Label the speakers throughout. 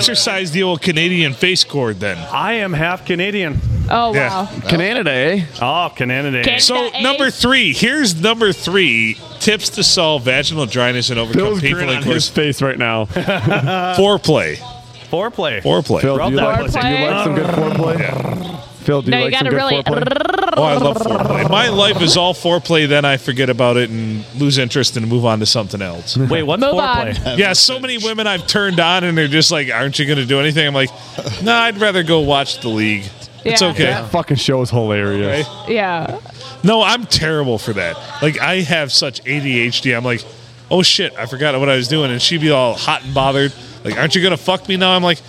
Speaker 1: exercise the old Canadian face cord then.
Speaker 2: I am half Canadian.
Speaker 3: Oh
Speaker 1: Yeah.
Speaker 3: wow.
Speaker 4: Canada, eh?
Speaker 2: Oh, Canada.
Speaker 3: Can-
Speaker 1: So
Speaker 3: The
Speaker 1: number
Speaker 3: ace.
Speaker 1: three, here's number three: tips to solve vaginal dryness and overcome
Speaker 4: Bill's grin
Speaker 1: painful
Speaker 4: on his
Speaker 1: incourse.
Speaker 4: face right now.
Speaker 1: Foreplay,
Speaker 2: Foreplay.
Speaker 1: foreplay.
Speaker 4: Phil, do you,
Speaker 2: that
Speaker 4: like,
Speaker 2: pussy.
Speaker 4: do you like some good foreplay? Phil, do you
Speaker 3: No, you
Speaker 4: like some
Speaker 3: gotta
Speaker 4: good
Speaker 3: really.
Speaker 4: foreplay?
Speaker 1: oh, I love foreplay. My life is all foreplay. Then I forget about it and lose interest and move on to something else.
Speaker 2: Wait, what's
Speaker 3: Move
Speaker 2: foreplay?
Speaker 1: yeah, so many women I've turned on and they're just like, "Aren't you going to do anything?" I'm like, "No, nah, I'd rather go watch the league. It's
Speaker 3: Yeah.
Speaker 1: okay."
Speaker 4: That fucking show is hilarious.
Speaker 1: Right?
Speaker 3: Yeah.
Speaker 1: No, I'm terrible for that. Like I have such ADHD. I'm like, oh shit, I forgot what I was doing, and she'd be all hot and bothered. Like, aren't you gonna fuck me now? I'm like,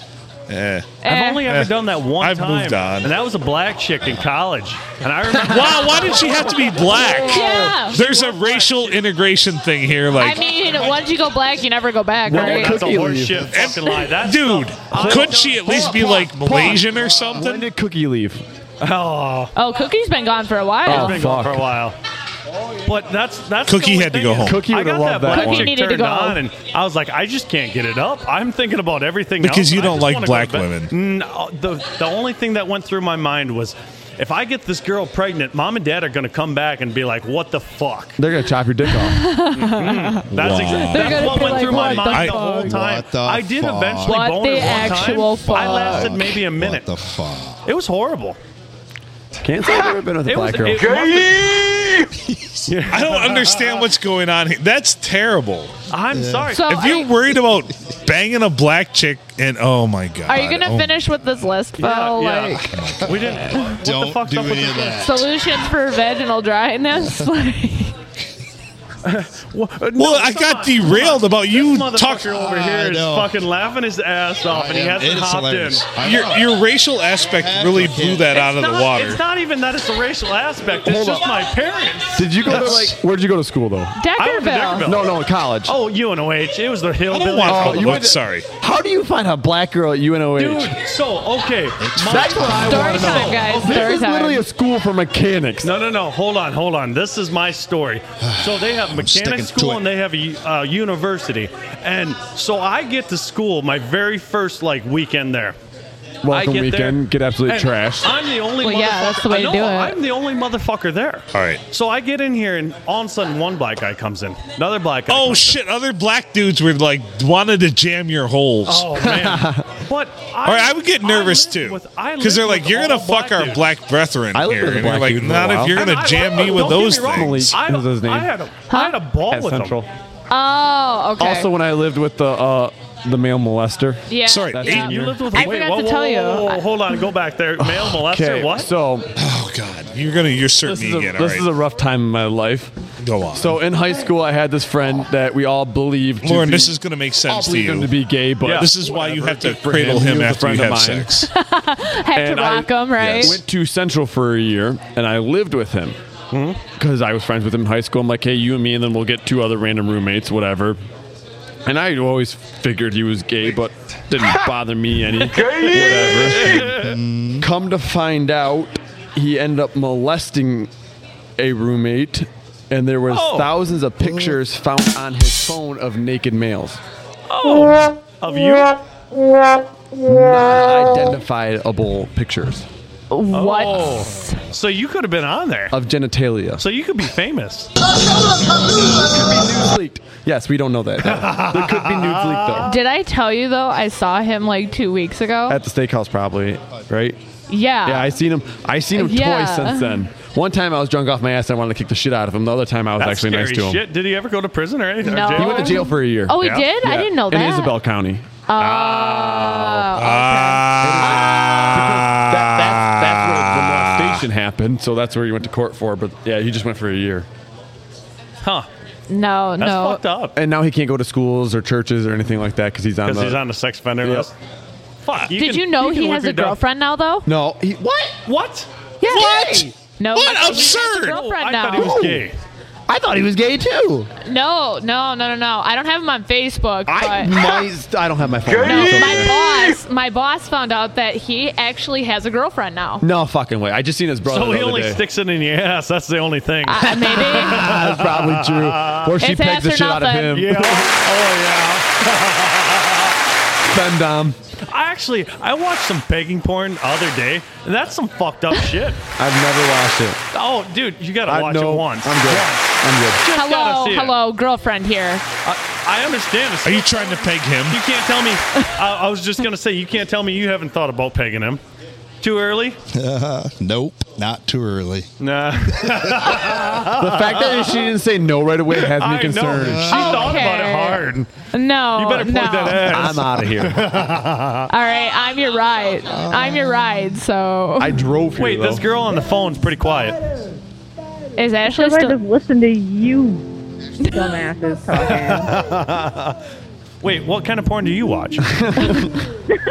Speaker 3: Eh.
Speaker 1: eh.
Speaker 2: I've only ever done that one
Speaker 1: I've
Speaker 2: time.
Speaker 1: moved on.
Speaker 2: And that was a black chick in college. And I remember
Speaker 1: Wow, why did she have to be black?
Speaker 3: Yeah.
Speaker 1: There's a racial integration thing here.
Speaker 3: I
Speaker 1: Like,
Speaker 3: mean, once you go black, you never go back,
Speaker 4: Right.
Speaker 3: right?
Speaker 2: that's a
Speaker 4: Cookie
Speaker 2: horse
Speaker 4: leaf.
Speaker 2: shit fucking lie. That's
Speaker 1: dude, couldn't she at
Speaker 4: Pause,
Speaker 1: least be
Speaker 4: pause,
Speaker 1: like
Speaker 4: pause.
Speaker 1: Malaysian or
Speaker 4: When
Speaker 1: something?
Speaker 4: did Cookie leave?
Speaker 2: oh,
Speaker 3: Oh, Cookie's been gone for a
Speaker 4: Oh,
Speaker 3: while.
Speaker 2: been gone for
Speaker 4: fuck.
Speaker 2: a while. But that's that's
Speaker 1: Cookie
Speaker 2: the only
Speaker 1: had to
Speaker 2: thing
Speaker 1: go
Speaker 2: is-
Speaker 1: home.
Speaker 4: Cookie
Speaker 2: I
Speaker 4: would've
Speaker 2: got
Speaker 4: loved that
Speaker 2: black
Speaker 3: one.
Speaker 2: chick
Speaker 3: Cookie needed to
Speaker 2: turned
Speaker 3: go
Speaker 2: on,
Speaker 3: home.
Speaker 2: and I was like, I just can't get it up. I'm thinking about everything
Speaker 1: Because
Speaker 2: else,
Speaker 1: you
Speaker 2: and I
Speaker 1: don't
Speaker 2: just
Speaker 1: like
Speaker 2: wanna go to
Speaker 1: black
Speaker 2: bed. No, the the only thing that went through my mind was, if I get this girl pregnant, mom and dad are going to come back and be like, "What the fuck?"
Speaker 4: They're gonna chop your dick off.
Speaker 1: Mm-hmm.
Speaker 2: That's,
Speaker 5: Wow.
Speaker 2: exactly
Speaker 5: They're
Speaker 2: that's
Speaker 3: gonna
Speaker 2: what
Speaker 3: be
Speaker 2: went
Speaker 3: like,
Speaker 2: through my
Speaker 3: what
Speaker 2: mind
Speaker 1: the
Speaker 2: the whole
Speaker 5: fuck?
Speaker 2: time.
Speaker 5: What the
Speaker 2: I did
Speaker 5: fuck?
Speaker 2: eventually
Speaker 3: What
Speaker 2: bone
Speaker 3: the
Speaker 2: it one
Speaker 3: actual
Speaker 2: time. I
Speaker 3: fuck?
Speaker 2: lasted maybe a minute.
Speaker 5: What the fuck?
Speaker 2: It was horrible.
Speaker 4: Can't say I've ever been with a
Speaker 2: It was,
Speaker 4: black girl.
Speaker 2: it must've-
Speaker 1: I don't understand what's going on here. That's terrible.
Speaker 2: I'm sorry.
Speaker 3: So,
Speaker 1: If you're
Speaker 3: are-
Speaker 1: worried about banging a black chick and oh my god.
Speaker 3: are you gonna
Speaker 1: oh,
Speaker 3: finish with this list, Phil?
Speaker 2: Yeah, yeah.
Speaker 3: Like
Speaker 2: we didn't. What the
Speaker 5: Don't
Speaker 2: fuck's
Speaker 5: do
Speaker 2: up with
Speaker 5: any
Speaker 2: this
Speaker 5: of
Speaker 2: guy?
Speaker 5: that.
Speaker 3: solutions for vaginal dryness? Like,
Speaker 2: Well,
Speaker 1: Well, I got derailed about you
Speaker 2: Motherfucker
Speaker 1: talking.
Speaker 2: over
Speaker 5: I
Speaker 2: here is
Speaker 5: know.
Speaker 2: fucking laughing his ass off, and he hasn't
Speaker 5: It is
Speaker 2: hopped in.
Speaker 5: hilarious. I
Speaker 1: Your
Speaker 5: know.
Speaker 1: your racial aspect really blew that out of
Speaker 2: It's
Speaker 1: the
Speaker 2: not-
Speaker 1: water.
Speaker 2: It's not even that it's a racial aspect. It's
Speaker 4: Hold
Speaker 2: just
Speaker 4: up.
Speaker 2: my parents.
Speaker 4: Did you go to like? Where'd you go to school though?
Speaker 2: I went to
Speaker 3: Deckerville.
Speaker 2: Deckerville.
Speaker 4: No, no, college.
Speaker 2: Oh, UNOH. It was the hill.
Speaker 1: I don't want.
Speaker 4: Oh,
Speaker 1: Oh,
Speaker 4: you went to-
Speaker 1: sorry.
Speaker 4: How do you find a black girl at UNOH?
Speaker 2: Dude, so okay. Oh, My-
Speaker 4: That's what I
Speaker 3: Story
Speaker 4: wanna
Speaker 3: time,
Speaker 4: know.
Speaker 3: guys.
Speaker 4: This
Speaker 3: Story
Speaker 4: is literally
Speaker 3: time.
Speaker 4: a school for mechanics.
Speaker 2: No, no, no. Hold on, hold on. This is my story. So they have
Speaker 5: sticking
Speaker 2: mechanics
Speaker 5: to
Speaker 2: school
Speaker 5: it.
Speaker 2: and they have a uh, university. And so I get to school my very first like weekend there. I
Speaker 4: Welcome
Speaker 2: get
Speaker 4: weekend.
Speaker 2: there,
Speaker 4: Get absolutely
Speaker 2: and
Speaker 4: trashed.
Speaker 2: I'm the only
Speaker 3: Well,
Speaker 2: motherfucker.
Speaker 3: yeah, that's the way
Speaker 2: I
Speaker 3: to
Speaker 2: know,
Speaker 3: do it.
Speaker 2: I'm the only motherfucker there.
Speaker 1: All right.
Speaker 2: So I get in here and all of a sudden one black guy comes in. Another black guy.
Speaker 1: Oh
Speaker 2: comes
Speaker 1: shit! Other black dudes were like wanted to jam your holes.
Speaker 2: In. Oh man. but I,
Speaker 1: All right, I would get nervous
Speaker 2: lived
Speaker 1: too
Speaker 2: with- I
Speaker 1: because they're
Speaker 2: lived
Speaker 1: like,
Speaker 2: with
Speaker 1: "You're
Speaker 2: all
Speaker 1: gonna fuck our
Speaker 2: dudes.
Speaker 1: black brethren
Speaker 4: I lived
Speaker 1: here,"
Speaker 4: with a
Speaker 1: and you're
Speaker 4: black
Speaker 1: like,
Speaker 4: dude for a
Speaker 1: "Not if
Speaker 4: while.
Speaker 1: you're
Speaker 2: And
Speaker 1: gonna
Speaker 2: I-
Speaker 1: jam
Speaker 2: don't
Speaker 1: me with
Speaker 2: get
Speaker 1: those
Speaker 2: wrong.
Speaker 1: things."
Speaker 2: I,
Speaker 4: That was his name.
Speaker 2: I had a, I had a ball
Speaker 4: at
Speaker 2: with
Speaker 4: Central.
Speaker 2: him.
Speaker 3: Oh, okay.
Speaker 4: Also, when I lived with the uh, the male molester.
Speaker 3: yeah.
Speaker 1: Sorry,
Speaker 3: yeah.
Speaker 1: eight
Speaker 2: You lived with.
Speaker 3: I
Speaker 2: wait,
Speaker 3: forgot
Speaker 2: whoa,
Speaker 3: to
Speaker 2: whoa,
Speaker 3: tell
Speaker 2: whoa,
Speaker 3: you.
Speaker 2: whoa, whoa, hold on, go back there. Male molester.
Speaker 4: Okay,
Speaker 2: What?
Speaker 4: so
Speaker 1: Oh god, you're gonna usurp
Speaker 4: this,
Speaker 1: me
Speaker 4: is a,
Speaker 1: again. All
Speaker 4: this is a
Speaker 1: right,
Speaker 4: rough time in my life.
Speaker 1: go on.
Speaker 4: So in high school, I had this friend that we all believed.
Speaker 1: Lauren,
Speaker 4: to be,
Speaker 1: this is gonna make
Speaker 4: all
Speaker 1: sense to
Speaker 4: believed him
Speaker 1: you.
Speaker 4: to be gay, but
Speaker 2: Yeah.
Speaker 1: This is why you have to
Speaker 4: For
Speaker 1: cradle
Speaker 4: him, he
Speaker 1: him,
Speaker 4: was a
Speaker 1: after
Speaker 4: friend
Speaker 1: you
Speaker 4: of
Speaker 1: have
Speaker 4: mine.
Speaker 1: sex.
Speaker 3: Had
Speaker 4: and
Speaker 3: to
Speaker 4: I-
Speaker 3: rock 'em, right?
Speaker 1: yes.
Speaker 4: went to Central for a year, and I lived with him because I was friends with him in high school. I'm like, hey, you and me, and then we'll get two other random roommates, whatever. And I always figured he was gay, but didn't bother me any. whatever. Come to find out, he ended up molesting a roommate, and there was
Speaker 2: Oh.
Speaker 4: thousands of pictures found on his phone of naked males.
Speaker 2: Oh. of you.
Speaker 4: Unidentifiable pictures
Speaker 3: What?
Speaker 2: Oh. So you could have been on there.
Speaker 4: of genitalia.
Speaker 2: So you could be famous.
Speaker 4: leaked. Yes, we don't know that. though. there could be nudes leaked though.
Speaker 3: Did I tell you though? I saw him like two weeks ago.
Speaker 4: At the steakhouse, probably. Right?
Speaker 3: yeah.
Speaker 4: Yeah, I seen him. I seen him
Speaker 3: Yeah.
Speaker 4: twice since then. One time I was drunk off my ass. and I wanted to kick the shit out of him. The other time I was
Speaker 2: That's
Speaker 4: actually
Speaker 2: scary
Speaker 4: nice to him.
Speaker 2: shit. Did he ever go to prison or anything?
Speaker 3: No.
Speaker 2: Or
Speaker 4: He went to jail for a year.
Speaker 3: oh, he
Speaker 2: Yeah.
Speaker 3: did. I
Speaker 4: Yeah.
Speaker 3: didn't know that. Oh,
Speaker 4: In Isabel County.
Speaker 1: Ah,
Speaker 4: That, that's, that's where the molestation happened. So that's where he went to court for. But yeah, he just went for a year.
Speaker 2: Huh.
Speaker 3: No,
Speaker 2: That's
Speaker 3: no.
Speaker 2: fucked up.
Speaker 4: And now he can't go to schools or churches or anything like that because he's on.
Speaker 2: Because
Speaker 4: the-
Speaker 2: he's on the sex offender
Speaker 4: Yep.
Speaker 2: list. Fuck.
Speaker 3: Did
Speaker 2: can-
Speaker 3: you know he
Speaker 2: can whip
Speaker 3: has
Speaker 2: your
Speaker 3: a
Speaker 2: dog-
Speaker 3: girlfriend now though?
Speaker 4: No. He, what?
Speaker 2: What?
Speaker 3: Yeah.
Speaker 1: What?
Speaker 3: No.
Speaker 1: What?
Speaker 3: he has a
Speaker 1: Absurd.
Speaker 3: Girlfriend
Speaker 2: I
Speaker 3: now.
Speaker 2: thought he was gay.
Speaker 4: I thought he was gay too.
Speaker 3: No, no, no, no, no. I don't have him on Facebook,
Speaker 4: I
Speaker 3: but
Speaker 4: might. I don't have my phone.
Speaker 3: no,
Speaker 4: So-
Speaker 3: my boss, my boss found out that he actually has a girlfriend now.
Speaker 4: No fucking way. I just seen his brother.
Speaker 2: So
Speaker 4: the
Speaker 2: he
Speaker 4: other
Speaker 2: only
Speaker 4: day.
Speaker 2: sticks it in your ass. That's the only thing.
Speaker 3: Uh, maybe.
Speaker 4: That's probably true. Or she
Speaker 3: It's
Speaker 4: pegs
Speaker 3: ass or
Speaker 2: Oh,
Speaker 4: the shit out of
Speaker 3: nothing.
Speaker 4: him.
Speaker 2: yeah. oh, yeah.
Speaker 4: Femdom.
Speaker 2: I actually I watched some pegging porn the other day, and that's some fucked up shit.
Speaker 6: I've never watched it.
Speaker 2: Oh, dude, you gotta
Speaker 6: I
Speaker 2: watch
Speaker 6: know.
Speaker 2: it once.
Speaker 6: I'm good.
Speaker 2: Once.
Speaker 6: I'm good.
Speaker 2: Just gotta
Speaker 3: Hello,
Speaker 2: see it.
Speaker 3: hello, girlfriend here.
Speaker 2: I, I understand. It's
Speaker 1: Are you trying to peg him?
Speaker 2: You can't tell me. I, I was just gonna say you can't tell me you haven't thought about pegging him. Too early?
Speaker 5: Nope, not too early.
Speaker 2: Nah.
Speaker 4: The fact that she didn't say no right away has me
Speaker 2: I know. She
Speaker 4: concerned.
Speaker 2: thought about it
Speaker 3: Okay.
Speaker 2: hard. You
Speaker 3: No,
Speaker 2: better plug
Speaker 3: no.
Speaker 2: that ass.
Speaker 6: I'm out of here.
Speaker 3: All right, I'm your ride. I'm your ride. So
Speaker 4: I drove here.
Speaker 2: Wait,
Speaker 4: though.
Speaker 2: this girl on the phone's pretty quiet.
Speaker 3: is Ashley
Speaker 7: I'd rather
Speaker 3: still?
Speaker 7: listen to you dumbasses talking.
Speaker 2: Wait, what kind of porn do you watch?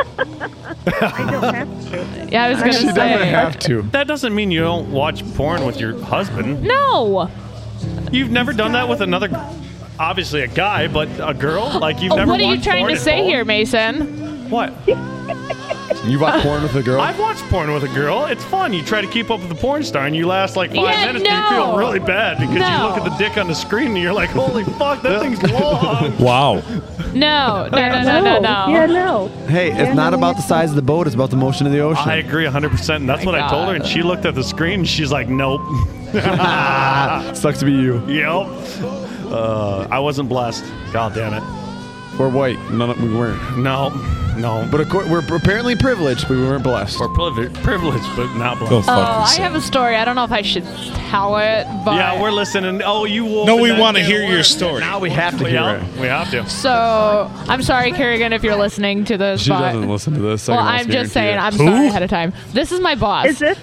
Speaker 7: I don't have to.
Speaker 3: Yeah, I was gonna
Speaker 4: She doesn't
Speaker 3: say.
Speaker 4: have to.
Speaker 2: That doesn't mean you don't watch porn with your husband.
Speaker 3: no,
Speaker 2: You've never done that with another, obviously a guy, but a girl. Like you've
Speaker 3: Oh,
Speaker 2: never.
Speaker 3: what are you
Speaker 2: watched
Speaker 3: trying
Speaker 2: porn
Speaker 3: to
Speaker 2: at
Speaker 3: say
Speaker 2: home?
Speaker 3: here, Mason?
Speaker 2: What?
Speaker 4: You bought porn with a girl?
Speaker 2: I've watched porn with a girl. It's fun. You try to keep up with the porn star, and you last like five
Speaker 3: Yeah,
Speaker 2: minutes, and you feel
Speaker 3: no.
Speaker 2: really bad because you
Speaker 3: No.
Speaker 2: look at the dick on the screen, and you're like, "Holy fuck, that thing's long."
Speaker 1: Wow.
Speaker 3: No, no, no, no, no, no.
Speaker 7: Yeah, no.
Speaker 6: Hey, it's not about the size of the boat; it's about the motion of the ocean.
Speaker 2: I agree 100, percent and that's what I told her. And she looked at the screen, and she's like, "Nope,
Speaker 4: Sucks to be you.
Speaker 2: yep." Uh, I wasn't blessed. God damn it.
Speaker 4: We're white. None of we weren't.
Speaker 2: No, no.
Speaker 4: But of course, we're apparently privileged, but we weren't blessed.
Speaker 2: we're privi- privileged, but not blessed.
Speaker 1: Go fuck
Speaker 3: Oh, I
Speaker 1: yourself.
Speaker 3: have a story. I don't know if I should tell it, but
Speaker 2: Yeah, we're listening. Oh, you.
Speaker 1: no,
Speaker 2: opened
Speaker 1: we
Speaker 2: that
Speaker 1: want to
Speaker 2: can of
Speaker 1: hear your
Speaker 2: worms.
Speaker 1: story.
Speaker 6: now we have to
Speaker 2: We
Speaker 6: hear
Speaker 2: have,
Speaker 6: it.
Speaker 2: we have to.
Speaker 3: so I'm sorry, Kerrigan, if you're listening to this.
Speaker 4: She
Speaker 3: but,
Speaker 4: doesn't listen to this. I
Speaker 3: Well,
Speaker 4: can almost
Speaker 3: I'm just
Speaker 4: guarantee
Speaker 3: saying.
Speaker 4: it.
Speaker 3: I'm
Speaker 1: Who?
Speaker 3: sorry ahead of time. This is my boss.
Speaker 7: Is this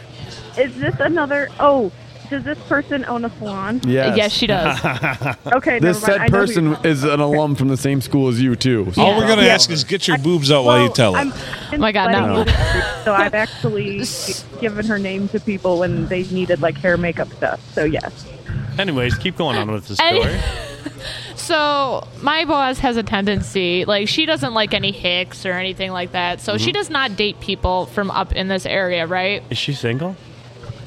Speaker 7: is this another? Oh, does this person own a salon?
Speaker 6: Yes.
Speaker 3: Yes, she does.
Speaker 7: Okay, never mind.
Speaker 4: This said
Speaker 7: I know who
Speaker 4: person
Speaker 7: you-
Speaker 4: is an alum from the same school as you too. So
Speaker 1: All we're gonna
Speaker 7: Yeah.
Speaker 1: ask is get your boobs out while you
Speaker 7: Well,
Speaker 1: tell it.
Speaker 7: I'm-
Speaker 3: Oh my God,
Speaker 7: letting
Speaker 3: no.
Speaker 7: you know, So I've actually given her name to people when they needed like hair makeup stuff. So yes.
Speaker 2: Anyways, keep going on with the
Speaker 3: Any-
Speaker 2: story.
Speaker 3: So my boss has a tendency, like she doesn't like any hicks or anything like that. So
Speaker 1: Mm-hmm.
Speaker 3: she does not date people from up in this area, right?
Speaker 2: Is she single?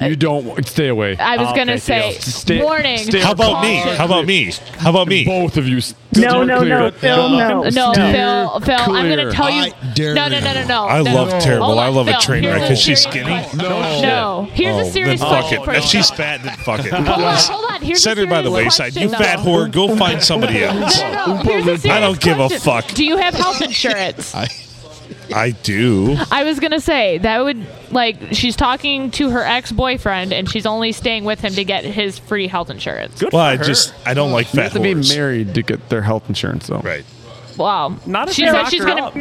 Speaker 4: you don't wa- stay away.
Speaker 3: I was
Speaker 1: Ah,
Speaker 2: Oh,
Speaker 3: gonna
Speaker 2: okay,
Speaker 3: say
Speaker 2: deal.
Speaker 4: Stay-
Speaker 3: warning.
Speaker 4: stay-
Speaker 1: How about me?
Speaker 3: Call-
Speaker 1: How about me? How about me?
Speaker 4: Both of you.
Speaker 7: No, no, no, Phil, no.
Speaker 3: No,
Speaker 4: Steer
Speaker 3: Phil. Phil, I'm
Speaker 4: clear.
Speaker 3: gonna tell you.
Speaker 5: I dare
Speaker 3: no, no,
Speaker 5: you.
Speaker 3: no, no, no.
Speaker 1: I
Speaker 3: no.
Speaker 1: love terrible.
Speaker 3: Hold
Speaker 1: I
Speaker 3: on,
Speaker 1: love a
Speaker 3: Phil.
Speaker 1: train
Speaker 3: Here's
Speaker 1: wreck.
Speaker 3: a
Speaker 1: 'Cause she's
Speaker 3: serious
Speaker 1: skinny?
Speaker 3: question.
Speaker 4: No.
Speaker 3: No. Here's
Speaker 1: Oh,
Speaker 3: a serious
Speaker 1: then fuck
Speaker 3: question
Speaker 1: it.
Speaker 3: for
Speaker 1: If
Speaker 3: you.
Speaker 1: she's fat, then fuck it.
Speaker 3: Hold on, hold on. Here's
Speaker 1: Set
Speaker 3: a
Speaker 1: her by the
Speaker 3: serious
Speaker 1: wayside. You
Speaker 3: Question,
Speaker 1: fat
Speaker 3: though.
Speaker 1: whore. Go find somebody else.
Speaker 3: No, no, here's a serious
Speaker 1: I don't give a
Speaker 3: question.
Speaker 1: fuck.
Speaker 3: Do you have health insurance?
Speaker 5: I
Speaker 1: I do.
Speaker 3: I was gonna say that would like she's talking to her ex boyfriend and she's only staying with him to get his free health insurance.
Speaker 2: Good
Speaker 1: Well,
Speaker 2: for
Speaker 1: I
Speaker 2: her.
Speaker 1: just I don't like
Speaker 4: You
Speaker 1: fat
Speaker 4: have to be
Speaker 1: whores.
Speaker 4: married to get their health insurance though.
Speaker 1: Right.
Speaker 3: Wow.
Speaker 2: Not if
Speaker 3: she
Speaker 2: they
Speaker 3: said
Speaker 2: lock
Speaker 3: she's
Speaker 2: her
Speaker 3: gonna.
Speaker 2: up.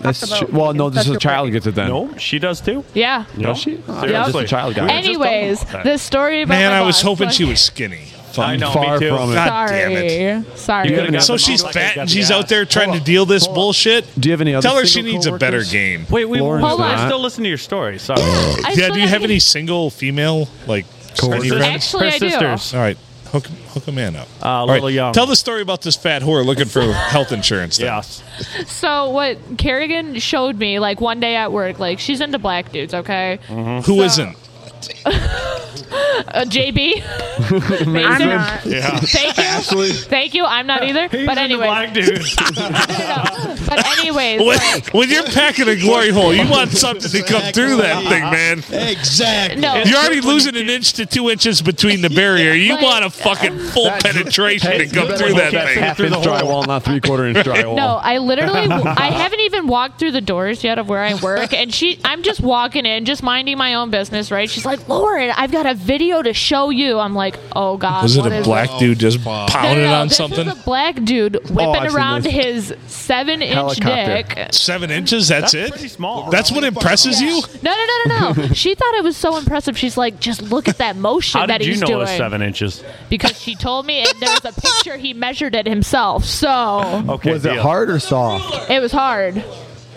Speaker 4: That's ch- well, no, just a child gets it then.
Speaker 2: No, she does too. Oh,
Speaker 3: Yeah.
Speaker 4: No, she. Just
Speaker 2: Seriously.
Speaker 4: a child got it.
Speaker 2: just
Speaker 3: Anyways,
Speaker 2: talking about that.
Speaker 3: this story about
Speaker 1: Man,
Speaker 3: my
Speaker 1: I was
Speaker 3: boss,
Speaker 1: hoping
Speaker 3: like-
Speaker 1: she was skinny. Fuck.
Speaker 2: I know. me
Speaker 4: Far
Speaker 2: too.
Speaker 4: from it.
Speaker 1: God damn it.
Speaker 3: Sorry. Sorry.
Speaker 2: You could've got
Speaker 1: So
Speaker 2: the
Speaker 1: she's
Speaker 2: mom.
Speaker 1: fat and
Speaker 2: Yeah.
Speaker 1: she's out there trying
Speaker 4: Hold
Speaker 1: to
Speaker 4: on,
Speaker 1: deal this
Speaker 4: hold on.
Speaker 1: bullshit.
Speaker 4: Do you have any other?
Speaker 1: Tell her she
Speaker 4: single
Speaker 1: needs a better
Speaker 4: coworkers?
Speaker 1: game.
Speaker 2: Wait, wait,
Speaker 4: Lauren's
Speaker 2: hold on.
Speaker 3: not.
Speaker 2: I still listen to your story. Sorry.
Speaker 3: I
Speaker 1: Yeah,
Speaker 3: still
Speaker 1: do you have
Speaker 3: gotta-
Speaker 1: any single female like
Speaker 2: Her
Speaker 1: any
Speaker 2: sis-
Speaker 1: friends?
Speaker 3: Actually,
Speaker 2: her
Speaker 3: I do.
Speaker 2: sisters.
Speaker 1: All right, hook hook a man up.
Speaker 2: Uh,
Speaker 1: All
Speaker 2: Lil Young.
Speaker 1: Tell the story about this fat whore looking for health insurance. Then.
Speaker 2: Yes.
Speaker 3: So what Kerrigan showed me like one day at work, like she's into black dudes, okay?
Speaker 1: Who not
Speaker 3: Uh, JB.
Speaker 7: I'm
Speaker 3: Mason?
Speaker 7: not.
Speaker 3: Thank you. Thank you. I'm not either. but anyway.
Speaker 2: black dude.
Speaker 3: But anyways.
Speaker 1: When,
Speaker 3: like-
Speaker 1: when you're packing a glory hole, you want something to come through that thing, man.
Speaker 5: exactly.
Speaker 3: no.
Speaker 1: You're already losing an inch to two inches between the barrier. You
Speaker 3: Like-
Speaker 1: want a fucking full penetration to
Speaker 4: You
Speaker 1: come
Speaker 4: better
Speaker 1: through that
Speaker 4: look at
Speaker 1: thing.
Speaker 4: Half inch drywall, not three quarter inch drywall.
Speaker 3: No, I literally, I haven't even walked through the doors yet of where I work, and she, I'm just walking in, just minding my own business, right? She's like, Lauren, I've got a video to show you. I'm like, oh god,
Speaker 1: Was it
Speaker 3: what
Speaker 1: a
Speaker 3: is
Speaker 1: black
Speaker 3: this?"
Speaker 1: dude just
Speaker 3: No,
Speaker 5: Wow.
Speaker 3: no,
Speaker 1: pounding
Speaker 3: no,
Speaker 1: on
Speaker 3: this
Speaker 1: something?
Speaker 3: is a black dude whipping
Speaker 4: Oh, I've seen
Speaker 3: around
Speaker 4: this.
Speaker 3: his seven-inch
Speaker 4: Helicopter.
Speaker 3: dick.
Speaker 1: Seven inches? That's
Speaker 2: That's
Speaker 1: it?
Speaker 2: pretty small.
Speaker 1: That's what impresses you?
Speaker 3: No, no, no, no, no. she thought it was so impressive. She's like, just look at that motion
Speaker 2: How
Speaker 3: that
Speaker 2: did you
Speaker 3: he's
Speaker 2: know it
Speaker 3: doing.
Speaker 2: was seven inches?
Speaker 3: Because she told me, and there was a picture he measured it himself. So
Speaker 2: Okay.
Speaker 6: Was it
Speaker 2: deal.
Speaker 6: hard or soft?
Speaker 3: it was hard.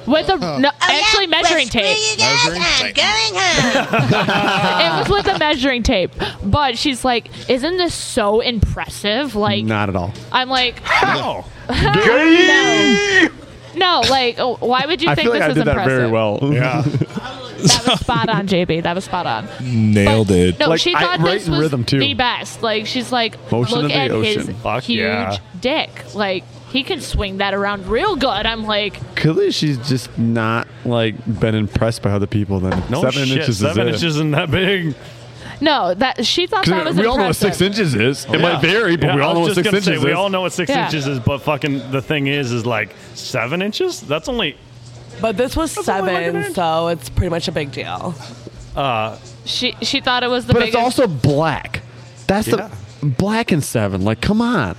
Speaker 3: With a
Speaker 4: Oh.
Speaker 3: no, actually measuring tape.
Speaker 5: Measuring tape.
Speaker 3: it was with a measuring tape. But she's like, "Isn't this so impressive?" Like,
Speaker 6: Not at all.
Speaker 3: I'm like,
Speaker 2: No.
Speaker 3: "No, no." Like, oh, why would you
Speaker 4: I
Speaker 3: think
Speaker 4: feel like
Speaker 3: this
Speaker 4: I
Speaker 3: is
Speaker 4: did that
Speaker 3: impressive?
Speaker 4: very well.
Speaker 1: Yeah.
Speaker 3: That was spot on, JB. That was spot on.
Speaker 1: Nailed it.
Speaker 3: No,
Speaker 4: Like,
Speaker 3: she
Speaker 4: I-
Speaker 3: thought
Speaker 4: right
Speaker 3: this
Speaker 4: in
Speaker 3: was
Speaker 4: rhythm, too.
Speaker 3: the best. Like, she's like,
Speaker 4: Motion
Speaker 3: "Look
Speaker 4: of the
Speaker 3: at
Speaker 4: ocean.
Speaker 3: his
Speaker 2: Fuck
Speaker 3: huge
Speaker 2: yeah.
Speaker 3: dick." Like, he can swing that around real good. I'm like,
Speaker 4: Clearly, she's just not like been impressed by other people. Then
Speaker 2: No
Speaker 4: seven
Speaker 2: shit,
Speaker 4: inches
Speaker 2: seven
Speaker 4: is it.
Speaker 2: inches isn't that big.
Speaker 3: no, that she thought that was
Speaker 8: we all know what
Speaker 3: impressive.
Speaker 8: six inches is. It
Speaker 2: Yeah.
Speaker 8: might vary, but
Speaker 2: Yeah,
Speaker 8: we
Speaker 2: I
Speaker 8: all know
Speaker 2: was
Speaker 8: what six
Speaker 2: just gonna
Speaker 8: inches
Speaker 2: say,
Speaker 8: is.
Speaker 2: We all know what six
Speaker 3: Yeah.
Speaker 2: inches is, but fucking the thing is, is like seven inches. That's only
Speaker 9: But this was
Speaker 2: only like an
Speaker 9: seven,
Speaker 2: inch.
Speaker 9: so it's pretty much a big deal.
Speaker 2: uh,
Speaker 3: She she thought it was the
Speaker 8: but
Speaker 3: biggest.
Speaker 8: it's also black. That's the black and seven. Like, come on.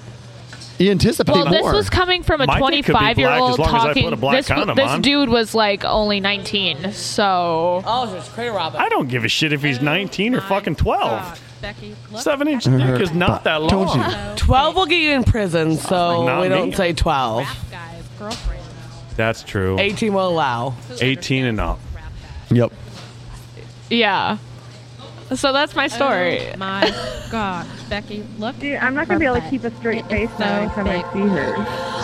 Speaker 8: You anticipate
Speaker 3: well, this
Speaker 8: more.
Speaker 3: was coming from a
Speaker 2: My dick could be
Speaker 3: 25 year old
Speaker 2: black as long as I put a
Speaker 3: talking.
Speaker 2: black
Speaker 3: this, w-
Speaker 2: condom
Speaker 3: this
Speaker 2: on.
Speaker 3: dude was like only 19, so
Speaker 9: Oh, there's Crater Robin.
Speaker 2: I don't give a shit if he's 19 or fucking 12.
Speaker 10: Becky, look.
Speaker 2: Seven inch dick is not that long.
Speaker 4: Told you.
Speaker 9: 12 will get you in prison, so
Speaker 2: Not
Speaker 9: we don't
Speaker 2: me.
Speaker 9: say 12.
Speaker 10: Guy's girlfriend.
Speaker 2: That's true.
Speaker 9: 18 will allow.
Speaker 2: 18 and up.
Speaker 4: Yep.
Speaker 3: yeah. So that's my story.
Speaker 10: Oh My God, Becky, look.
Speaker 7: Dude, I'm not gonna be able to
Speaker 10: Her
Speaker 7: keep a straight
Speaker 10: butt.
Speaker 7: face
Speaker 10: It's
Speaker 7: now
Speaker 10: so
Speaker 7: anytime
Speaker 10: big.
Speaker 7: I see her.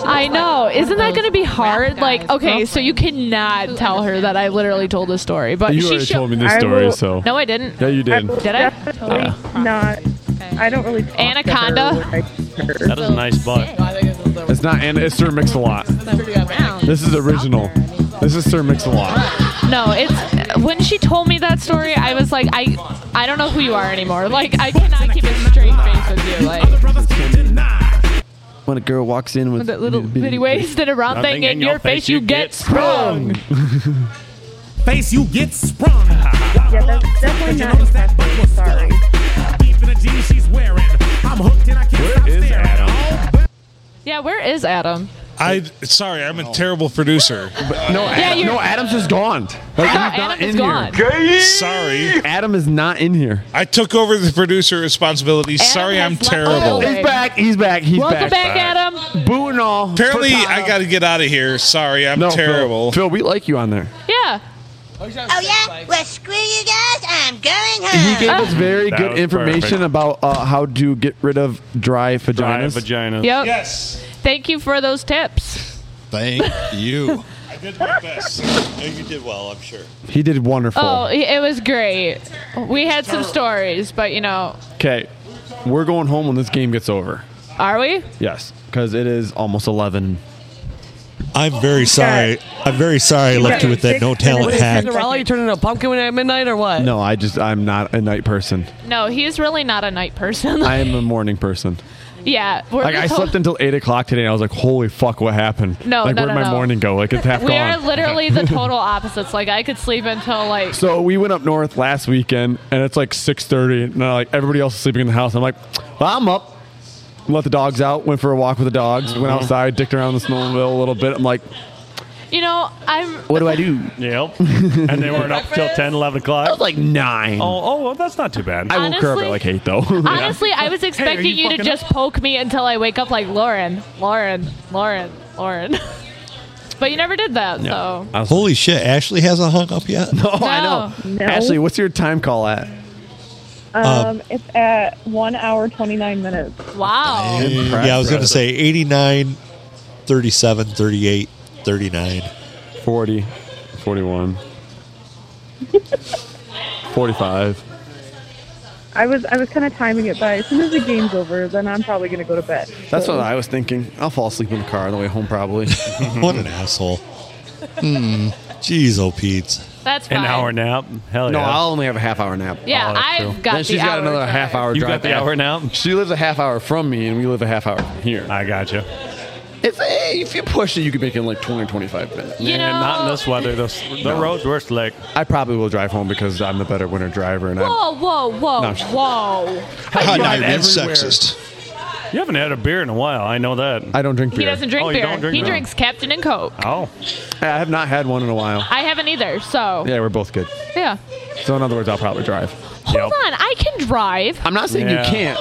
Speaker 3: I know. Isn't that going to be hard?
Speaker 10: guys'
Speaker 3: Like, okay, so you cannot tell her that I literally told a story, but
Speaker 8: you
Speaker 3: she
Speaker 8: already
Speaker 3: sho-
Speaker 8: told me this
Speaker 7: I
Speaker 8: story,
Speaker 7: will-
Speaker 8: so.
Speaker 3: No, I didn't.
Speaker 8: Yeah, you did.
Speaker 3: Did I?
Speaker 7: Definitely not. I don't really. talk to her
Speaker 3: Anaconda?
Speaker 7: when I see her.
Speaker 2: That is a nice butt.
Speaker 9: I think it's the
Speaker 8: It's not, and it's Sir Mix-a-Lot. This is original. This is Sir Mix-a-Lot.
Speaker 3: No, it's when she told me that story, I was like, I, I don't know who you are anymore. Like, I cannot keep a straight face with you. Like,
Speaker 4: When a girl walks in with
Speaker 3: that little bitty waist and a round thing in your face, you get sprung.
Speaker 11: Face you get sprung.
Speaker 7: Yeah, that's definitely
Speaker 11: Did you
Speaker 7: not
Speaker 11: notice that butt
Speaker 7: impressive.
Speaker 11: was
Speaker 7: Sorry.
Speaker 11: Deep in the jeans she's wearing. I'm hooked and I can't stop
Speaker 8: is
Speaker 11: staring.
Speaker 8: Adam?
Speaker 11: Oh,
Speaker 3: Yeah, where is Adam?
Speaker 1: I sorry, I'm a terrible producer.
Speaker 8: No, Adam,
Speaker 3: you're-
Speaker 8: no, Adam's is gone. Like, he's not
Speaker 3: Adam
Speaker 8: in
Speaker 3: is
Speaker 8: here.
Speaker 3: gone.
Speaker 1: Sorry,
Speaker 8: Adam is not in here.
Speaker 1: I took over the producer responsibility.
Speaker 3: Adam
Speaker 1: sorry,
Speaker 3: has
Speaker 1: I'm
Speaker 3: left
Speaker 1: terrible.
Speaker 3: the
Speaker 8: He's back. He's back. He's
Speaker 3: Welcome back,
Speaker 8: back.
Speaker 3: Adam.
Speaker 8: Boo and all.
Speaker 1: Apparently,
Speaker 8: Put-
Speaker 1: I got to get out of here. Sorry, I'm
Speaker 8: No, Phil.
Speaker 1: terrible.
Speaker 8: Phil, we like you on there.
Speaker 3: Yeah.
Speaker 12: Oh, yeah? Well, screw you guys. I'm going
Speaker 4: He gave
Speaker 12: home.
Speaker 4: us very
Speaker 2: That
Speaker 4: good
Speaker 2: was
Speaker 4: information
Speaker 2: perfect.
Speaker 4: about uh, how to get rid of dry vaginas.
Speaker 2: Dry vagina.
Speaker 3: Yep.
Speaker 1: Yes,
Speaker 3: Thank you for those tips.
Speaker 12: Thank you.
Speaker 1: I did my best.
Speaker 5: You did well, I'm sure.
Speaker 4: He did wonderful.
Speaker 3: Oh, it it was great. We had some stories, but you know,
Speaker 8: Okay, we're going home when this game gets over.
Speaker 3: are we?
Speaker 4: Yes, because it is almost eleven.
Speaker 5: I'm very sorry. I'm very sorry I left you with that no talent
Speaker 7: Wait,
Speaker 5: hack.
Speaker 9: Cinderella, you turn into a pumpkin when you're at midnight or what?
Speaker 4: No, I just I'm not a night person.
Speaker 3: No, he's really not a night person.
Speaker 4: I am a morning person.
Speaker 3: yeah, we're
Speaker 8: Like I
Speaker 3: just-
Speaker 8: slept until eight o'clock today. and I was like, "Holy fuck, what happened?
Speaker 3: No,
Speaker 8: like
Speaker 3: no,
Speaker 8: where'd
Speaker 3: no,
Speaker 8: my
Speaker 3: no.
Speaker 8: morning go? Like it's half
Speaker 3: We are
Speaker 8: gone."
Speaker 3: literally the total opposites. Like I could sleep until like
Speaker 8: so we went up north last weekend, and it's like six thirty, and uh, like everybody else is sleeping in the house. I'm like, well, I'm up. Let the dogs out. Went for a walk with the dogs.
Speaker 9: Uh-huh.
Speaker 8: Went outside, dicked around the snowmobile a little bit. I'm like,
Speaker 3: you know I'm.
Speaker 4: What do I do?
Speaker 2: Yep. and they weren't up till 10, 11
Speaker 8: I was
Speaker 2: o'clock.
Speaker 8: like nine.
Speaker 2: Oh, oh, well, that's not too bad.
Speaker 8: I woke her up
Speaker 3: honestly-
Speaker 8: at like eight though.
Speaker 3: Honestly, I was expecting
Speaker 2: you
Speaker 3: you, to
Speaker 2: fucking
Speaker 3: just poke me until I wake up like Lauren, Lauren, Lauren, Lauren. but you never did that, so.
Speaker 8: I was like,
Speaker 5: Holy shit, Ashley hasn't hung up yet?
Speaker 4: Oh, I know.
Speaker 7: No.
Speaker 4: Ashley, what's your time call at?
Speaker 2: Uh,
Speaker 8: Uh,
Speaker 7: Um, it's at one hour twenty nine minutes.
Speaker 3: Wow.
Speaker 5: Yeah, I was going to say 89, 37, 38, 39.
Speaker 8: 40, 41, 45.
Speaker 7: I was I was kind of timing it by as soon as the game's over, then I'm probably gonna go to bed.
Speaker 4: That's what I was thinking. I'll fall asleep in the car on the way home probably.
Speaker 5: What an asshole. Hmm. Jeez, oh Pete's.
Speaker 3: That's fine.
Speaker 2: An hour nap. Hell
Speaker 4: no,
Speaker 2: yeah.
Speaker 4: I'll only have a half hour nap.
Speaker 3: Yeah,
Speaker 2: Oh, that's true.
Speaker 3: I've got
Speaker 4: then
Speaker 3: the
Speaker 4: she's got another
Speaker 3: hour
Speaker 4: half
Speaker 3: drive.
Speaker 4: hour
Speaker 2: you
Speaker 4: drive.
Speaker 2: got the
Speaker 4: back.
Speaker 2: hour nap?
Speaker 4: She lives a half hour from me, and we live a half hour here.
Speaker 2: I got you.
Speaker 4: It's hey, if you push it, you could make it in like 20 or 25 minutes.
Speaker 3: You know,
Speaker 2: and not in this weather. The, the roads were slick.
Speaker 4: I probably will drive home because I'm the better winter driver, and I'm
Speaker 3: whoa, whoa, whoa,
Speaker 4: No, I'm just-
Speaker 3: whoa.
Speaker 5: God,
Speaker 4: drive
Speaker 5: Irene
Speaker 4: everywhere.
Speaker 5: sexist.
Speaker 2: You haven't had a beer in a while. I know that.
Speaker 4: I don't drink beer.
Speaker 3: He doesn't drink
Speaker 2: Oh, you
Speaker 3: beer.
Speaker 2: don't drink
Speaker 3: he
Speaker 2: beer.
Speaker 3: drinks Captain and Coke.
Speaker 2: Oh,
Speaker 4: I have not had one in a while.
Speaker 3: I haven't either, so
Speaker 4: Yeah, we're both good.
Speaker 3: yeah.
Speaker 4: So in other words, I'll probably drive.
Speaker 3: Hold on, I can drive.
Speaker 4: I'm not saying
Speaker 2: Yeah.
Speaker 4: you can't.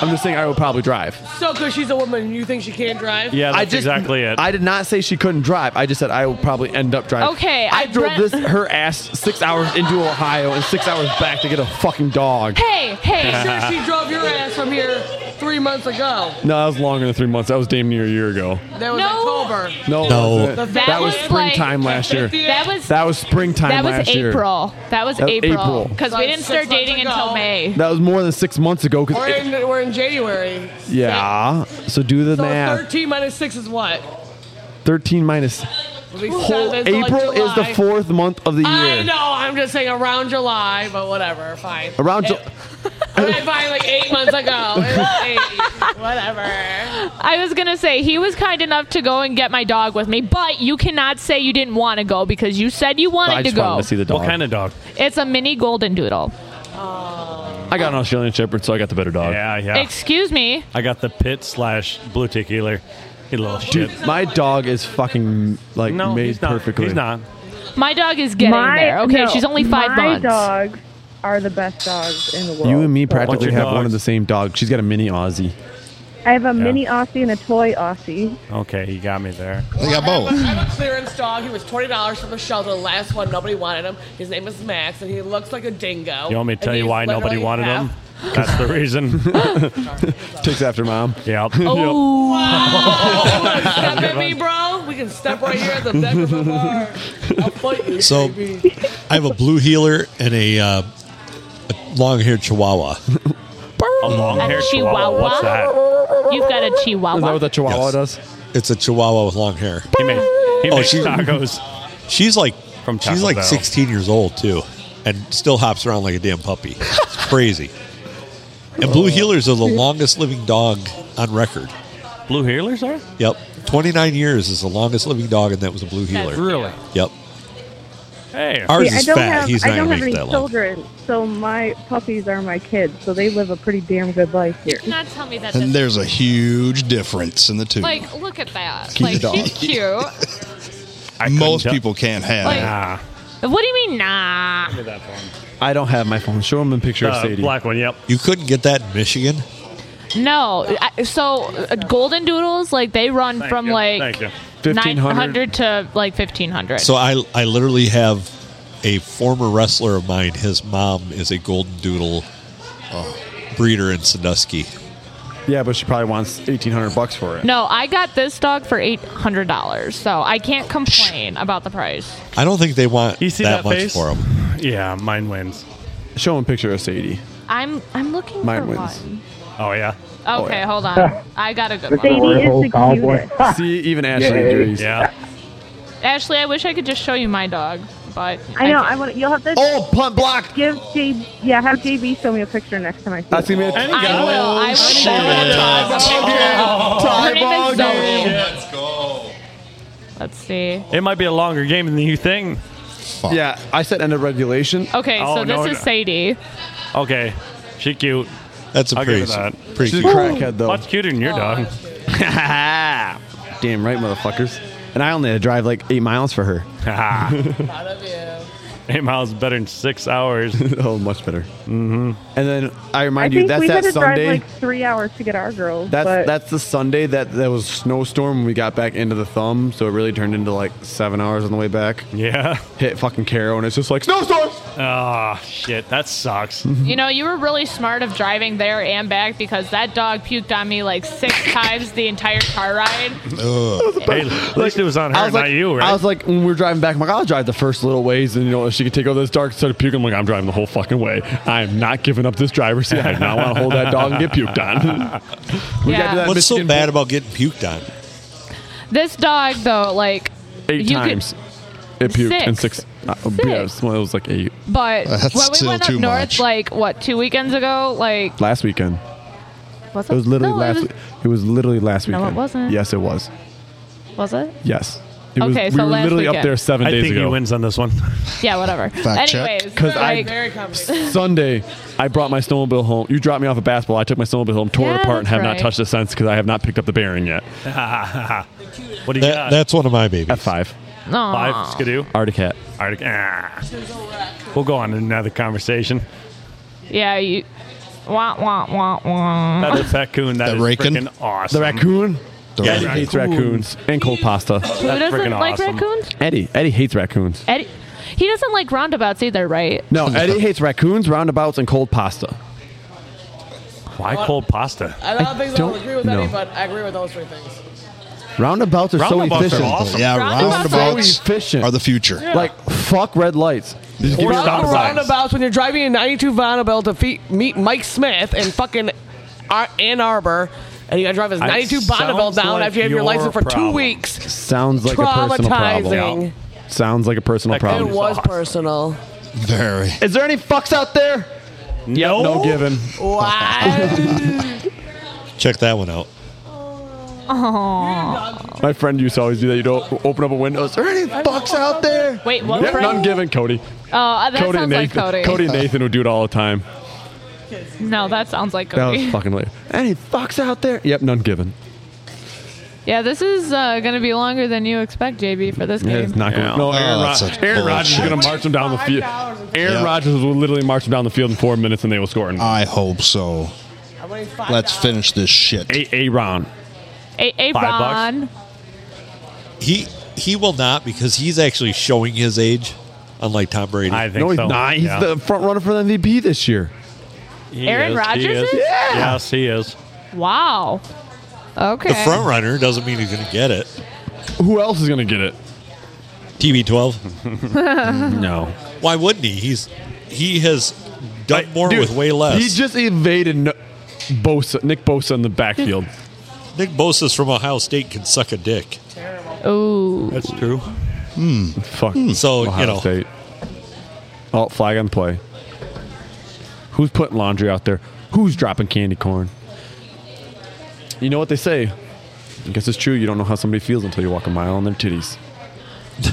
Speaker 4: I'm just saying I will probably drive.
Speaker 9: So, because she's a woman, you think she can't drive?
Speaker 2: yeah, that's
Speaker 4: I just,
Speaker 2: exactly it.
Speaker 4: I did not say she couldn't drive. I just said I will probably end up driving.
Speaker 3: Okay,
Speaker 4: I,
Speaker 3: I
Speaker 4: drove
Speaker 3: read-
Speaker 4: this her ass six hours into Ohio and six hours back to get a fucking dog.
Speaker 3: Hey, hey.
Speaker 9: Sure, she drove your ass from here three months ago.
Speaker 8: No, that was longer than three months. That was damn near a year ago.
Speaker 9: That was
Speaker 3: No.
Speaker 9: October.
Speaker 4: No, it
Speaker 5: No.
Speaker 4: wasn't.
Speaker 9: The
Speaker 4: that,
Speaker 9: That
Speaker 4: was
Speaker 9: was
Speaker 3: like-
Speaker 4: springtime last year.
Speaker 3: That was
Speaker 4: That was springtime
Speaker 3: that was
Speaker 4: last year.
Speaker 3: April. That was
Speaker 4: That was
Speaker 3: April
Speaker 4: April.
Speaker 3: because we
Speaker 9: Like
Speaker 3: didn't
Speaker 9: six
Speaker 3: start
Speaker 9: months
Speaker 3: dating
Speaker 9: ago.
Speaker 3: until May.
Speaker 4: That was more than six months ago. 'cause
Speaker 9: We're
Speaker 4: it-
Speaker 9: in, we're in January.
Speaker 4: yeah, So do the
Speaker 9: So
Speaker 4: math.
Speaker 9: 13 minus 6 is what?
Speaker 4: 13 minus.
Speaker 9: It'll be
Speaker 4: Whole
Speaker 9: seven, so like
Speaker 4: April is the
Speaker 9: July.
Speaker 4: fourth month of the year.
Speaker 9: I know. I'm just saying around July, but whatever. Fine.
Speaker 4: Around Ju-
Speaker 9: I find like eight months ago. It was eight. Whatever.
Speaker 3: I was gonna say he was kind enough to go and get my dog with me, but you cannot say you didn't want to go because you said you wanted to go.
Speaker 13: What kind
Speaker 2: of dog?
Speaker 3: It's a mini golden doodle.
Speaker 13: I got an Australian Shepherd, so I got the better dog.
Speaker 2: Yeah, yeah.
Speaker 3: Excuse me.
Speaker 2: I got the pit slash blue tick healer. He little shit.
Speaker 4: My dog is fucking like
Speaker 2: No,
Speaker 4: made
Speaker 2: he's not.
Speaker 4: perfectly.
Speaker 2: He's not.
Speaker 3: My dog is getting
Speaker 7: my,
Speaker 3: there. Okay,
Speaker 7: no,
Speaker 3: she's only five
Speaker 7: my
Speaker 3: months.
Speaker 7: dogs are the best dogs in the world.
Speaker 4: You and me
Speaker 7: So-
Speaker 4: practically have one of the same dog. She's got a mini Aussie.
Speaker 7: I have a mini Aussie and a toy Aussie.
Speaker 2: Okay, he got me there.
Speaker 4: They got
Speaker 9: I have a clearance dog. He was twenty dollars from the shelter. The last one, nobody wanted him. His name is Max, and he looks like a dingo.
Speaker 2: You want me to tell you why nobody wanted him? That's the reason.
Speaker 4: Takes after mom.
Speaker 2: Yeah.
Speaker 3: Oh,
Speaker 9: Step at me, bro. We can step right here at the deck of the bar. I'll fight you,
Speaker 8: So
Speaker 9: baby.
Speaker 8: I have a blue healer and a, uh, a long-haired Chihuahua.
Speaker 2: A long-haired chihuahua. What's that?
Speaker 3: You've got a chihuahua.
Speaker 8: Chihuahua does? It's a Chihuahua with long hair.
Speaker 2: He made, he
Speaker 8: Oh,
Speaker 2: makes
Speaker 8: she-
Speaker 2: tacos.
Speaker 8: She's like from
Speaker 2: Taco
Speaker 8: she's like
Speaker 2: Bell.
Speaker 8: 16 years old too, and still hops around like a damn puppy. It's crazy. And blue healers are the longest living dog on record.
Speaker 2: Blue healers are?
Speaker 8: Yep, 29 years is the longest living dog, and that was a blue healer.
Speaker 2: Really?
Speaker 8: Yep.
Speaker 2: Hey.
Speaker 8: Ours
Speaker 7: See, I
Speaker 8: is
Speaker 7: don't
Speaker 8: fat.
Speaker 7: have,
Speaker 8: He's
Speaker 7: I
Speaker 8: not
Speaker 7: don't
Speaker 8: gonna
Speaker 7: have
Speaker 8: make
Speaker 7: any
Speaker 8: it that long.
Speaker 7: children, so my puppies are my kids, so they live a pretty damn good life here.
Speaker 3: Not tell me that.
Speaker 5: And there's a huge difference in the two.
Speaker 3: like, look at that.
Speaker 5: Keep
Speaker 3: Like,
Speaker 5: the
Speaker 3: she's
Speaker 5: dog.
Speaker 3: cute.
Speaker 5: Most people can't have.
Speaker 3: Like-
Speaker 5: Nah.
Speaker 3: What do you mean, nah?
Speaker 4: I don't have my phone. Show him a picture of
Speaker 8: The
Speaker 4: Sadie.
Speaker 2: Black one, yep.
Speaker 8: You couldn't get that in Michigan.
Speaker 3: No. I, so, uh, golden doodles, like, they run
Speaker 8: Thank
Speaker 3: from
Speaker 8: you.
Speaker 3: like
Speaker 8: Thank you.
Speaker 3: 900 to like 1500.
Speaker 8: So I I literally have a former wrestler of mine. His mom is a golden doodle uh, breeder in Sandusky.
Speaker 4: Yeah, but she probably wants eighteen hundred bucks for it.
Speaker 3: No, I got this dog for $800, so I can't complain about the price.
Speaker 8: I don't think they want
Speaker 2: you see that,
Speaker 4: that much
Speaker 2: face?
Speaker 4: for
Speaker 2: Yeah, mine wins.
Speaker 4: Show him a picture of Sadie.
Speaker 3: I'm I'm looking
Speaker 4: Mine
Speaker 3: for
Speaker 4: wins.
Speaker 3: one.
Speaker 2: Oh yeah.
Speaker 3: Okay, hold on. I got a good one.
Speaker 4: See, even Ashley
Speaker 2: Yeah.
Speaker 4: agrees.
Speaker 2: Yeah.
Speaker 3: Ashley, I wish I could just show you my dog, but
Speaker 7: I know.
Speaker 3: can't.
Speaker 7: I want. You'll have to.
Speaker 4: Oh, punt block.
Speaker 7: Give JB. Yeah, have JB show me a picture next time I see.
Speaker 4: That's gonna be a-
Speaker 7: him.
Speaker 4: I
Speaker 3: will, I
Speaker 2: Oh,
Speaker 3: will. Her name is Zoe. Let's see.
Speaker 2: It might be a longer game than you think.
Speaker 4: Yeah, I said end of regulation.
Speaker 3: Okay,
Speaker 2: Oh,
Speaker 3: so this
Speaker 2: no,
Speaker 3: is
Speaker 2: no.
Speaker 3: Sadie.
Speaker 2: Okay, she cute.
Speaker 8: That's
Speaker 2: a
Speaker 4: a
Speaker 2: I'll give her
Speaker 4: pretty-
Speaker 2: that.
Speaker 4: pretty She's a cute dog. crackhead, though.
Speaker 2: Much cuter than your dog.
Speaker 4: Damn right, motherfuckers. And I only had to drive like eight miles for her.
Speaker 2: Eight miles is better than six hours.
Speaker 4: oh, much better. Mm-hmm. And then I
Speaker 7: I
Speaker 4: remind you,
Speaker 7: think
Speaker 4: that's
Speaker 7: we had
Speaker 4: that
Speaker 7: to drive
Speaker 4: Sunday.
Speaker 7: like three hours to get our girls.
Speaker 4: That's
Speaker 7: but
Speaker 4: that's the Sunday that there was snowstorm when we got back into the thumb, so it really turned into like seven hours on the way back.
Speaker 2: Yeah.
Speaker 4: Hit fucking Caro and it's just like snowstorm.
Speaker 2: Ah, shit, that sucks.
Speaker 3: You know, you were really smart of driving there and back because that dog puked on me like six times the entire car ride.
Speaker 2: Hey, at least it was on her,
Speaker 4: I was
Speaker 2: not
Speaker 4: like,
Speaker 2: you, right?
Speaker 4: I was like, when we were driving back, I'm like, I'll drive the first little ways, and you know, she could take over this dark instead of puking. I'm like, I'm driving the whole fucking way. I am not giving up this driver's seat. I do not want to hold that dog and get puked on. We got to that
Speaker 8: What's so
Speaker 4: Michigan-
Speaker 8: bad about getting puked on?
Speaker 3: This dog, though, like
Speaker 4: Eight
Speaker 3: you could-
Speaker 4: times. it puked and
Speaker 3: Six.
Speaker 4: six. Uh, yeah, it was, well, it was like eight
Speaker 3: but
Speaker 4: That's
Speaker 3: when we
Speaker 4: still
Speaker 3: went up
Speaker 4: too
Speaker 3: north,
Speaker 4: much.
Speaker 3: like what two weekends ago, like
Speaker 4: last weekend.
Speaker 3: was
Speaker 4: It was literally
Speaker 3: no,
Speaker 4: last.
Speaker 3: It
Speaker 4: week. it was literally last
Speaker 3: No, it
Speaker 4: weekend.
Speaker 3: wasn't.
Speaker 4: Yes, it was.
Speaker 3: was, was it?
Speaker 4: Yes. It was,
Speaker 3: Okay,
Speaker 4: we
Speaker 3: so
Speaker 4: were
Speaker 3: last
Speaker 4: literally up
Speaker 3: weekend.
Speaker 4: there seven
Speaker 2: I
Speaker 4: days
Speaker 2: think
Speaker 4: ago.
Speaker 2: he wins on this one.
Speaker 3: Yeah, whatever.
Speaker 4: Fact check.
Speaker 3: Anyways,
Speaker 4: 'Cause I- Very
Speaker 3: like,
Speaker 4: Sunday, I brought my snowmobile home. You dropped me off a basketball. I took my snowmobile home, tore
Speaker 3: Yeah,
Speaker 4: it apart, and
Speaker 3: that's
Speaker 4: have
Speaker 3: right.
Speaker 4: not touched it since because I have not picked up the bearing yet.
Speaker 2: what do you got?
Speaker 8: That's one of my babies.
Speaker 4: five.
Speaker 2: Five, Skidoo.
Speaker 4: Arctic hat.
Speaker 2: Arctic. Ah. We'll go on to another conversation.
Speaker 3: yeah, you. Wah wah wah wah.
Speaker 2: That's a raccoon. That
Speaker 4: The
Speaker 2: is
Speaker 4: rakin?
Speaker 2: freaking awesome.
Speaker 4: The raccoon.
Speaker 2: The
Speaker 4: Eddie hates
Speaker 2: raccoon.
Speaker 4: raccoons and cold pasta.
Speaker 3: Who doesn't like raccoons?
Speaker 4: Eddie. Eddie hates raccoons.
Speaker 3: Eddie, he doesn't like roundabouts either, right?
Speaker 4: No, Eddie hates raccoons, roundabouts, and cold pasta.
Speaker 2: Why cold pasta?
Speaker 9: I don't think so. I don't agree with
Speaker 4: know.
Speaker 9: any, but I agree with those three things.
Speaker 4: Roundabouts are
Speaker 5: Roundabouts
Speaker 4: so
Speaker 5: are
Speaker 4: efficient.
Speaker 5: awesome. Yeah, Roundabouts roundabouts
Speaker 4: so efficient.
Speaker 5: are the future. Yeah.
Speaker 4: Like fuck red lights. Just give
Speaker 9: Or
Speaker 4: me
Speaker 9: stop
Speaker 4: stop signs.
Speaker 9: roundabouts when you're driving in 92 Bonneville to fe- meet Mike Smith in fucking Ar- Ann Arbor,
Speaker 14: and you got to drive his
Speaker 4: I-
Speaker 14: 92 Bonneville
Speaker 4: sounds
Speaker 14: down
Speaker 4: like
Speaker 14: after you have your
Speaker 4: your
Speaker 14: license for two
Speaker 4: problem.
Speaker 14: weeks.
Speaker 4: Sounds like a personal problem.
Speaker 14: Traumatizing.
Speaker 4: Sounds like a personal
Speaker 14: It
Speaker 4: problem.
Speaker 14: was personal.
Speaker 4: Very.
Speaker 15: Is there any fucks out there?
Speaker 4: No. No given.
Speaker 8: Check that one out.
Speaker 4: My friend used to always do that. You'd o- open up a window. Is there any fucks out there?
Speaker 3: Wait, what?
Speaker 4: Yep,
Speaker 3: brand?
Speaker 4: none given, Cody.
Speaker 3: Oh, that
Speaker 4: Cody, and
Speaker 3: sounds
Speaker 4: Nathan,
Speaker 3: like Cody.
Speaker 4: and Nathan would do it all the time.
Speaker 3: No, that sounds like
Speaker 4: That was
Speaker 3: Cody.
Speaker 4: fucking late. Any fucks out there? Yep, none given.
Speaker 3: yeah, this is uh, going to be longer than you expect, JB, for this
Speaker 4: Yeah,
Speaker 3: game.
Speaker 4: it's not going. to No,
Speaker 15: Oh,
Speaker 4: Aaron, Rod-
Speaker 15: that's such
Speaker 4: Aaron Rodgers is
Speaker 15: bullshit.
Speaker 4: going to march them down the field. Aaron Rodgers will literally march them down the field in four minutes, and they will score.
Speaker 16: I hope so. Let's finish this shit.
Speaker 4: A Ron.
Speaker 3: A-
Speaker 8: Five
Speaker 3: Abron.
Speaker 8: He he will not because he's actually showing his age, unlike Tom Brady. I
Speaker 4: no, he's not. He's the front runner for the MVP this year.
Speaker 3: Aaron Rodgers is?
Speaker 8: Yeah.
Speaker 2: Yes, he is.
Speaker 3: Wow. Okay.
Speaker 8: The front runner doesn't mean he's going to get it.
Speaker 4: Who else is going to get it?
Speaker 8: TB12.
Speaker 4: no.
Speaker 8: Why wouldn't he? He's he has done more
Speaker 4: Dude,
Speaker 8: with way less.
Speaker 4: He just evaded no- Bosa, Nick Bosa in the backfield.
Speaker 8: Nick Bosa's from Ohio State can suck a dick.
Speaker 3: Ooh.
Speaker 8: That's true.
Speaker 16: Hmm.
Speaker 4: Fuck.
Speaker 8: So, you
Speaker 4: Ohio
Speaker 8: know.
Speaker 4: State. Oh, flag on play. Who's putting laundry out there? Who's dropping candy corn? You know what they say. I guess it's true. You don't know how somebody feels until you walk a mile in their titties.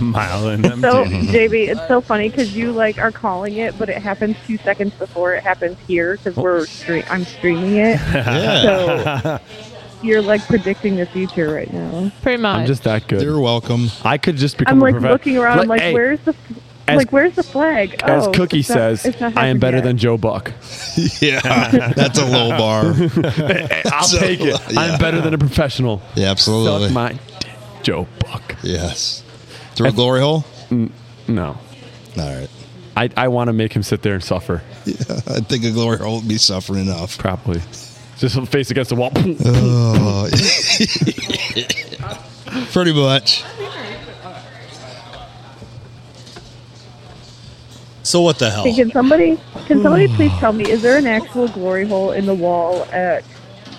Speaker 2: mile in them
Speaker 7: So, JB, it's so funny because you like are calling it, but it happens two seconds before it happens here because we're stre- I'm streaming it. So you're like predicting the future right now.
Speaker 3: Pretty much.
Speaker 4: I'm just that good. You're
Speaker 16: welcome.
Speaker 4: I could just become.
Speaker 7: I'm
Speaker 4: a
Speaker 7: like
Speaker 4: profe-
Speaker 7: looking around. I'm
Speaker 4: Like,
Speaker 7: like,
Speaker 4: hey,
Speaker 7: where's the
Speaker 4: as-
Speaker 7: like where's the flag?
Speaker 4: As
Speaker 7: Oh,
Speaker 4: Cookie
Speaker 7: it's not-
Speaker 4: says,
Speaker 7: it's not
Speaker 4: I am
Speaker 7: happened
Speaker 4: better
Speaker 7: yet.
Speaker 4: than Joe Buck.
Speaker 16: yeah, that's a low bar.
Speaker 4: I'll
Speaker 16: So,
Speaker 4: take it.
Speaker 16: yeah.
Speaker 4: I'm better than a professional.
Speaker 16: Yeah, absolutely.
Speaker 4: Suck my dick, Joe Buck. Mm,
Speaker 16: Yes. Through a glory hole?
Speaker 4: no.
Speaker 16: All right.
Speaker 4: I, I want to make him sit there and suffer.
Speaker 16: Yeah, I think a glory hole would be suffering enough.
Speaker 4: Probably. Just face against the wall.
Speaker 16: Oh. Pretty much.
Speaker 8: So what the hell?
Speaker 7: Hey, can somebody can somebody please tell me is there an actual glory hole in the wall at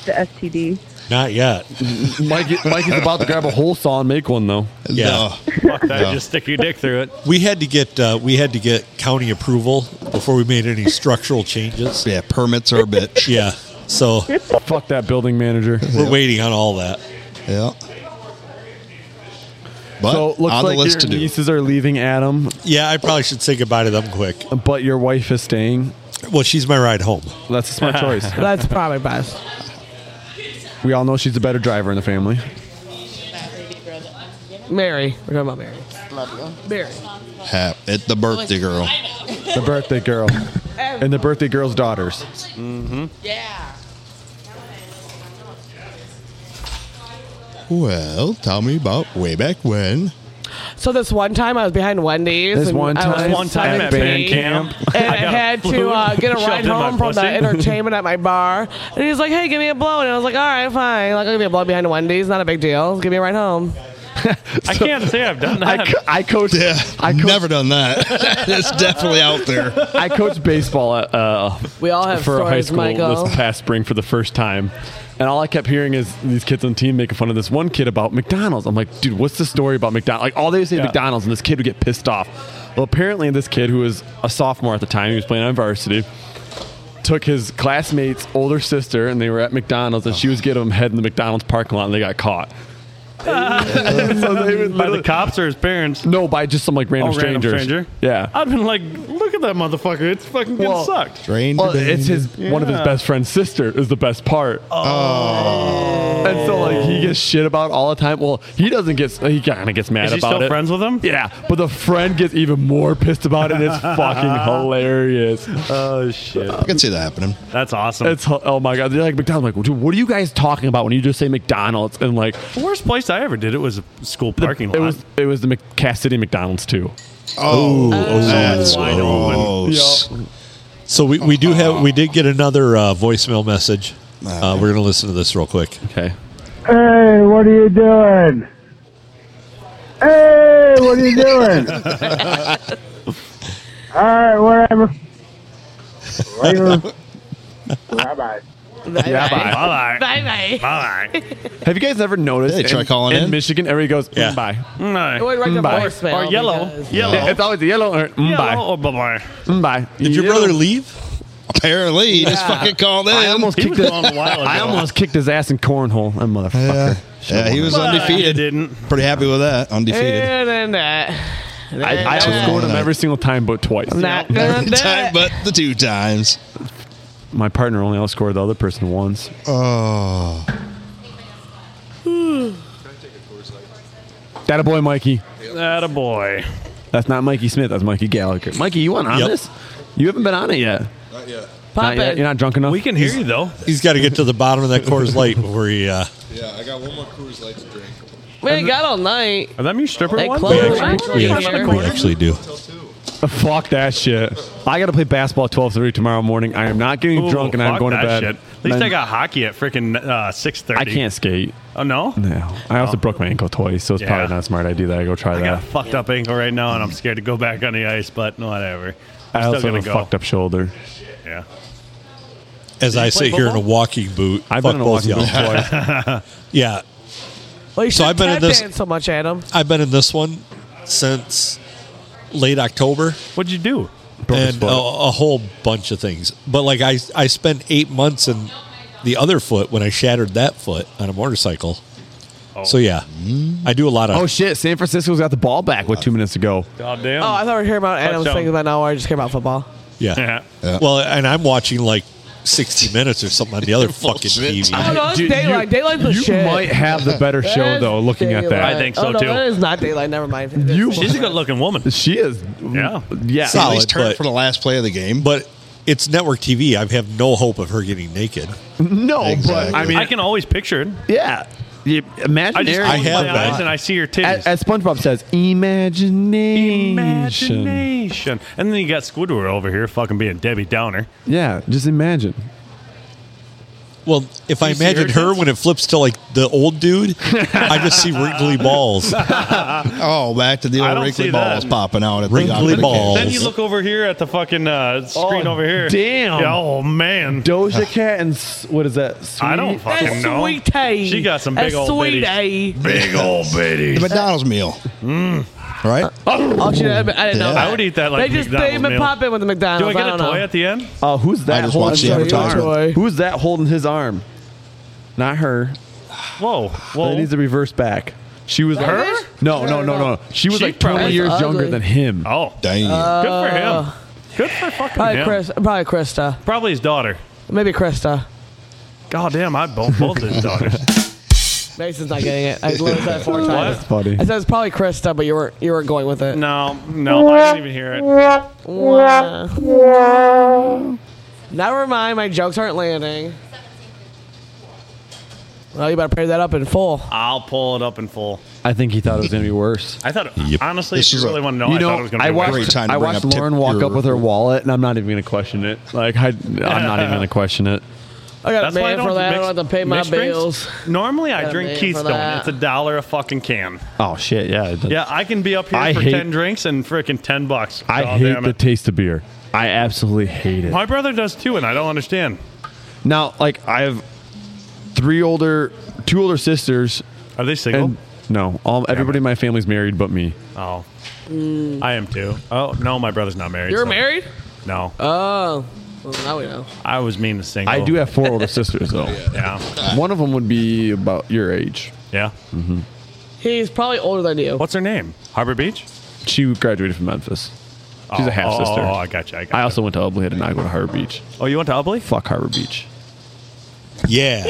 Speaker 7: the STD?
Speaker 8: Not yet.
Speaker 4: Mike, Mikey's about to grab a whole saw and make one though.
Speaker 8: Yeah.
Speaker 2: Fuck that.
Speaker 8: No.
Speaker 2: Just stick your dick through it.
Speaker 8: We had to get uh, we had to get county approval before we made any structural changes.
Speaker 16: Yeah, permits are a bitch.
Speaker 8: yeah. So
Speaker 4: fuck that building manager.
Speaker 8: We're waiting on all that.
Speaker 16: Yeah.
Speaker 4: so looks like your nieces are leaving Adam,
Speaker 8: Yeah, I probably should say goodbye to them quick.
Speaker 4: but your wife is staying.
Speaker 8: Well, she's my ride home.
Speaker 4: That's a smart choice.
Speaker 9: That's probably best.
Speaker 4: We all know she's the better driver in the family.
Speaker 9: Mary. We're talking about Mary. Love you. Mary.
Speaker 16: Hap, it's the birthday girl.
Speaker 4: The birthday girl. and the birthday girl's daughters.
Speaker 16: Mm-hmm.
Speaker 9: Yeah.
Speaker 16: Well, tell me about way back when.
Speaker 9: So this one time I was behind Wendy's.
Speaker 16: This
Speaker 9: and
Speaker 16: one
Speaker 9: I was
Speaker 16: time This one time at band
Speaker 9: 17,
Speaker 16: camp.
Speaker 9: and
Speaker 16: I
Speaker 9: I,
Speaker 16: got a
Speaker 9: had to
Speaker 16: balloon
Speaker 9: uh, get a
Speaker 16: shoved
Speaker 9: ride
Speaker 16: in my
Speaker 9: home from the
Speaker 16: pussy.
Speaker 9: entertainment at my bar. And he's like, "Hey, give me a blow," and I was like, "All right, fine. Like, I'll give me a blow behind Wendy's. Not a big deal. Give me a ride home."
Speaker 2: I can't say I've done that.
Speaker 4: I coached.
Speaker 16: Yeah, I've never done that. That's definitely out there.
Speaker 4: I coached baseball at, uh,
Speaker 9: We all have
Speaker 4: for a high
Speaker 9: stories,
Speaker 4: school
Speaker 9: Michael.
Speaker 4: this past spring for the first time, and all I kept hearing is these kids on the team making fun of this one kid about McDonald's. I'm like, dude, what's the story about McDonald's? Like all they would say is
Speaker 15: Yeah.
Speaker 4: McDonald's, and this kid would get pissed off. Well, apparently this kid who was a sophomore at the time, he was playing on varsity. Took his classmate's older sister, and they were at McDonald's, and she was giving him head in the McDonald's parking lot, and they got caught.
Speaker 2: by the cops or his parents?
Speaker 4: No, by just some like random
Speaker 2: oh, random
Speaker 4: strangers.
Speaker 2: stranger.
Speaker 4: Yeah.
Speaker 2: I've been like, look at that motherfucker. It's fucking getting
Speaker 4: Well-
Speaker 2: sucked.
Speaker 4: Well, it's his one of his
Speaker 2: Yeah.
Speaker 4: best friend's sister is the best part.
Speaker 2: Oh.
Speaker 4: And so like he gets shit about all the time. Well, he doesn't get he kind of gets mad
Speaker 2: Is he
Speaker 4: about
Speaker 2: still
Speaker 4: it.
Speaker 2: friends with him?
Speaker 4: Yeah, but the friend gets even more pissed about it. It's fucking hilarious.
Speaker 2: Oh shit! I
Speaker 16: can see that happening.
Speaker 2: That's awesome.
Speaker 4: It's oh my god. They're like McDonald's. I'm like, dude, what are you guys talking about when you just say McDonald's and like
Speaker 2: the worst place I ever did it was a school parking
Speaker 4: it
Speaker 2: lot.
Speaker 4: was it was the Mc- Cassidy McDonald's too.
Speaker 16: Oh, that's
Speaker 2: wide open.
Speaker 16: gross.
Speaker 8: So we, we do have we did get another uh, voicemail message. Uh, we're gonna listen to this real quick.
Speaker 4: Okay.
Speaker 17: Hey, what are you doing? Hey, what are you doing?
Speaker 1: ah.
Speaker 17: All right, whatever. Later. Bye bye.
Speaker 4: Yeah,
Speaker 2: Bye
Speaker 4: bye.
Speaker 2: bye.
Speaker 3: Bye
Speaker 2: bye.
Speaker 4: Have you guys ever noticed?
Speaker 16: Hey, try
Speaker 4: in,
Speaker 16: calling
Speaker 4: in
Speaker 16: in.
Speaker 4: Michigan, everybody goes, yeah. bye. Mm,
Speaker 2: It
Speaker 14: went right to
Speaker 4: Bye.
Speaker 14: voicemail Or
Speaker 2: Mm, yellow.
Speaker 14: because-
Speaker 4: Yellow.
Speaker 14: Yellow.
Speaker 4: It's always yellow or mm, bye.
Speaker 2: Yellow or bye-bye.
Speaker 4: Mm, bye.
Speaker 16: Did your brother leave? Apparently, he just fucking called in.
Speaker 4: I almost
Speaker 16: He
Speaker 4: kicked
Speaker 16: was
Speaker 4: his,
Speaker 16: on a while
Speaker 4: I
Speaker 16: ago.
Speaker 4: almost kicked his ass in cornhole. That motherfucker.
Speaker 16: Yeah, he was undefeated.
Speaker 2: Didn't.
Speaker 16: Pretty happy with that. Undefeated.
Speaker 9: And then that.
Speaker 4: I, I outscored him every single time, but twice.
Speaker 9: Not gonna do
Speaker 16: Time,
Speaker 9: it.
Speaker 16: but the two times.
Speaker 4: My partner only outscored the other person once.
Speaker 16: Oh.
Speaker 4: That a boy, Mikey.
Speaker 2: That a boy.
Speaker 4: That's not Mikey Smith. That's Mikey Gallagher. Mikey, you went on
Speaker 8: Yep.
Speaker 4: this? You haven't been on it yet.
Speaker 8: Not yet.
Speaker 4: Not yet. You're not drunk enough.
Speaker 2: We can hear you though.
Speaker 8: He's got to get to the bottom of that Coors Light before he. Uh,
Speaker 16: Yeah, I got one more Coors Light to drink.
Speaker 9: We ain't got all night.
Speaker 2: Are them your stripper
Speaker 9: They
Speaker 2: ones?
Speaker 9: close.
Speaker 2: Yeah.
Speaker 9: Why would
Speaker 8: we
Speaker 9: you
Speaker 8: actually,
Speaker 9: come
Speaker 8: we
Speaker 9: over?
Speaker 8: actually do.
Speaker 4: Fuck that shit. I got to play basketball at twelve thirty tomorrow morning. I am not getting
Speaker 2: Ooh,
Speaker 4: drunk and I'm
Speaker 2: fuck
Speaker 4: going to
Speaker 2: that
Speaker 4: bed.
Speaker 2: shit. At least
Speaker 4: Then-
Speaker 2: I got hockey at freaking uh, six thirty.
Speaker 4: I can't skate.
Speaker 2: Oh no.
Speaker 4: No, I also broke my ankle twice, so it's
Speaker 2: Yeah.
Speaker 4: probably not a smart idea that I go try
Speaker 2: I got a
Speaker 4: that.
Speaker 2: fucked up ankle right now, and I'm scared to go back on the ice. But whatever. I'm
Speaker 4: I
Speaker 2: still
Speaker 4: also have
Speaker 2: gonna
Speaker 4: a
Speaker 2: go.
Speaker 4: fucked up shoulder.
Speaker 2: Yeah.
Speaker 8: As
Speaker 2: Did you
Speaker 8: I
Speaker 2: play
Speaker 8: sit here in a
Speaker 2: football?
Speaker 8: walking boot,
Speaker 4: I've
Speaker 8: fuck
Speaker 4: been in a
Speaker 8: both
Speaker 4: walking
Speaker 8: y'all.
Speaker 4: boot
Speaker 8: yeah,
Speaker 9: Well, you
Speaker 8: So
Speaker 9: should
Speaker 8: I've been in
Speaker 9: tap
Speaker 8: this-
Speaker 9: dance so much, Adam.
Speaker 8: I've been in this one since late October.
Speaker 2: What'd you do?
Speaker 8: and a, a whole bunch of things. But like I, I spent eight months in the other foot when I shattered that foot on a motorcycle.
Speaker 2: Oh.
Speaker 8: So yeah,
Speaker 2: Mm.
Speaker 8: I do a lot of. Uh,
Speaker 4: Oh shit! San Francisco's got the ball back with two minutes ago.
Speaker 2: God damn.
Speaker 9: Oh, I thought we were hearing about Adam's
Speaker 2: Touchdown.
Speaker 9: things about now. I just care about football.
Speaker 8: yeah. Well, and I'm watching like 60 minutes or something on the other fucking TV.
Speaker 9: Oh no, it's
Speaker 4: Dude,
Speaker 9: daylight.
Speaker 4: you-
Speaker 9: daylight's the
Speaker 4: you
Speaker 9: shit.
Speaker 4: might have the better
Speaker 9: That
Speaker 4: show,
Speaker 9: is
Speaker 4: though, looking at that.
Speaker 9: daylight.
Speaker 4: I think
Speaker 9: oh,
Speaker 4: so,
Speaker 9: no,
Speaker 4: too.
Speaker 9: That is not daylight. Never mind.
Speaker 4: You-
Speaker 2: She's a good looking woman.
Speaker 4: She is.
Speaker 2: Yeah.
Speaker 4: Yeah.
Speaker 16: Solid, least turn
Speaker 8: but-
Speaker 16: for the last play of the game.
Speaker 8: But it's network TV. I have no hope of her getting naked.
Speaker 4: No,
Speaker 16: Exactly.
Speaker 4: but I mean,
Speaker 2: I can always picture it.
Speaker 4: yeah. You-
Speaker 2: I just
Speaker 4: imaginary.
Speaker 8: I
Speaker 2: close
Speaker 8: have
Speaker 2: my
Speaker 8: that.
Speaker 2: eyes and I see her titties.
Speaker 4: as, as SpongeBob says, imagination.
Speaker 2: Imagination. And then you got Squidward over here fucking being Debbie Downer.
Speaker 4: Yeah, just imagine.
Speaker 8: Well, if I
Speaker 2: You see
Speaker 8: imagine
Speaker 2: her
Speaker 8: her
Speaker 2: tits?
Speaker 8: when it flips to like the old dude, I just see wrinkly balls.
Speaker 16: Oh, back to the
Speaker 2: I
Speaker 16: old
Speaker 2: don't see
Speaker 16: wrinkly
Speaker 2: that.
Speaker 16: balls popping out at
Speaker 8: Wrinkly
Speaker 16: the opposite
Speaker 8: balls.
Speaker 2: Then
Speaker 16: end.
Speaker 2: you look over here at the fucking uh, screen
Speaker 4: Oh,
Speaker 2: over here.
Speaker 4: damn.
Speaker 2: Yeah, oh, man.
Speaker 4: Doja Cat and s- what is that? Sweet?
Speaker 2: I don't fucking
Speaker 9: That's
Speaker 2: know.
Speaker 9: sweet A.
Speaker 2: She got some big
Speaker 9: That's
Speaker 2: old
Speaker 9: sweet
Speaker 2: bitties.
Speaker 9: A.
Speaker 2: Big old
Speaker 16: The
Speaker 2: bitties.
Speaker 16: McDonald's meal. Right?
Speaker 9: Oh, shit, I didn't know.
Speaker 16: Yeah.
Speaker 9: That.
Speaker 2: I would eat that like
Speaker 9: they just
Speaker 2: McDonald's
Speaker 9: they been
Speaker 2: meal.
Speaker 9: popping with the
Speaker 2: Do I
Speaker 9: McDonald's.
Speaker 2: get a
Speaker 9: don't
Speaker 2: toy
Speaker 9: know.
Speaker 2: at the end?
Speaker 4: Uh, who's that?
Speaker 16: I just
Speaker 4: holding
Speaker 16: watched the
Speaker 4: sorry,
Speaker 16: advertisement.
Speaker 9: Toy.
Speaker 4: Who's that holding his arm? Not her.
Speaker 2: Whoa.
Speaker 4: That
Speaker 2: Whoa.
Speaker 4: needs to reverse back. She was
Speaker 2: Her?
Speaker 4: No, no, no, no. She was
Speaker 2: She
Speaker 4: like 20
Speaker 2: probably-
Speaker 4: years
Speaker 9: That's
Speaker 4: younger
Speaker 9: ugly.
Speaker 4: than him.
Speaker 2: Oh.
Speaker 16: Dang.
Speaker 2: Good for him. Good for fucking
Speaker 9: Uh, Probably
Speaker 2: him.
Speaker 9: Chris. Probably Krista.
Speaker 2: Probably his daughter.
Speaker 9: Maybe Krista.
Speaker 2: God damn, I both both his daughters.
Speaker 9: Mason's not getting it. I literally said it four times.
Speaker 4: That's funny.
Speaker 9: I said it's probably Krista, but you weren't you weren't going with it.
Speaker 2: No, no, I didn't even hear it.
Speaker 9: Wow. Never mind, my jokes aren't landing. Well, you better pay that up in full.
Speaker 2: I'll pull it up in full.
Speaker 4: I think he thought it was going to be worse.
Speaker 2: I thought,
Speaker 16: Yep.
Speaker 2: honestly,
Speaker 16: This
Speaker 2: if
Speaker 16: is
Speaker 2: you
Speaker 16: a-
Speaker 2: really want to know,
Speaker 4: you
Speaker 2: I
Speaker 4: know,
Speaker 2: thought it was going
Speaker 4: I
Speaker 2: to be
Speaker 4: watched,
Speaker 2: worse.
Speaker 16: Great time to
Speaker 4: I
Speaker 16: bring
Speaker 4: watched
Speaker 16: up tip
Speaker 4: Lauren walk
Speaker 16: your-
Speaker 4: up with her wallet, and I'm not even going to question it. Like, I, I'm not even going to question it.
Speaker 9: I got
Speaker 2: That's why I
Speaker 9: man
Speaker 2: don't
Speaker 9: for that. I
Speaker 2: mix-
Speaker 9: don't have to pay my
Speaker 2: mixed drinks?
Speaker 9: bills.
Speaker 2: Normally, I
Speaker 9: Gotta pay
Speaker 2: drink
Speaker 9: for
Speaker 2: Keystone.
Speaker 9: that.
Speaker 2: It's a dollar a fucking can.
Speaker 4: Oh, shit, yeah.
Speaker 2: Yeah, I can be up here
Speaker 4: I
Speaker 2: for
Speaker 4: hate-
Speaker 2: ten drinks and freaking ten bucks.
Speaker 4: I
Speaker 2: God
Speaker 4: hate
Speaker 2: damn
Speaker 4: the
Speaker 2: it.
Speaker 4: taste of beer. I absolutely hate it.
Speaker 2: My brother does too, and I don't understand.
Speaker 4: Now, like, I have three older, two older sisters,
Speaker 2: Are they single?
Speaker 4: and no, all, everybody in my family's married but me.
Speaker 2: oh, I am too. Oh no, my brother's not married.
Speaker 9: Mm. You're
Speaker 2: so-
Speaker 9: married?
Speaker 2: No,
Speaker 9: Oh, well, now we know.
Speaker 2: I was mean to single.
Speaker 4: I do have four older sisters, though.
Speaker 2: Yeah,
Speaker 4: One of them would be about your age. Mm-hmm.
Speaker 2: yeah.
Speaker 9: He's probably older than you.
Speaker 2: What's her name? Harbor Beach.
Speaker 4: She graduated from Memphis. She's
Speaker 2: Oh,
Speaker 4: a half sister.
Speaker 2: Oh, oh, I got you. I got
Speaker 4: I
Speaker 2: you.
Speaker 4: also went to Ubley. I did not go to Harbor Beach.
Speaker 2: Oh, you went to Ubley?
Speaker 4: Fuck Harbor Beach.
Speaker 8: Yeah.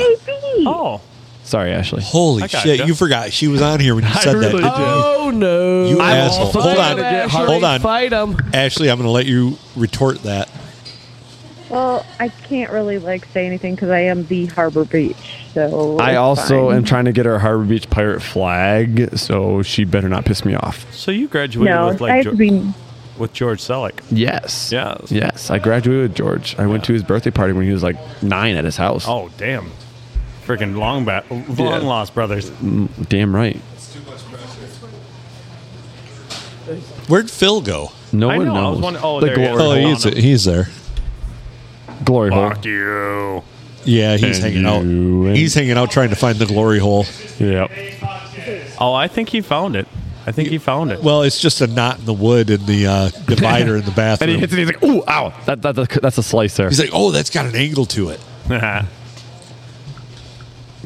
Speaker 2: Oh,
Speaker 4: Sorry, Ashley.
Speaker 8: Holy
Speaker 2: I got
Speaker 8: shit!
Speaker 2: you.
Speaker 8: You forgot she was on here when you
Speaker 4: I
Speaker 8: said that.
Speaker 4: really
Speaker 8: didn't
Speaker 4: did.
Speaker 8: you?
Speaker 9: Oh no!
Speaker 8: You
Speaker 9: I'm
Speaker 8: asshole.
Speaker 9: all
Speaker 8: Hold
Speaker 9: for
Speaker 8: on.
Speaker 9: it, Ashley.
Speaker 8: Hold on.
Speaker 9: Fight him.
Speaker 8: Ashley, I'm going to let you retort that.
Speaker 7: Well, I can't really like say anything because I am the Harbor Beach. So
Speaker 4: I
Speaker 7: it's
Speaker 4: also
Speaker 7: fine.
Speaker 4: am trying to get her a Harbor Beach pirate flag, so she better not piss me off.
Speaker 2: so you graduated
Speaker 7: No,
Speaker 2: with
Speaker 7: I
Speaker 2: like
Speaker 7: have to
Speaker 2: George,
Speaker 7: be.
Speaker 2: with George Selleck.
Speaker 4: Yes.
Speaker 2: Yes.
Speaker 4: Yes. I graduated with George. I went to his birthday party when he was like nine at his house.
Speaker 2: Oh damn, freaking long ba- long lost brothers.
Speaker 4: Mm, Damn right.
Speaker 8: Where'd Phil go?
Speaker 4: No
Speaker 2: I
Speaker 4: one
Speaker 2: know, I
Speaker 4: knows.
Speaker 2: was wondering- oh,
Speaker 4: the
Speaker 2: there he is.
Speaker 4: glory,
Speaker 8: Oh,
Speaker 2: hold
Speaker 8: he's
Speaker 2: on.
Speaker 8: he's there.
Speaker 4: glory hole.
Speaker 2: Fuck you.
Speaker 8: Yeah, he's
Speaker 2: And
Speaker 8: hanging out.
Speaker 2: you and-
Speaker 8: He's hanging out trying to find the glory hole.
Speaker 2: Yeah. Oh, I think he found it. I think he found it.
Speaker 8: Well, it's just a knot in the wood in the uh, divider in the bathroom.
Speaker 2: And he hits it, he's
Speaker 8: like, ooh, ow. That, that, that's a slice there. He's like, oh, that's got an angle to it.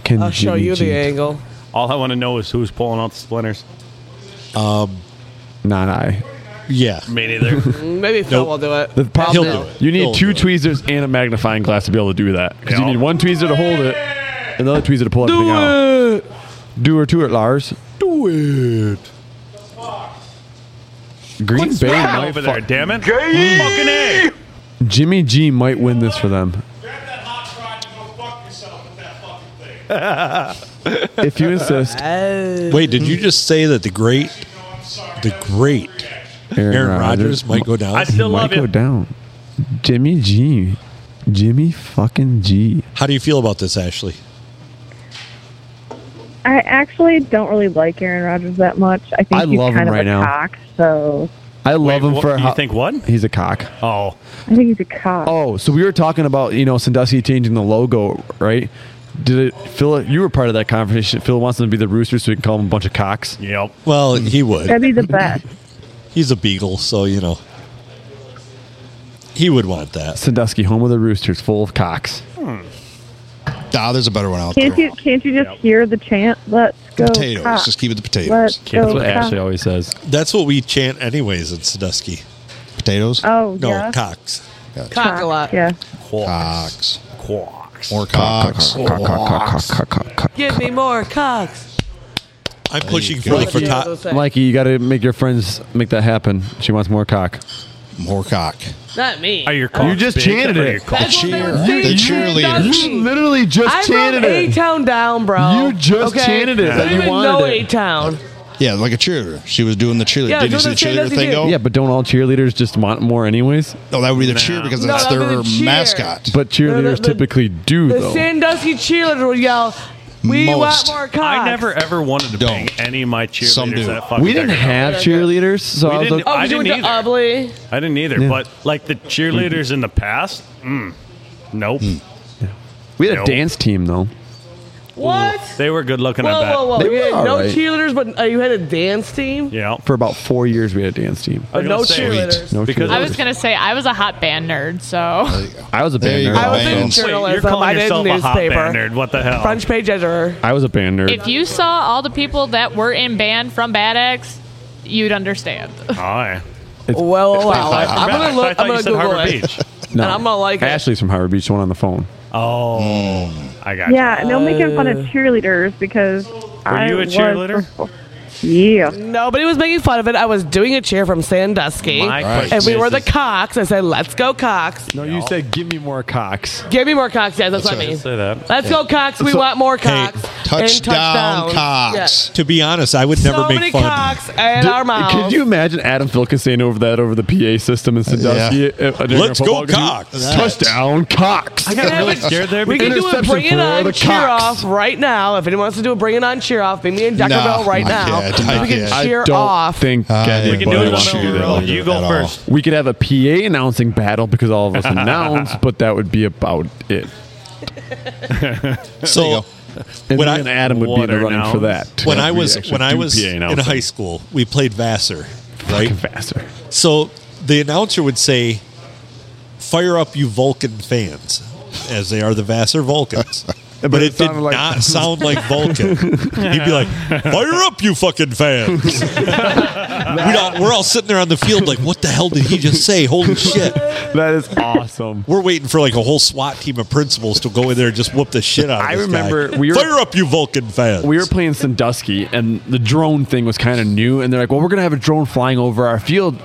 Speaker 4: Can
Speaker 9: I'll show you the angle.
Speaker 2: All I want to know is who's pulling out the splinters.
Speaker 8: Um,
Speaker 4: Not I.
Speaker 8: Yeah.
Speaker 2: Me neither.
Speaker 9: Maybe Phil will do it.
Speaker 4: The
Speaker 9: I'll
Speaker 4: problem
Speaker 9: do
Speaker 4: is you need two tweezers and a magnifying glass to be able to do that. Because you need one tweezer to hold it, another tweezer to pull everything out. Do or do it, Lars.
Speaker 8: Do it.
Speaker 4: Green
Speaker 2: What's
Speaker 4: Bay
Speaker 2: that
Speaker 4: might
Speaker 2: over
Speaker 4: fuck-
Speaker 2: there? Damn it! Fucking A.
Speaker 4: Jimmy G might win this for them.
Speaker 8: if
Speaker 4: you insist.
Speaker 8: Wait, did you just say that the great, the great Aaron, Rodgers might go down?
Speaker 4: He might go down. Jimmy G. Jimmy fucking G.
Speaker 8: How do you feel about this, Ashley?
Speaker 7: I actually don't really like Aaron Rodgers that much. I think
Speaker 4: I
Speaker 7: he's
Speaker 4: love him
Speaker 7: kind of
Speaker 4: right
Speaker 7: a
Speaker 4: now.
Speaker 7: cock. So
Speaker 4: I love him
Speaker 2: wha-
Speaker 4: for
Speaker 2: you
Speaker 4: how-
Speaker 2: think what?
Speaker 4: He's a cock.
Speaker 2: Oh.
Speaker 7: I think he's a
Speaker 9: Uh,
Speaker 7: cock.
Speaker 4: Oh, so we were talking about you know Sandusky changing the logo, right? Did it Phil? You were part of that conversation. Phil wants them to be the Roosters, so we can call them a bunch of cocks.
Speaker 2: Yep.
Speaker 8: Well, he would.
Speaker 7: That'd be the best.
Speaker 8: He's a beagle, so you know. He would want that.
Speaker 4: Sandusky, home of the Roosters, full of cocks.
Speaker 16: Ah, there's a better one out
Speaker 7: Can't you can't you just hear the chant? Let's go.
Speaker 8: Potatoes.
Speaker 7: Cock.
Speaker 8: Just keep it the potatoes.
Speaker 7: Let's
Speaker 8: Can't
Speaker 7: go.
Speaker 8: put
Speaker 7: Cock.
Speaker 8: Ashley
Speaker 4: always says.
Speaker 8: That's what we chant anyways in Sandusky.
Speaker 16: Potatoes?
Speaker 7: Oh,
Speaker 8: no,
Speaker 7: yeah.
Speaker 8: cocks.
Speaker 9: Cock a lot.
Speaker 7: Yeah.
Speaker 8: Cocks.
Speaker 2: Quacks.
Speaker 16: More
Speaker 8: cocks.
Speaker 16: cocks. Cocks.
Speaker 9: Give me more cocks.
Speaker 8: I'm pushing
Speaker 4: go.
Speaker 8: Philly for
Speaker 9: Yeah,
Speaker 8: cock.
Speaker 9: those things.
Speaker 4: Mikey, you got to make your friends make that happen. She wants more cock.
Speaker 16: More cock.
Speaker 9: Not me.
Speaker 2: Are your
Speaker 9: Uh,
Speaker 4: you just chanted it.
Speaker 16: The cheerleaders.
Speaker 4: You literally just
Speaker 9: I
Speaker 4: chanted it.
Speaker 9: A town down, bro.
Speaker 4: You just chanted it
Speaker 9: I
Speaker 4: that
Speaker 9: don't
Speaker 4: you
Speaker 9: even
Speaker 4: wanted
Speaker 9: know
Speaker 4: it.
Speaker 9: A town.
Speaker 16: Yeah, like a cheerleader. She was doing the cheerleader.
Speaker 9: Yeah,
Speaker 16: Did you
Speaker 9: doing
Speaker 16: see the
Speaker 9: the same as
Speaker 16: cheerleader
Speaker 9: you
Speaker 16: thing
Speaker 9: do.
Speaker 16: go?
Speaker 4: Yeah, but don't all cheerleaders just want more anyways?
Speaker 16: No, that would be the cheer because
Speaker 9: No,
Speaker 16: that's
Speaker 9: that would be
Speaker 16: their
Speaker 9: the cheer.
Speaker 16: mascot.
Speaker 4: But cheerleaders
Speaker 9: the-
Speaker 4: typically do
Speaker 9: The
Speaker 4: though.
Speaker 9: Sandusky cheerleader will yell, "We want
Speaker 16: Most.
Speaker 9: more cocks."
Speaker 2: I never ever wanted to bang any of my cheerleaders.
Speaker 16: Some do.
Speaker 2: That fucking
Speaker 4: we didn't
Speaker 2: decorated.
Speaker 4: have cheerleaders, so
Speaker 2: We
Speaker 4: I was
Speaker 2: didn't-
Speaker 4: like,
Speaker 9: Oh,
Speaker 2: I
Speaker 9: because you
Speaker 2: didn't
Speaker 9: went to
Speaker 2: either.
Speaker 9: Ubley.
Speaker 2: I didn't either. But like the cheerleaders in the past, mm, nope.
Speaker 4: Hmm. we had a
Speaker 2: Nope.
Speaker 4: dance team though.
Speaker 9: What?
Speaker 2: They were good looking. I
Speaker 9: Whoa,
Speaker 2: bet.
Speaker 9: whoa, whoa!
Speaker 4: They
Speaker 9: You
Speaker 4: were
Speaker 9: had no
Speaker 4: alright.
Speaker 9: cheerleaders, but uh, you had a dance team.
Speaker 2: Yeah.
Speaker 4: For about four years, we had a dance team.
Speaker 9: But no cheerleaders.
Speaker 4: No
Speaker 2: Because
Speaker 4: because
Speaker 3: I was gonna say I was a hot band nerd, so
Speaker 4: I was a
Speaker 16: There
Speaker 4: band
Speaker 16: you
Speaker 4: nerd.
Speaker 16: go.
Speaker 4: also.
Speaker 16: Bang.
Speaker 9: Wait,
Speaker 2: you're
Speaker 9: journalism. I
Speaker 2: calling
Speaker 9: did
Speaker 2: yourself a hot band
Speaker 9: newspaper.
Speaker 2: nerd. What the hell?
Speaker 9: French page editor.
Speaker 4: I was a band nerd.
Speaker 3: if you saw all the people that were in band from Bad X, you'd understand.
Speaker 2: Hi.
Speaker 9: Well, well, well.
Speaker 2: I
Speaker 9: Oh, I'm
Speaker 2: forgot.
Speaker 9: gonna
Speaker 2: I
Speaker 9: look.
Speaker 2: thought
Speaker 9: I'm
Speaker 2: you
Speaker 9: gonna
Speaker 2: said
Speaker 9: Google
Speaker 2: Harbor
Speaker 9: it.
Speaker 2: Beach.
Speaker 9: And I'm gonna like it.
Speaker 4: Ashley's from Harbor Beach, the one on the phone.
Speaker 2: Oh, I got
Speaker 7: Yeah, no making fun of
Speaker 9: Uh,
Speaker 7: cheerleaders because I
Speaker 2: Uh, you a
Speaker 7: was
Speaker 2: cheerleader?
Speaker 7: for- Yeah.
Speaker 9: Nobody was making fun of it. I was doing a cheer from Sandusky,
Speaker 2: My Right.
Speaker 9: and we
Speaker 2: question
Speaker 9: were
Speaker 2: is-
Speaker 9: the Cox. I said, "Let's go Cox!
Speaker 4: No, you said give me more cocks.
Speaker 9: Give me more Cox!" Yeah, that's,
Speaker 16: That's
Speaker 9: what I
Speaker 16: right.
Speaker 9: mean.
Speaker 2: Say that.
Speaker 9: Let's go Cox! We
Speaker 16: So-
Speaker 9: want more
Speaker 8: Hey,
Speaker 9: Cox! and
Speaker 16: Touchdown,
Speaker 9: Yeah.
Speaker 16: Cox.
Speaker 8: To be honest, I would never
Speaker 9: so
Speaker 8: make
Speaker 9: many
Speaker 8: fun.
Speaker 9: Cox and our mouths.
Speaker 4: Could you imagine Adam Filkins saying over that over the PA system in Sandusky?
Speaker 16: Yeah.
Speaker 4: uh, during a
Speaker 8: Let's go
Speaker 4: football game?
Speaker 8: Cox. That-
Speaker 4: Touchdown Cox!
Speaker 2: I got really scared there.
Speaker 9: We can do a
Speaker 4: Interception
Speaker 9: bring it
Speaker 4: for
Speaker 9: on
Speaker 4: the
Speaker 9: cheer
Speaker 4: Cox.
Speaker 9: off right now. If anyone wants to do a bring it on cheer off, be me and Dr.
Speaker 16: Nah,
Speaker 9: Bell right
Speaker 16: I
Speaker 9: now.
Speaker 16: can't. I
Speaker 9: we can
Speaker 16: can't.
Speaker 9: cheer
Speaker 4: I don't
Speaker 9: off.
Speaker 4: think
Speaker 16: I
Speaker 4: anybody
Speaker 2: We can do it
Speaker 16: Well,
Speaker 4: wants
Speaker 2: on
Speaker 4: to
Speaker 16: shoot,
Speaker 2: our
Speaker 4: do that.
Speaker 16: I'll
Speaker 2: own.
Speaker 16: do
Speaker 2: You
Speaker 16: it
Speaker 2: go
Speaker 16: at all.
Speaker 2: first.
Speaker 4: We could have a PA announcing battle because all of us announce, but that would be about it.
Speaker 8: So When
Speaker 4: And when
Speaker 8: I-
Speaker 4: Adam would be in the
Speaker 2: Water
Speaker 4: running for that.
Speaker 2: announce.
Speaker 8: when
Speaker 4: To
Speaker 8: I
Speaker 4: actually
Speaker 8: was when I
Speaker 4: do
Speaker 8: was
Speaker 4: PA
Speaker 8: in
Speaker 4: announcing.
Speaker 8: high school, we played Vassar, right?
Speaker 4: Fucking faster.
Speaker 8: So the announcer would say, "Fire up, you Vulcan fans," as they are the Vassar Vulcans. But,
Speaker 4: it
Speaker 8: it, did
Speaker 4: sounded like-
Speaker 8: not sound like Vulcan. He'd be like, "Fire up, you fucking fans!" we all, we're all sitting there on the field, like, "What the hell did he just say? Holy shit!"
Speaker 4: That is awesome.
Speaker 8: We're waiting for like a whole SWAT team of principals to go in there and just whoop the shit out of
Speaker 4: I
Speaker 8: this guy.
Speaker 4: remember we were-
Speaker 8: fire up, you Vulcan fans.
Speaker 4: we were playing Sandusky, and the drone thing was kind of new. And they're like, "Well, we're gonna have a drone flying over our field,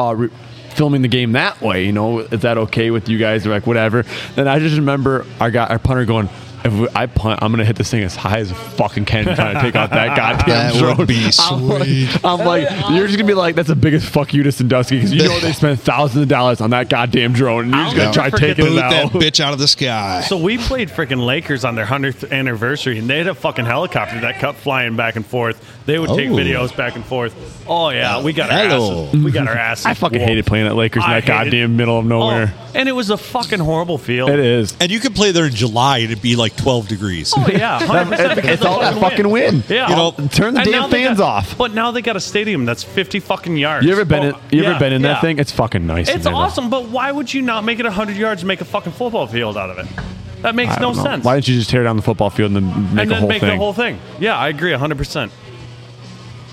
Speaker 4: uh, re- filming the game that way. You know, is that okay with you guys?" They're like, "Whatever." Then I just remember our guy, our punter, going, If we, I punt, I'm gonna hit this thing as high as I fucking can, trying to take out that goddamn
Speaker 16: That
Speaker 4: drone.
Speaker 16: would be
Speaker 4: I'm like-
Speaker 16: sweet.
Speaker 4: I'm like, you're just gonna be like, that's the biggest fuck you to Sandusky because you know they spent thousands of dollars on that goddamn drone, and you're just gonna
Speaker 2: I'll
Speaker 4: try
Speaker 2: never
Speaker 4: taking
Speaker 2: forget
Speaker 4: it
Speaker 2: that
Speaker 4: out.
Speaker 16: bitch out of the sky.
Speaker 2: So we played freaking Lakers on their hundredth anniversary, and they had a fucking helicopter that kept flying back and forth. They would take
Speaker 4: Oh.
Speaker 2: videos back and forth. Oh yeah, we got our
Speaker 4: Hello.
Speaker 2: asses. We got our asses.
Speaker 4: I fucking
Speaker 2: whooped.
Speaker 4: hated playing at Lakers in
Speaker 2: I
Speaker 4: that
Speaker 2: hated-
Speaker 4: goddamn middle of nowhere.
Speaker 2: Oh, and it was a fucking horrible field.
Speaker 4: It is.
Speaker 8: And you could play there in July and it'd be like 12 degrees.
Speaker 2: Oh yeah, 100% because
Speaker 4: It's all
Speaker 2: they
Speaker 4: that fucking win.
Speaker 2: Yeah,
Speaker 4: You know, turn the
Speaker 2: And
Speaker 4: damn
Speaker 2: now they
Speaker 4: fans
Speaker 2: got-
Speaker 4: off.
Speaker 2: But now they got a stadium that's fifty fucking yards.
Speaker 4: You ever been?
Speaker 2: Oh,
Speaker 4: in, you ever
Speaker 2: yeah,
Speaker 4: been in
Speaker 2: yeah.
Speaker 4: that thing? It's fucking nice. in
Speaker 2: It's
Speaker 4: there, though.
Speaker 2: awesome, but why would you not make it hundred yards and make a fucking football field out of it? That makes
Speaker 4: I
Speaker 2: no
Speaker 4: don't know.
Speaker 2: sense.
Speaker 4: Why don't you just tear down the football field and then make
Speaker 2: and
Speaker 4: a
Speaker 2: then
Speaker 4: whole
Speaker 2: make
Speaker 4: thing?
Speaker 2: the whole thing. Yeah, I agree 100%.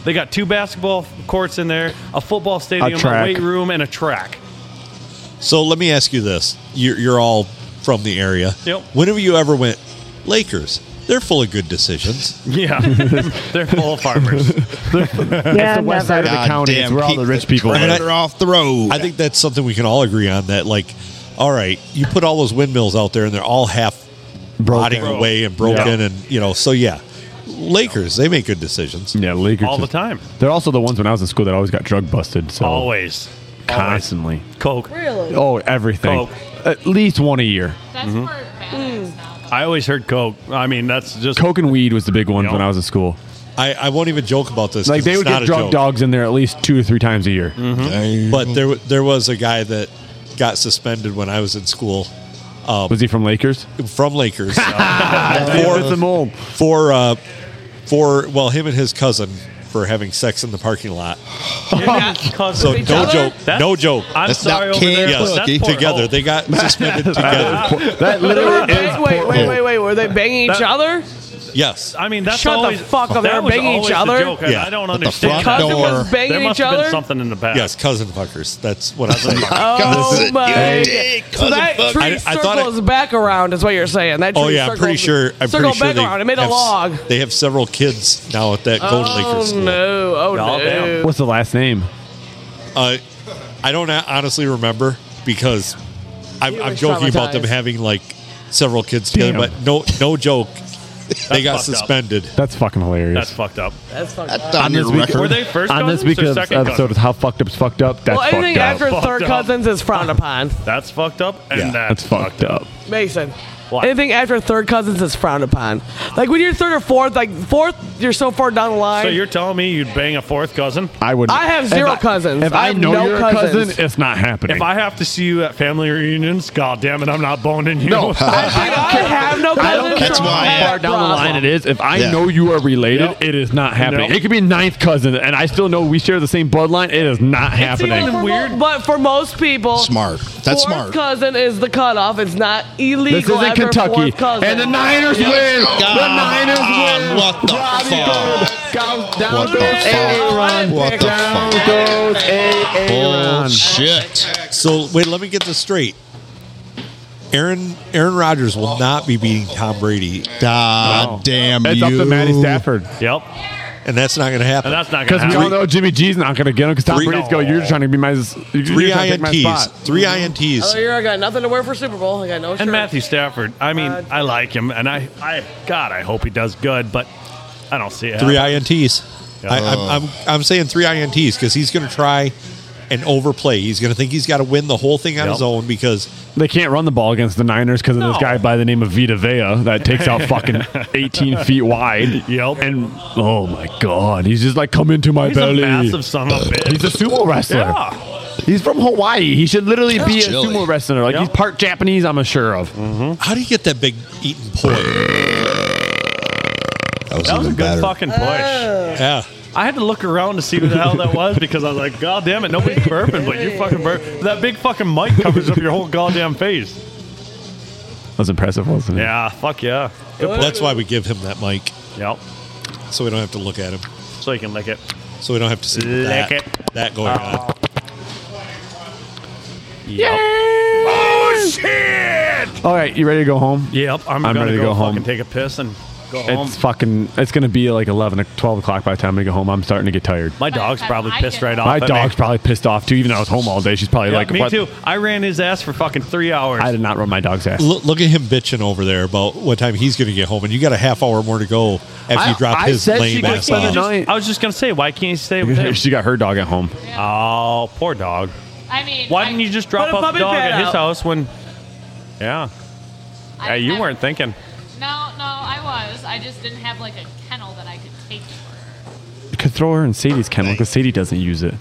Speaker 2: They got two basketball courts in there, a football stadium, a,
Speaker 8: track.
Speaker 2: weight room, and a track.
Speaker 8: So let me ask you this: you're, you're all from the area.
Speaker 2: Yep.
Speaker 8: When have you ever went Lakers? They're full of good decisions.
Speaker 2: Yeah. They're full of farmers.
Speaker 4: That's the west side of the county. It's where all the rich people
Speaker 8: I mean, I-
Speaker 4: live.
Speaker 8: off the road. I think that's something we can all agree on. That like, all right, you put all those windmills out there, and they're all half rotting
Speaker 2: Broken.
Speaker 8: away and broken,
Speaker 2: Yeah.
Speaker 8: and you know. So yeah, Lakers they make good decisions.
Speaker 4: Yeah, Lakers
Speaker 2: All the time.
Speaker 4: They're also the ones when I was in school that always got drug busted. So
Speaker 2: Always.
Speaker 4: constantly
Speaker 2: Coke.
Speaker 14: Really?
Speaker 4: Oh, everything.
Speaker 2: Coke.
Speaker 4: At least one a year.
Speaker 2: I always heard Coke. I mean, that's just.
Speaker 4: Coke and weed was the big ones when I was in school.
Speaker 8: I, I won't even joke about this.
Speaker 4: Like
Speaker 8: 'cause
Speaker 4: they
Speaker 8: it's
Speaker 4: would
Speaker 8: not
Speaker 4: get
Speaker 8: a
Speaker 4: drug
Speaker 8: joke.
Speaker 4: dogs in there at least two or three times a year.
Speaker 2: Mm-hmm.
Speaker 8: But there, wa- there was a guy that got suspended when I was in school. Um,
Speaker 4: was he from Lakers?
Speaker 8: From Lakers.
Speaker 4: With the mold.
Speaker 8: for, uh, for well, him and his cousin for having sex in the parking lot. So no joke, no joke.
Speaker 2: I'm sorry. Over there,
Speaker 8: Yes,
Speaker 2: but that's poor
Speaker 8: together
Speaker 2: Coke.
Speaker 8: they got suspended together.
Speaker 4: that
Speaker 9: literally wait, wait, wait, wait. Were they banging each
Speaker 2: That-
Speaker 9: other?
Speaker 8: Yes.
Speaker 2: I mean, that's
Speaker 9: Shut the
Speaker 2: always,
Speaker 9: fuck
Speaker 2: that
Speaker 9: up. They're
Speaker 2: was
Speaker 9: banging
Speaker 2: always
Speaker 9: each
Speaker 2: the
Speaker 9: other?
Speaker 2: joke, and
Speaker 9: Yeah.
Speaker 2: I don't
Speaker 9: At the
Speaker 2: understand.
Speaker 9: front Cousin door. was banging
Speaker 2: there must
Speaker 9: each
Speaker 2: have been
Speaker 9: other?
Speaker 2: something in the back.
Speaker 8: Yes, cousin fuckers. That's what I was saying.
Speaker 9: Oh my! So that tree
Speaker 8: I, I thought
Speaker 9: circles back around, is what you're saying. That tree
Speaker 8: Oh yeah, I'm pretty sure.
Speaker 9: circles-
Speaker 8: I'm pretty
Speaker 9: circled
Speaker 8: sure
Speaker 9: back
Speaker 8: they
Speaker 9: around. It made a
Speaker 8: have s-
Speaker 9: log.
Speaker 8: They have several kids now at that Golden Lakers
Speaker 9: Oh
Speaker 8: school.
Speaker 9: no! Oh no!
Speaker 4: What's the last name?
Speaker 8: Uh, I don't a- honestly remember because I'm,
Speaker 9: You
Speaker 8: I'm
Speaker 9: were
Speaker 8: joking about them
Speaker 9: traumatized.
Speaker 8: having like several kids together,
Speaker 4: Damn.
Speaker 8: but no, no joke. they got
Speaker 2: fucked up.
Speaker 8: suspended.
Speaker 4: That's fucking hilarious.
Speaker 2: That's fucked up.
Speaker 14: That's fucked up.
Speaker 8: on your
Speaker 4: week-
Speaker 8: record. Were they first
Speaker 4: on this
Speaker 8: cousins or
Speaker 4: week's
Speaker 8: second
Speaker 4: episode
Speaker 8: cousins?
Speaker 4: of How Fucked Up's Fucked Up. That's
Speaker 9: well, anything
Speaker 4: fucked
Speaker 9: after
Speaker 4: up.
Speaker 9: third
Speaker 2: up.
Speaker 9: cousins is frowned upon.
Speaker 2: That's fucked up. And
Speaker 4: Yeah,
Speaker 2: that's,
Speaker 4: that's fucked up.
Speaker 9: Mason. Anything after third cousins is frowned upon. Like when you're third or fourth, like fourth, you're so far down the line.
Speaker 2: So you're telling me you'd bang a fourth cousin?
Speaker 4: I would.
Speaker 9: I have zero cousins.
Speaker 4: If
Speaker 9: I
Speaker 4: I,
Speaker 9: have
Speaker 4: know
Speaker 9: no
Speaker 4: you're a
Speaker 9: cousins.
Speaker 4: cousin, it's not happening.
Speaker 2: If I have to see you at family reunions, god damn it, I'm not boning you.
Speaker 4: No. I
Speaker 9: I have no
Speaker 4: I
Speaker 9: cousins.
Speaker 4: don't care
Speaker 9: so
Speaker 4: how far down the line it is. If I
Speaker 2: Yeah.
Speaker 4: know you are related, it is not happening.
Speaker 2: Nope.
Speaker 4: It could be ninth cousin, and I still know we share the same bloodline. It is not happening.
Speaker 9: For mo- but for most people,
Speaker 4: Smart. That's
Speaker 9: fourth
Speaker 4: smart.
Speaker 9: cousin is the cutoff. It's not illegal.
Speaker 4: This isn't
Speaker 9: after
Speaker 4: Kentucky.
Speaker 9: fourth cousin.
Speaker 4: And the Niners
Speaker 9: Yes.
Speaker 4: win. The
Speaker 9: God.
Speaker 4: Niners win.
Speaker 16: What the
Speaker 4: fuck? Goes down
Speaker 16: What the
Speaker 4: goes Aaron.
Speaker 16: What the
Speaker 4: down
Speaker 16: fuck?
Speaker 4: goes Aaron.
Speaker 8: Bullshit. So wait, let me get this straight. Aaron Aaron Rodgers will not be beating Tom Brady. God
Speaker 4: damn It's up to you. Matty Stafford.
Speaker 2: Yep.
Speaker 8: And that's not going to happen.
Speaker 2: And that's not
Speaker 4: Because we all know Jimmy G's not going to get him. Because Tom
Speaker 8: Three-
Speaker 4: Brady's go. You're trying to be my s- you're
Speaker 8: Three
Speaker 4: trying to take my
Speaker 8: INTs.
Speaker 4: spot."
Speaker 8: Three INTs.
Speaker 9: Other year, Oh, I got nothing to wear for Super Bowl. I got no shirt.
Speaker 2: And Matthew Stafford. I mean,
Speaker 9: Uh,
Speaker 2: I like him, and I, I, God, I hope he does good, but I don't see it.
Speaker 8: Three
Speaker 2: happening.
Speaker 8: INTs. I, I'm, I'm I'm saying three INTs because he's going to try and overplay. He's going to think he's got to win the whole thing on
Speaker 4: Yep.
Speaker 8: his own because
Speaker 4: They can't run the ball against the Niners because of
Speaker 8: No.
Speaker 4: this guy by the name of Vita Vea that takes out fucking 18 feet wide. Yep. And oh my God, he's just like, come into my
Speaker 2: He's a
Speaker 4: belly.
Speaker 2: massive son of a bitch.
Speaker 4: He's a sumo wrestler.
Speaker 2: Yeah.
Speaker 4: He's from Hawaii. He should literally
Speaker 8: That's
Speaker 4: be
Speaker 8: chilly.
Speaker 4: a sumo wrestler. Like he's part Japanese, I'm sure of.
Speaker 8: Mm-hmm. how do you get that big eaten poi? That
Speaker 2: That was a good fucking push.
Speaker 8: Yeah.
Speaker 2: I had to look around to see who the hell that was because I was like, God damn it, nobody's burping, but you fucking burp. That big fucking mic covers up your whole goddamn face.
Speaker 4: That was impressive, wasn't it?
Speaker 2: Yeah, fuck yeah. Good push.
Speaker 8: That's why we give him that mic.
Speaker 2: Yep.
Speaker 8: So we don't have to look at him.
Speaker 2: So you can lick it.
Speaker 8: So we don't have to see
Speaker 2: Lick
Speaker 8: that,
Speaker 2: it.
Speaker 8: that going on.
Speaker 2: Oh shit!
Speaker 4: All right, you ready to go home?
Speaker 2: Yep, I'm,
Speaker 4: I'm
Speaker 2: gonna
Speaker 4: ready to
Speaker 2: go,
Speaker 4: go home.
Speaker 2: fucking take a piss and Go home.
Speaker 4: It's fucking. It's gonna be like 11, or 12 o'clock by the time we go home. I'm starting to get tired.
Speaker 2: My dog's probably pissed right off.
Speaker 4: My
Speaker 2: at me.
Speaker 4: dog's probably pissed off too. Even though I was home all day, she's probably
Speaker 2: Yeah,
Speaker 4: like,
Speaker 2: me
Speaker 4: "What?"
Speaker 2: too. I ran his ass for fucking three hours.
Speaker 4: I did not run my dog's ass.
Speaker 8: Look, look at him bitching over there about what time he's going to get home, and you got a half hour more to go after you drop his lame ass
Speaker 2: I was
Speaker 8: off.
Speaker 2: just- I was just gonna say, why can't you stay with him?
Speaker 4: she got her dog at home.
Speaker 2: Oh, poor dog.
Speaker 3: I mean,
Speaker 2: why didn't you just drop
Speaker 3: Put a
Speaker 2: off the
Speaker 3: puppy
Speaker 2: dog
Speaker 3: pad
Speaker 2: at his
Speaker 3: out.
Speaker 2: house when? Yeah. Hey, you weren't thinking.
Speaker 3: No, no, I was. I just didn't have like a kennel that I could take for her.
Speaker 4: You could throw her in Sadie's kennel because Sadie doesn't use it.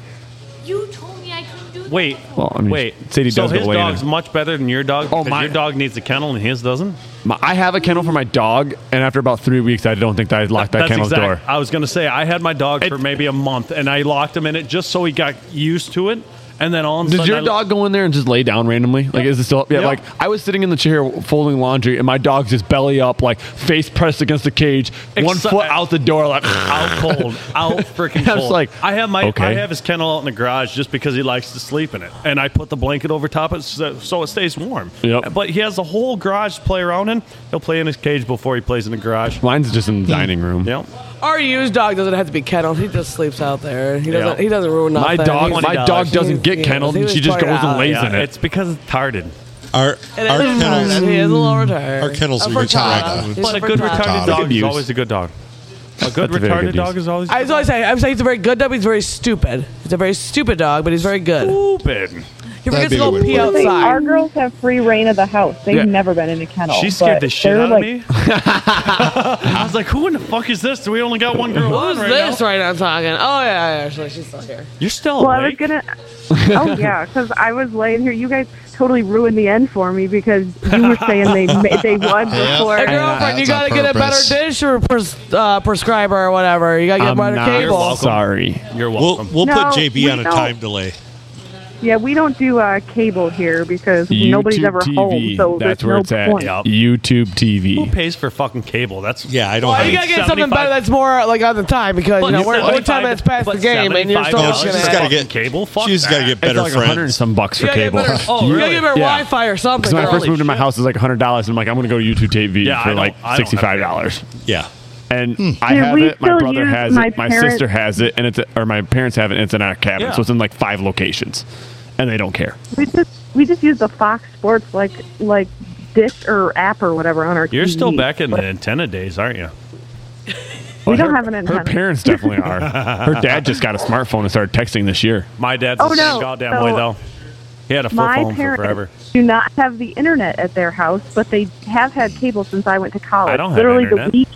Speaker 3: You told me I couldn't do that.
Speaker 2: Wait.
Speaker 4: Well, I mean,
Speaker 2: wait.
Speaker 4: Sadie
Speaker 2: so
Speaker 4: does go
Speaker 2: his
Speaker 4: away in
Speaker 2: dog's much better than your dog. Oh
Speaker 4: my-
Speaker 2: Your dog needs a kennel and his doesn't.
Speaker 4: My, I have a kennel for my dog, and after about three weeks, I don't think that I locked that
Speaker 2: That's
Speaker 4: kennel's
Speaker 2: exact-
Speaker 4: door.
Speaker 2: I was gonna say I had my dog for maybe a month and I locked him in it just so he got used to it, and then all of a
Speaker 4: Did
Speaker 2: sudden
Speaker 4: your
Speaker 2: I-
Speaker 4: dog go in there and just lay down randomly? Like, is it still up? Yeah,
Speaker 2: Yep.
Speaker 4: like I was sitting in the chair folding laundry, and my dog's just belly up, like face pressed against the cage, one
Speaker 2: Exci-
Speaker 4: foot out the door, like
Speaker 2: out cold, out freaking
Speaker 4: I was
Speaker 2: cold.
Speaker 4: like,
Speaker 2: I have my I
Speaker 4: okay.
Speaker 2: have his kennel out in the garage just because he likes to sleep in it, and I put the blanket over top it so, so it stays warm.
Speaker 4: Yep.
Speaker 2: But he has a whole garage to play around in. He'll play in his cage before he plays in the garage. Hmm.
Speaker 4: Mine's just in the dining room.
Speaker 2: Yep.
Speaker 9: Our used dog doesn't have to be kenneled. He just sleeps out there. He doesn't.
Speaker 2: Yeah.
Speaker 9: He doesn't ruin
Speaker 4: My
Speaker 9: nothing.
Speaker 4: dog-
Speaker 9: He's-
Speaker 4: my dog doesn't
Speaker 9: he's-
Speaker 4: get
Speaker 9: yeah,
Speaker 4: kenneled,
Speaker 9: he
Speaker 4: and
Speaker 9: was
Speaker 4: she just
Speaker 9: farted
Speaker 4: goes and
Speaker 9: out.
Speaker 4: lays in it.
Speaker 2: It's because it's tarted.
Speaker 8: Our,
Speaker 9: It
Speaker 8: our kennels,
Speaker 9: is retarded. He is a little retarded.
Speaker 8: our kennels
Speaker 9: A
Speaker 8: are retarded.
Speaker 9: frittata. He's
Speaker 2: But a good
Speaker 9: frittata.
Speaker 2: retarded
Speaker 8: Dog
Speaker 2: dog is
Speaker 8: abuse.
Speaker 2: always a good dog. A good
Speaker 4: That's a very
Speaker 2: retarded
Speaker 4: good
Speaker 2: dog
Speaker 4: use.
Speaker 2: is always
Speaker 9: I was always saying, I was saying he's a very good dog, but he's very stupid. He's a very stupid dog, but he's very good.
Speaker 2: stupid.
Speaker 9: He
Speaker 7: That'd
Speaker 9: forgets
Speaker 7: be
Speaker 9: to
Speaker 7: a
Speaker 9: go
Speaker 7: good
Speaker 9: pee
Speaker 7: word. They- our
Speaker 9: outside.
Speaker 7: girls have free reign of the house. They've
Speaker 2: Yeah.
Speaker 7: never been in a kennel.
Speaker 2: She scared
Speaker 7: but
Speaker 2: the shit
Speaker 7: they're,
Speaker 2: out
Speaker 7: like,
Speaker 2: of me. I was like, "Who in the fuck is this? We only got one girl on
Speaker 9: Who's
Speaker 2: right now."
Speaker 9: this right now talking? Oh yeah, yeah, actually, she's still here.
Speaker 2: You're still
Speaker 7: Well, I was
Speaker 2: awake?
Speaker 7: gonna. Oh yeah, because I was laying here. You guys totally ruined the end for me because you were saying they ma- they won before.
Speaker 9: Hey, girlfriend, you gotta get a better dish or pres- uh, prescriber or whatever. You gotta get
Speaker 4: I'm
Speaker 9: better
Speaker 4: not
Speaker 9: cable.
Speaker 4: sorry.
Speaker 2: You're
Speaker 8: We'll,
Speaker 2: welcome.
Speaker 8: we'll
Speaker 7: No,
Speaker 8: put JB
Speaker 7: we
Speaker 8: on a
Speaker 7: don't.
Speaker 8: time delay.
Speaker 7: Yeah, we don't do uh, cable here because nobody's
Speaker 4: YouTube
Speaker 7: ever
Speaker 4: TV.
Speaker 7: home, so
Speaker 4: that's
Speaker 7: there's
Speaker 4: where
Speaker 7: no
Speaker 4: it's at.
Speaker 7: point.
Speaker 4: YouTube
Speaker 2: Who
Speaker 4: TV.
Speaker 2: pays for fucking cable? That's
Speaker 8: yeah, I don't.
Speaker 9: Well, you gotta get something better that's more like on the time because you know, we're, we're ten minutes past the game and you're still
Speaker 8: No,
Speaker 9: looking
Speaker 8: she's
Speaker 9: at
Speaker 8: just
Speaker 9: it.
Speaker 8: gotta get
Speaker 2: cable. Fuck
Speaker 8: she's
Speaker 2: that.
Speaker 8: gotta get better
Speaker 4: it's like
Speaker 8: friends.
Speaker 4: 100 and some bucks
Speaker 9: You
Speaker 4: for
Speaker 9: gotta get
Speaker 4: cable.
Speaker 9: better- oh, you gotta get better
Speaker 4: Yeah.
Speaker 9: Wi-Fi or something.
Speaker 4: Because when I first
Speaker 9: Holy
Speaker 4: moved to my house, it was like $100, and I'm like, I'm going to go to YouTube TV
Speaker 2: Yeah, I
Speaker 4: for
Speaker 2: don't-
Speaker 4: like
Speaker 2: I don't have Hmm.
Speaker 4: $65.
Speaker 8: Yeah,
Speaker 4: And I
Speaker 7: Dude,
Speaker 4: have
Speaker 7: we
Speaker 4: it, my
Speaker 7: still
Speaker 4: brother
Speaker 7: use
Speaker 4: has
Speaker 7: my
Speaker 4: it, my
Speaker 7: parents-
Speaker 4: sister has it, and it's or my parents have it, and it's in our cabin,
Speaker 2: Yeah.
Speaker 4: so it's in like five locations, and they don't care.
Speaker 7: We just we just use the Fox Sports like like dish or app or whatever on our.
Speaker 2: You're
Speaker 7: TV.
Speaker 2: still back in the antenna days, aren't you?
Speaker 7: We
Speaker 4: But
Speaker 7: don't
Speaker 4: her,
Speaker 7: have an
Speaker 4: Her
Speaker 7: antenna.
Speaker 4: parents definitely are. Her dad just got a smartphone and started texting this year.
Speaker 2: My dad's
Speaker 7: Oh,
Speaker 2: the same
Speaker 7: no.
Speaker 2: goddamn
Speaker 7: So-
Speaker 2: way though. He had a flip
Speaker 7: My
Speaker 2: phone for
Speaker 7: parents
Speaker 2: forever.
Speaker 7: do not have the internet at their house, but they have had cable since I went to college.
Speaker 2: I don't have
Speaker 7: Literally
Speaker 2: internet.
Speaker 7: the week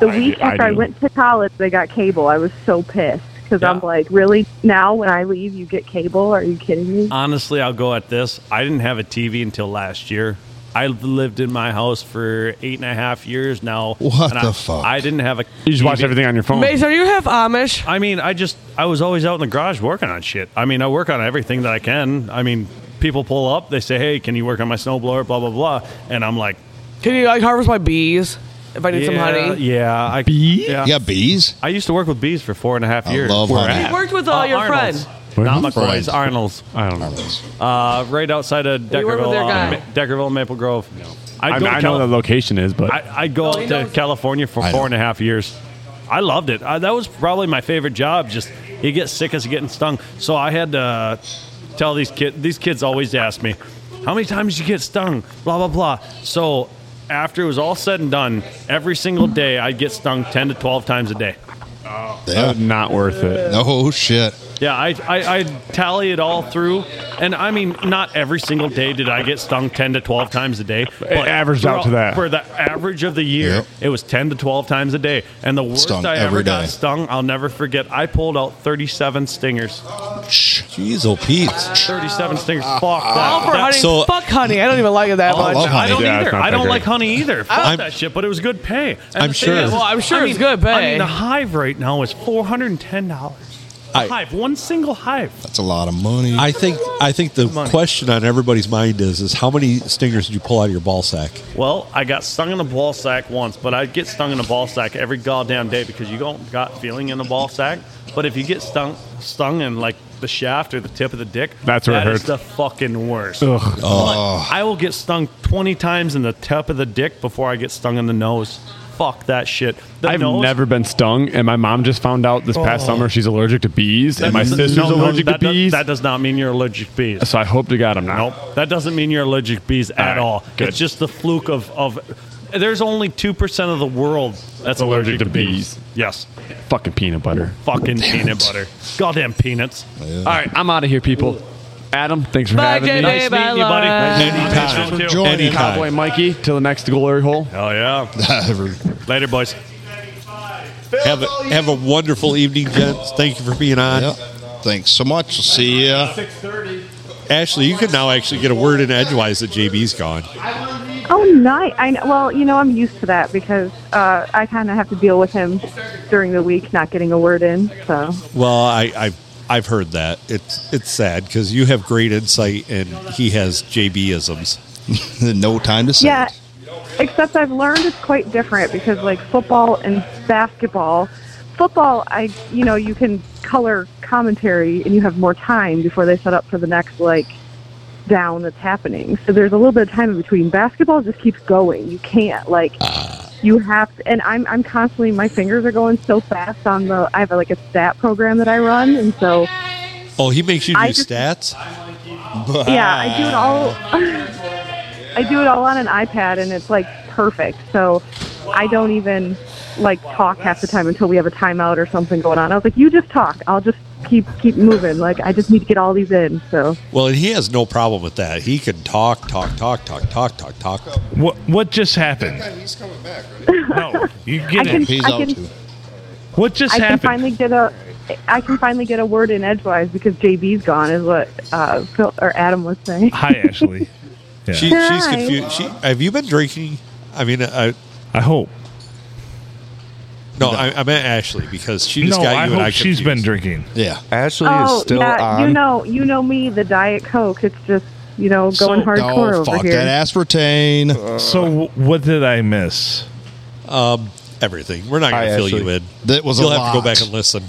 Speaker 7: the
Speaker 4: I
Speaker 7: week
Speaker 4: do- I
Speaker 7: after I,
Speaker 4: do.
Speaker 7: went to college, they got cable. I was so pissed because I'm like, really? Now when I leave, you get cable? Are you kidding me?
Speaker 2: Honestly, I'll go at this. I didn't have a TV until last year. I lived in my house for eight and a half years now.
Speaker 1: What
Speaker 2: and
Speaker 1: the
Speaker 2: I,
Speaker 1: fuck?
Speaker 2: I didn't have a.
Speaker 4: You just watch
Speaker 2: TV.
Speaker 4: everything on your phone.
Speaker 9: Mason, are you half Amish?
Speaker 2: I mean, I just I was always out in the garage working on shit. I mean, I work on everything that I can. I mean, people pull up, they say, "Hey, can you work on my snowblower?" Blah blah blah, and I'm like,
Speaker 9: Can you like harvest my bees if I need
Speaker 2: yeah,
Speaker 9: some honey?
Speaker 2: yeah, I, bees. Yeah.
Speaker 1: You got bees?
Speaker 2: I used to work with bees for four and a half
Speaker 1: I
Speaker 2: years.
Speaker 1: love
Speaker 2: Where
Speaker 1: honey.
Speaker 2: at?
Speaker 9: You worked with all
Speaker 2: Uh,
Speaker 9: your
Speaker 2: Arnold's.
Speaker 9: friends.
Speaker 2: Not
Speaker 1: Who's
Speaker 2: McCoy's,
Speaker 1: friends?
Speaker 2: Arnold's.
Speaker 4: I don't know.
Speaker 2: Uh, right outside of
Speaker 9: You work with
Speaker 2: Deckerville,
Speaker 9: their
Speaker 2: uh,
Speaker 9: guy.
Speaker 2: Ma- Deckerville Maple Grove.
Speaker 4: I,
Speaker 2: I'd go
Speaker 4: I
Speaker 2: to
Speaker 4: know
Speaker 2: Cali-
Speaker 4: the location is, but
Speaker 2: I, I'd go
Speaker 9: Oh, he
Speaker 2: out to
Speaker 9: knows.
Speaker 2: California for
Speaker 1: I
Speaker 2: four
Speaker 1: know.
Speaker 2: and a half years. I loved it. I, that was probably my favorite job. Just you get sick as getting stung. So I had to tell these kids. These kids always ask me, "How many times you get stung?" Blah blah blah. So after it was all said and done, every single day I'd get stung ten to twelve times a day.
Speaker 1: Yeah.
Speaker 4: not worth it.
Speaker 1: No shit.
Speaker 2: Yeah, I, I, I tally it all through, and I mean, not every single day did I get stung ten to twelve times a day. But
Speaker 4: averaged out to
Speaker 2: for-
Speaker 4: that.
Speaker 2: for the average of the year.
Speaker 1: Yep.
Speaker 2: It was ten to twelve times a day, and the worst
Speaker 1: Stung
Speaker 2: I ever
Speaker 1: every day.
Speaker 2: got stung, I'll never forget. I pulled out thirty-seven stingers.
Speaker 1: Jeez, oh Pete.
Speaker 2: Thirty-seven stingers. Fuck
Speaker 9: All
Speaker 2: that.
Speaker 9: for honey.
Speaker 1: so-
Speaker 9: Fuck honey. I don't even like it that
Speaker 1: Oh, I
Speaker 9: much.
Speaker 1: love honey.
Speaker 2: I don't
Speaker 4: Yeah, it's
Speaker 2: either.
Speaker 4: not
Speaker 2: I
Speaker 4: that
Speaker 2: don't
Speaker 4: great.
Speaker 2: like honey either. Fuck
Speaker 9: I'm-
Speaker 2: that shit. But it was good pay. And
Speaker 8: I'm
Speaker 2: the thing
Speaker 8: sure.
Speaker 2: is-
Speaker 9: Well, I'm sure
Speaker 2: I
Speaker 9: it's
Speaker 2: mean,
Speaker 9: good
Speaker 2: I mean,
Speaker 9: pay.
Speaker 2: the hive right now is four hundred and ten dollars.
Speaker 8: I-
Speaker 2: Hive, one single hive.
Speaker 1: That's a lot of money.
Speaker 8: I think I think the question on everybody's mind is is how many stingers did you pull out of your ball sack?
Speaker 2: Well, I got stung in the ball sack once, but I get stung in the ball sack every goddamn day because you don't got feeling in the ball sack. But if you get stung stung in like the shaft or the tip of the dick,
Speaker 4: That's where it
Speaker 2: that is
Speaker 4: hurts.
Speaker 2: the fucking worst.
Speaker 4: Ugh.
Speaker 2: But I will get stung twenty times in the tip of the dick before I get stung in the nose. fuck that shit. The
Speaker 4: I've
Speaker 2: nose-
Speaker 4: never been stung, and my mom just found out this past
Speaker 2: Oh.
Speaker 4: summer she's allergic to bees,
Speaker 2: That
Speaker 4: and my
Speaker 2: doesn't-
Speaker 4: sister's
Speaker 2: no, no,
Speaker 4: allergic
Speaker 2: that
Speaker 4: to bees.
Speaker 2: Does, that does not mean you're allergic to bees.
Speaker 4: So I hope to God I'm not.
Speaker 2: Nope. That doesn't mean you're allergic to bees at
Speaker 4: right,
Speaker 2: all.
Speaker 4: good.
Speaker 2: It's just the fluke of, of there's only 2% of the world that's allergic,
Speaker 4: Allergic
Speaker 2: to
Speaker 4: to
Speaker 2: bees. Yes.
Speaker 4: Fucking peanut butter.
Speaker 2: Fucking peanut butter. Goddamn peanuts.
Speaker 1: Oh,
Speaker 4: All right, I'm out of here, people. Adam, thanks for
Speaker 2: Bye,
Speaker 4: having
Speaker 2: JJ,
Speaker 4: me.
Speaker 2: Nice bye, meeting you, buddy. Lon. Thanks for
Speaker 4: Anytime.
Speaker 2: joining.
Speaker 4: Any Cowboy Mikey, till the next glory hole.
Speaker 2: Hell yeah. Later, boys.
Speaker 8: Have a, have a wonderful evening, gents. Thank you for being on.
Speaker 18: Thanks so much. See ya.
Speaker 8: Ashley, you can now actually get a word in edgewise that JB's gone.
Speaker 7: Oh, nice. I know, well, you know, I'm used to that because uh, I kind of have to deal with him during the week not getting a word in. So
Speaker 8: Well, I, I've I've heard that. It's it's sad because you have great insight and he has JBisms.
Speaker 18: no time to
Speaker 7: yeah, except I've learned it's quite different because like football and basketball, football, I you know you can color commentary and you have more time before they set up for the next like down that's happening. So there's a little bit of time in between. Basketball just keeps going. You can't like you have and I'm I'm constantly my fingers are going so fast on the I have like a stat program that I run and so
Speaker 8: Oh, he makes you do
Speaker 7: I just-
Speaker 8: stats.
Speaker 7: yeah, I do it all. I do it all on an iPad, and it's like perfect. So I don't even like talk half the time until we have a timeout or something going on. I was like, you just talk. I'll just keep keep moving. Like I just need to get all these in. So
Speaker 8: Well, and he has no problem with that. He can talk, talk, talk, talk, talk, talk, talk.
Speaker 1: What what just happened?
Speaker 18: He's coming back.
Speaker 1: No, you
Speaker 7: I
Speaker 1: get
Speaker 7: can-
Speaker 1: it.
Speaker 7: He's I out can- too.
Speaker 1: What just
Speaker 7: I
Speaker 1: happened?
Speaker 7: can finally get a. I can finally get a word in edgewise because JB's gone, is what uh, Phil or Adam was saying.
Speaker 1: Hi, Ashley.
Speaker 8: She, she's
Speaker 7: Hi.
Speaker 8: confused. She, have you been drinking? I mean, I,
Speaker 1: I hope.
Speaker 8: No, I, I meant Ashley because she just
Speaker 1: no,
Speaker 8: got you
Speaker 1: I
Speaker 8: and
Speaker 1: hope
Speaker 8: I
Speaker 1: she's been drinking.
Speaker 18: Yeah,
Speaker 5: Ashley
Speaker 7: oh yeah, you know, you know me, the Diet Coke. It's just you know going hardcore over here.
Speaker 18: aspartame.
Speaker 1: so w- what did I miss?
Speaker 8: Um, everything. We're not
Speaker 1: Hi,
Speaker 8: going to fill
Speaker 1: Ashley.
Speaker 8: you in.
Speaker 1: That was a
Speaker 8: You'll have to
Speaker 1: lot.
Speaker 8: go back and listen.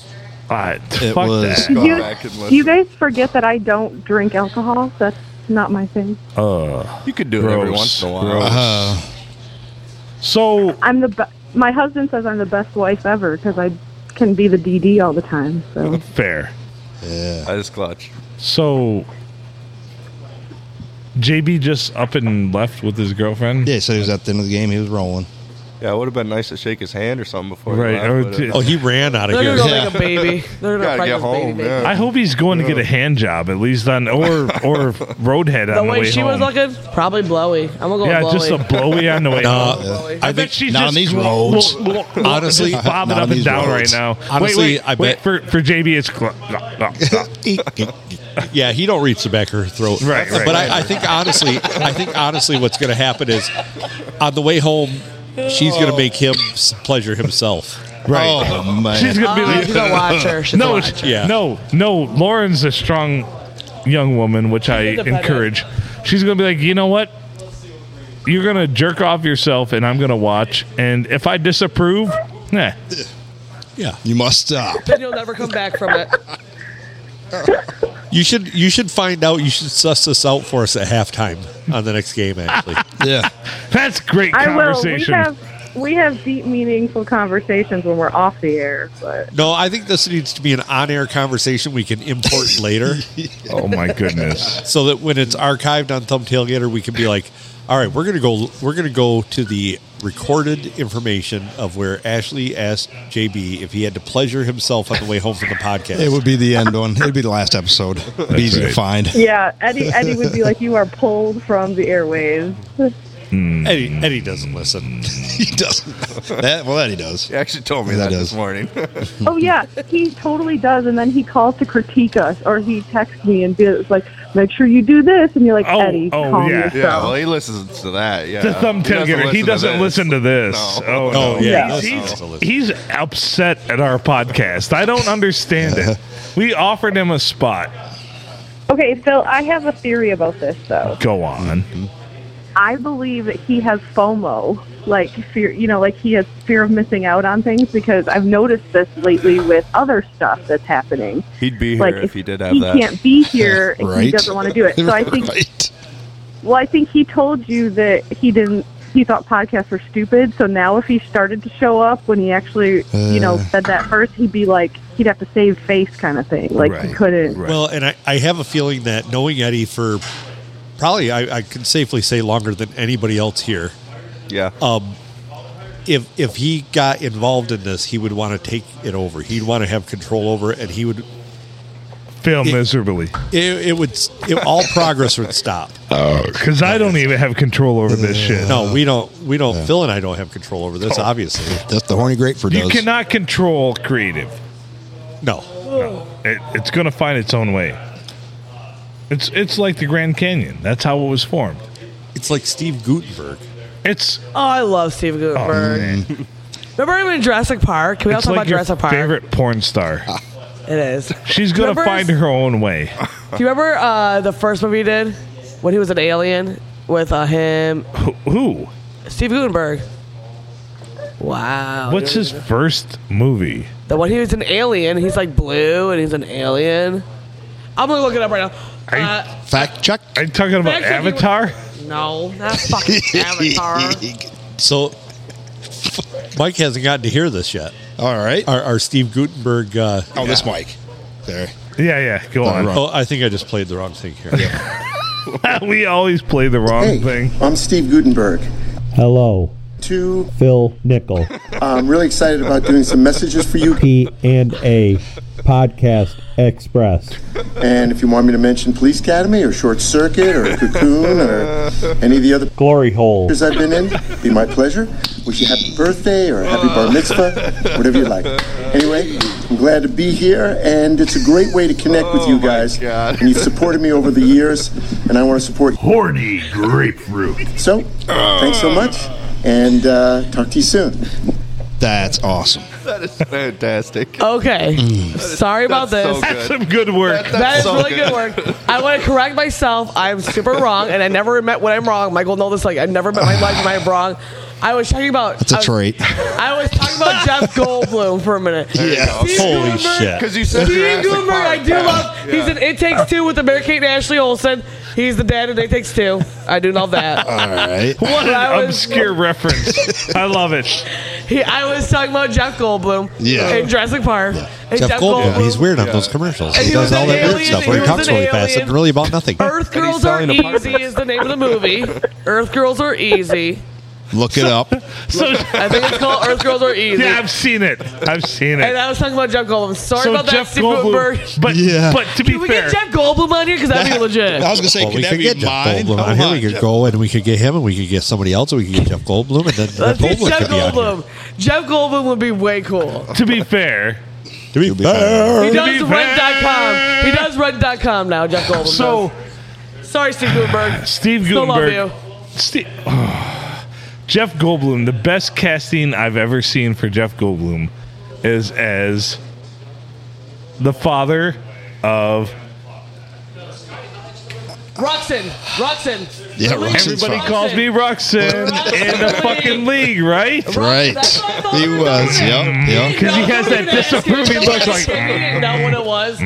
Speaker 1: All right,
Speaker 8: It
Speaker 1: fuck
Speaker 8: was-
Speaker 1: that.
Speaker 7: you, you guys forget that I don't drink alcohol. That's not my thing.
Speaker 1: Uh,
Speaker 5: you could do it every once in a while. Uh.
Speaker 1: so
Speaker 7: I'm the be- my husband says I'm the best wife ever because I can be the DD all the time.
Speaker 8: Uh-huh.
Speaker 7: So
Speaker 1: Fair.
Speaker 18: Yeah.
Speaker 5: I just clutch.
Speaker 1: So JB just up and left with his girlfriend.
Speaker 18: Yeah, he said he was at the end of the game. He was rolling.
Speaker 5: Yeah, it would have been nice to shake his hand or something before.
Speaker 1: Right,
Speaker 5: He
Speaker 1: or
Speaker 5: left, but,
Speaker 1: t-
Speaker 5: uh,
Speaker 1: Oh, he
Speaker 8: ran out
Speaker 5: They're gonna
Speaker 1: Yeah.
Speaker 5: make a baby. They're gonna Gotta get home, yeah.
Speaker 1: I hope he's going to get a hand job at least on or or roadhead
Speaker 9: The
Speaker 1: on the
Speaker 9: way
Speaker 1: way
Speaker 9: she
Speaker 1: home.
Speaker 9: was looking, probably blowy. I'm gonna go
Speaker 1: yeah,
Speaker 9: blowy.
Speaker 1: just a blowy on the way.
Speaker 8: Nah,
Speaker 1: home.
Speaker 8: Yeah.
Speaker 1: I, bet she's just glo- glo- glo- glo-
Speaker 8: honestly,
Speaker 1: just bobbing
Speaker 8: not
Speaker 1: up
Speaker 8: on
Speaker 1: and
Speaker 8: these
Speaker 1: down
Speaker 8: roads.
Speaker 1: right now.
Speaker 8: Honestly,
Speaker 1: wait, wait,
Speaker 8: I
Speaker 1: wait,
Speaker 8: bet.
Speaker 1: for for JB it's glo- glo- glo- glo-
Speaker 8: yeah, he don't reach the back of her throat.
Speaker 1: Right, right,
Speaker 8: But
Speaker 1: right.
Speaker 8: I, I think honestly, I think honestly, what's going to happen is on the way home, she's going to make him s- pleasure himself.
Speaker 18: Right. Oh, man.
Speaker 1: She's gonna be like, no, she-
Speaker 8: yeah.
Speaker 1: no, no. Lauren's a strong young woman, which I
Speaker 8: independent.
Speaker 1: encourage. She's gonna be like, you know what? You're gonna jerk off yourself, and I'm gonna watch. And if I disapprove, nah.
Speaker 8: Yeah,
Speaker 18: you must
Speaker 5: uh,
Speaker 18: stop.
Speaker 9: Then you'll never come back from it.
Speaker 8: You should you should find out. You should suss this out for us at halftime on the next game. Actually,
Speaker 18: yeah,
Speaker 1: that's great
Speaker 7: I will. We
Speaker 8: conversation.
Speaker 7: have we have deep, meaningful conversations when we're off the air. But
Speaker 8: No, I think this needs to be an on-air conversation we can import later.
Speaker 1: oh my goodness!
Speaker 8: So that when it's archived on Thumb Tailgater, we can be like, "All right, we're gonna go. We're gonna go to the recorded information of where Ashley asked JB if he had to pleasure himself on the way home from the podcast."
Speaker 18: It would be the end one. It'd be the last episode. It'd be easy
Speaker 8: right.
Speaker 18: to find.
Speaker 7: yeah, Eddie Eddie would be like, you are pulled from the airwaves.
Speaker 1: Mm.
Speaker 8: Eddie, Eddie doesn't listen.
Speaker 18: he doesn't. That, well, Eddie does.
Speaker 5: He actually told me
Speaker 18: Yeah,
Speaker 5: that
Speaker 18: he
Speaker 5: this
Speaker 18: does.
Speaker 5: morning.
Speaker 7: oh yeah, he totally does. And then he calls to critique us, or he texts me and be like, make sure you do this, and you're like, Eddie,
Speaker 5: oh.
Speaker 1: Oh,
Speaker 7: calm yourself.
Speaker 5: yeah. Well, he listens to that. Yeah,
Speaker 1: The thumb
Speaker 5: He doesn't
Speaker 1: tailgater. He
Speaker 5: to
Speaker 1: doesn't
Speaker 5: this.
Speaker 1: listen to this.
Speaker 5: No.
Speaker 1: Oh,
Speaker 5: No,
Speaker 1: no.
Speaker 5: he Yeah.
Speaker 1: He's,
Speaker 5: doesn't
Speaker 1: he's-
Speaker 5: listen.
Speaker 1: he's upset at our podcast. I don't understand it. We offered him a spot.
Speaker 7: Okay, Phil, I have a theory about this though.
Speaker 1: Go on.
Speaker 5: Mm-hmm.
Speaker 7: I believe that he has FOMO, like fear, you know, like he has fear of missing out on things because I've noticed this lately with other stuff that's happening.
Speaker 5: He'd be here
Speaker 7: Like,
Speaker 5: if, he did have
Speaker 7: he
Speaker 5: that.
Speaker 7: can't be here if he
Speaker 5: Right.
Speaker 7: doesn't want to do it. So I think, well, I think he told you that he didn't he thought podcasts were stupid. So now if he started to show up when he actually, you know,
Speaker 8: Uh.
Speaker 7: said that first, he'd be like, he'd have to save face kind of thing. Like he
Speaker 8: Right.
Speaker 7: couldn't.
Speaker 8: Well, and I, I have a feeling that knowing Eddie for probably, I, I can safely say longer than anybody else here.
Speaker 5: Yeah.
Speaker 8: Um, if if he got involved in this, he would want to take it over. He'd want to have control over it, and he would.
Speaker 1: Fail miserably.
Speaker 8: It, it would. It, all progress would stop.
Speaker 1: Because I don't even have control over this shit. Oh.
Speaker 8: No, we don't. We don't. Phil and I don't have control over this. Obviously,
Speaker 16: That's the horny grapefruit
Speaker 1: You
Speaker 16: does.
Speaker 1: cannot control creative.
Speaker 8: No.
Speaker 1: It, it's going to find its own way. It's it's like the Grand Canyon. That's how it was formed.
Speaker 8: It's like Steve Gutenberg.
Speaker 1: It's Oh,
Speaker 9: Oh, I love Steve Gutenberg. Remember him in Jurassic Park? Can we all
Speaker 1: Mm. it's
Speaker 9: talk
Speaker 1: like
Speaker 9: about
Speaker 1: your
Speaker 9: Jurassic Park?
Speaker 1: favorite porn star.
Speaker 9: It is.
Speaker 1: She's going to
Speaker 9: Remember
Speaker 1: find
Speaker 9: his-
Speaker 1: her own way.
Speaker 9: Do you remember uh, the first movie he did when he was an alien with uh, him?
Speaker 1: Who?
Speaker 9: Steve Gutenberg. Wow.
Speaker 1: What's his first movie?
Speaker 9: The one he was an alien. He's like blue and he's an alien. I'm gonna look it up right now. Uh,
Speaker 16: Fact check.
Speaker 1: Are you talking about
Speaker 9: Fact check, you-
Speaker 1: Avatar?
Speaker 9: no, not fucking Avatar.
Speaker 8: So, Mike hasn't gotten to hear this yet.
Speaker 16: All right.
Speaker 8: Our, our Steve Gutenberg. Uh,
Speaker 16: Oh, this Mike. There.
Speaker 1: Yeah, yeah. Go on.
Speaker 8: Oh, I think I just played the wrong thing here.
Speaker 1: we always play the wrong
Speaker 19: Hey,
Speaker 1: thing.
Speaker 19: I'm Steve Gutenberg.
Speaker 20: Hello,
Speaker 19: Two,
Speaker 20: Phil Nickel.
Speaker 19: I'm really excited about doing some messages for you.
Speaker 20: P and A Podcast Express.
Speaker 19: And if you want me to mention Police Academy or Short Circuit or Cocoon or any of the other
Speaker 20: glory hole
Speaker 19: I've been in, it'd be my pleasure. Wish you happy birthday or happy bar mitzvah, whatever you like. Anyway, I'm glad to be here, and it's a great way to connect with you guys. And you've supported me over the years, and I want to support horny grapefruit. So, thanks so much, and uh, talk to you soon.
Speaker 16: That's awesome.
Speaker 5: That is fantastic.
Speaker 9: Okay.
Speaker 18: Mm.
Speaker 9: Sorry about
Speaker 5: That's so
Speaker 9: this.
Speaker 5: good. That's some
Speaker 1: good work.
Speaker 5: That- that's
Speaker 9: That's
Speaker 5: so
Speaker 9: really good.
Speaker 5: good.
Speaker 9: work. I want to correct myself. I'm super wrong, and I never admit when I'm wrong. Michael know this. Like I never admit my life when I'm wrong. I was talking about.
Speaker 16: That's a
Speaker 9: I was-
Speaker 16: trait.
Speaker 9: I was talking about Jeff Goldblum for a minute.
Speaker 16: There you go.
Speaker 9: Steve
Speaker 16: Holy
Speaker 9: Gutenberg-
Speaker 16: shit. 'Cause you said
Speaker 9: Steve
Speaker 16: Jurassic
Speaker 9: Gutenberg,
Speaker 16: Park.
Speaker 9: I do love.
Speaker 16: Yeah.
Speaker 9: He's in It Takes Two with American Kate and Ashley Olsen. He's the dad in It Takes Two. I do love that.
Speaker 16: All right.
Speaker 1: What
Speaker 9: But I
Speaker 1: an
Speaker 9: was-
Speaker 1: obscure reference. I love it.
Speaker 9: He, I was talking about Jeff Goldblum.
Speaker 8: Yeah.
Speaker 9: In Jurassic Park. And
Speaker 8: Jeff Goldblum.
Speaker 9: Goldblum-
Speaker 8: He's weird on those commercials.
Speaker 9: And
Speaker 8: He,
Speaker 9: he
Speaker 8: does
Speaker 9: was
Speaker 8: all
Speaker 9: an
Speaker 8: that weird
Speaker 9: alien,
Speaker 8: stuff
Speaker 9: he
Speaker 8: where he
Speaker 9: was
Speaker 8: talks
Speaker 9: an
Speaker 8: really fast
Speaker 9: alien.
Speaker 8: and really about nothing.
Speaker 9: Earth Girls Are Easy is the name of the movie. Earth Girls Are Easy.
Speaker 16: Look it up.
Speaker 1: So
Speaker 9: I think it's called Earth Girls Are Easy.
Speaker 1: Yeah, I've seen it. I've seen
Speaker 9: And
Speaker 1: it.
Speaker 9: I was talking about Jeff Goldblum. Sorry
Speaker 1: So
Speaker 9: about that,
Speaker 1: Jeff
Speaker 9: Steve
Speaker 1: Goldblum-
Speaker 9: Gutenberg.
Speaker 1: But
Speaker 16: Yeah.
Speaker 1: but to be
Speaker 9: Can we
Speaker 1: fair,
Speaker 9: get Jeff Goldblum on here? Because that'd be legit.
Speaker 16: I was gonna say,
Speaker 8: Well,
Speaker 16: can
Speaker 8: we
Speaker 16: that
Speaker 8: could
Speaker 16: be
Speaker 8: get Jeff
Speaker 16: mine?
Speaker 8: Goldblum on
Speaker 16: Come
Speaker 8: here.
Speaker 16: on,
Speaker 8: We could
Speaker 16: Jeff.
Speaker 8: go and we could get him and we could get somebody else and we could get Jeff Goldblum and then Jeff
Speaker 9: Let's
Speaker 8: Goldblum
Speaker 9: get Jeff
Speaker 8: could be on here.
Speaker 9: Goldblum. Jeff Goldblum would be way cool.
Speaker 1: to be fair,
Speaker 8: to be fair,
Speaker 9: He does rent.com. He does rent.com now, Jeff Goldblum.
Speaker 1: So-
Speaker 9: does. sorry, Steve Gutenberg.
Speaker 1: Steve
Speaker 9: Still love
Speaker 1: Gutenberg.
Speaker 9: you.
Speaker 1: Steve, Jeff Goldblum, the best casting I've ever seen for Jeff Goldblum is as the father of
Speaker 9: Roxon. Roxon.
Speaker 16: Yeah, Roxanne's
Speaker 1: everybody
Speaker 16: fine.
Speaker 1: calls me Roxanne in the fucking league, right?
Speaker 16: Right. He was. Yep. Yep.
Speaker 1: Because he has that disapproving look
Speaker 9: He
Speaker 1: like mm-hmm.
Speaker 9: didn't know what it was. He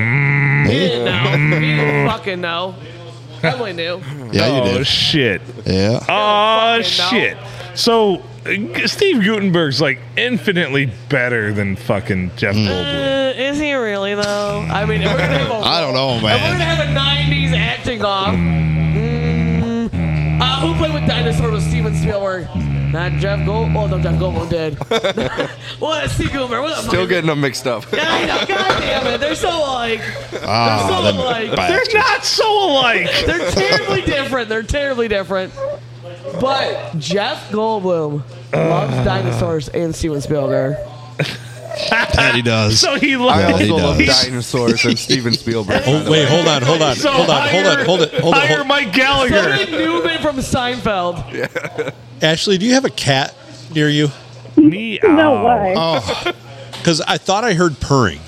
Speaker 9: didn't know. He didn't fucking know. Emily knew.
Speaker 16: Yeah, you
Speaker 1: oh,
Speaker 16: did.
Speaker 1: shit.
Speaker 16: Yeah.
Speaker 1: Oh,
Speaker 9: fucking
Speaker 1: shit. So, uh, Steve Gutenberg's like infinitely better than fucking Jeff
Speaker 16: Hmm.
Speaker 1: Goldblum.
Speaker 9: Uh, is he really though? I mean, if we're gonna have a,
Speaker 16: I don't know,
Speaker 1: Oh,
Speaker 9: if we're gonna
Speaker 16: man.
Speaker 9: have a '90s acting off. mm, uh, who played with Dinosaur with Steven Spielberg? Not Jeff Gold. Oh no, Jeff Goldblum did. what? Steve Goldberg. What the fuck
Speaker 5: Still
Speaker 9: is it?
Speaker 5: getting them mixed up.
Speaker 9: Yeah, I know. God damn it. They're so like.
Speaker 16: Ah,
Speaker 9: they're
Speaker 16: them
Speaker 9: so alike.
Speaker 16: bastards.
Speaker 1: They're not so alike.
Speaker 9: They're terribly different. They're terribly different. But Jeff Goldblum
Speaker 1: Ah.
Speaker 9: loves dinosaurs and Steven Spielberg.
Speaker 16: That he does.
Speaker 1: So he
Speaker 5: I
Speaker 1: loves.
Speaker 5: also love
Speaker 1: he's-
Speaker 5: dinosaurs and Steven Spielberg. by the
Speaker 8: Oh, wait,
Speaker 5: way.
Speaker 8: hold on, hold on,
Speaker 1: So
Speaker 8: hold on, hold on,
Speaker 1: hire-
Speaker 8: hold it, hold it.
Speaker 1: Hire
Speaker 8: Hold it.
Speaker 1: Mike Gallagher.
Speaker 9: Tony Newman from Seinfeld.
Speaker 8: Ashley, do you have a cat near you? Oh.
Speaker 7: No way.
Speaker 8: Because I thought I heard purring,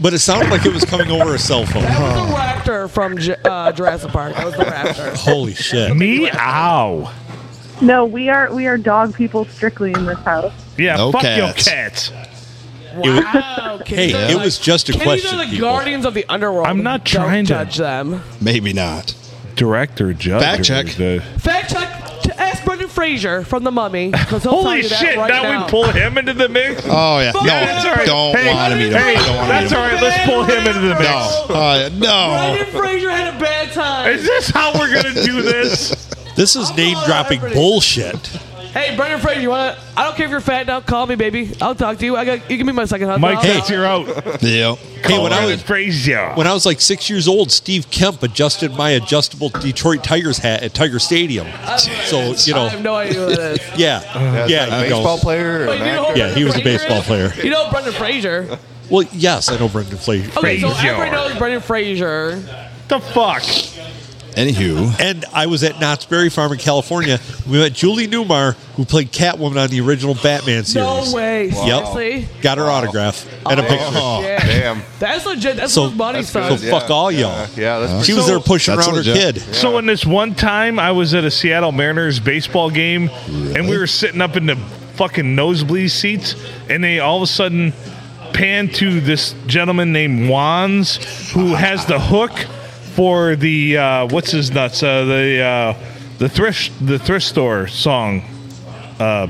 Speaker 8: but it sounded like it was coming over a cell phone.
Speaker 9: The raptor from Ju- uh, Jurassic Park. That was the raptor.
Speaker 8: Holy shit!
Speaker 1: Meow.
Speaker 7: No, we are we are dog people strictly in this house.
Speaker 1: Yeah,
Speaker 16: No
Speaker 1: fuck
Speaker 16: cats.
Speaker 1: your cat.
Speaker 9: Wow.
Speaker 8: Hey,
Speaker 9: Kenny's
Speaker 8: it
Speaker 9: like-
Speaker 8: was just a
Speaker 9: Kenny's
Speaker 8: question,
Speaker 9: are the
Speaker 8: people.
Speaker 9: guardians of the underworld.
Speaker 1: I'm not
Speaker 9: Don't
Speaker 1: trying to-
Speaker 9: judge them.
Speaker 16: Maybe not.
Speaker 1: Director, judge.
Speaker 16: Fact check.
Speaker 1: The,
Speaker 9: Fact check. Ask Brendan
Speaker 14: Fraser from The Mummy. 'cause he'll tell
Speaker 1: Holy
Speaker 14: you that
Speaker 1: shit!
Speaker 14: right
Speaker 1: now, we pull him into the mix.
Speaker 16: Oh yeah, no,
Speaker 1: that's all right.
Speaker 16: don't
Speaker 1: Hey,
Speaker 16: want to meet him.
Speaker 1: Hey,
Speaker 16: don't want
Speaker 1: that's
Speaker 16: to meet him.
Speaker 1: all right. Let's pull him into the mix.
Speaker 16: No, uh, no.
Speaker 14: Fraser had a bad time.
Speaker 1: Is this how we're gonna do this?
Speaker 8: This is name dropping
Speaker 14: everybody.
Speaker 8: bullshit.
Speaker 14: Hey, Brendan Fraser, you wanna? I don't care if you're fat now. Call me, baby. I'll talk to you. I got. You can be my second husband.
Speaker 8: Mike,
Speaker 14: I'll-
Speaker 8: hey.
Speaker 1: You're out.
Speaker 16: Yeah.
Speaker 8: Hey, when I was
Speaker 1: crazy,
Speaker 8: when I was like six years old, Steve Kemp adjusted my adjustable Detroit Tigers hat at Tiger Stadium. So you know,
Speaker 14: I have no idea who that is.
Speaker 8: yeah,
Speaker 5: That's
Speaker 8: yeah,
Speaker 5: a
Speaker 8: you know.
Speaker 5: baseball player or
Speaker 14: Wait,
Speaker 5: an
Speaker 14: you know
Speaker 5: actor?
Speaker 8: Yeah, he was a baseball player.
Speaker 14: You know Brendan Fraser.
Speaker 8: Well, yes, I know Brendan Fraser.
Speaker 14: Okay, so everybody knows Brendan Fraser.
Speaker 1: The fuck?
Speaker 16: Anywho,
Speaker 8: and I was at Knott's Berry Farm in California. We met Julie Newmar, who played Catwoman on the original Batman series.
Speaker 14: No way.
Speaker 8: Yep.
Speaker 14: Seriously?
Speaker 8: Got her autograph and a
Speaker 5: Oh,
Speaker 8: picture.
Speaker 14: shit.
Speaker 5: Damn.
Speaker 14: That's legit. That's
Speaker 8: So-
Speaker 14: so, money,
Speaker 8: that's
Speaker 14: son.
Speaker 8: good, So yeah. fuck all y'all.
Speaker 5: Yeah, that's
Speaker 8: She was there pushing around her kid.
Speaker 1: So in this one time, I was at a Seattle Mariners baseball game, and we were sitting up in the fucking nosebleed seats, and they all of a sudden pan to this gentleman named Wands, who has the hook for the uh, what's his nuts, uh, the uh, the thrift the thrift store song. Uh,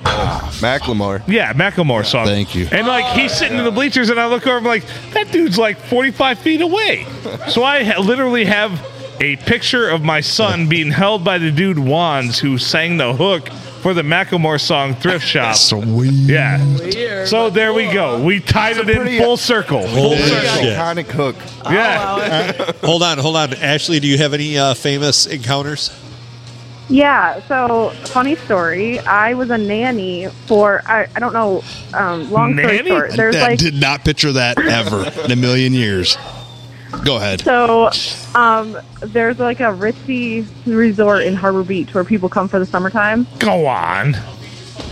Speaker 5: Macklemore.
Speaker 1: Yeah, Macklemore song.
Speaker 16: Thank you.
Speaker 1: And like he's sitting in the bleachers, and I look over, I'm like, that dude's like 45 feet away. So I ha- literally have a picture of my son being held by the dude Wands who sang the hook for the Macklemore song Thrift Shop.
Speaker 16: Sweet.
Speaker 1: Yeah. So there we go. We tied it in full circle. uh, Full circle.
Speaker 5: Iconic hook.
Speaker 14: Oh,
Speaker 1: Yeah.
Speaker 8: Uh, hold on, hold on. Ashley, do you have any uh, famous encounters?
Speaker 7: Yeah, so funny story. I was a nanny for I, I don't know. Um, long story short, there's
Speaker 16: I
Speaker 7: like
Speaker 16: did not picture that ever in a million years. Go ahead.
Speaker 7: so um, there's like a ritzy resort in Harbor Beach where people come for the summertime,
Speaker 1: Go on.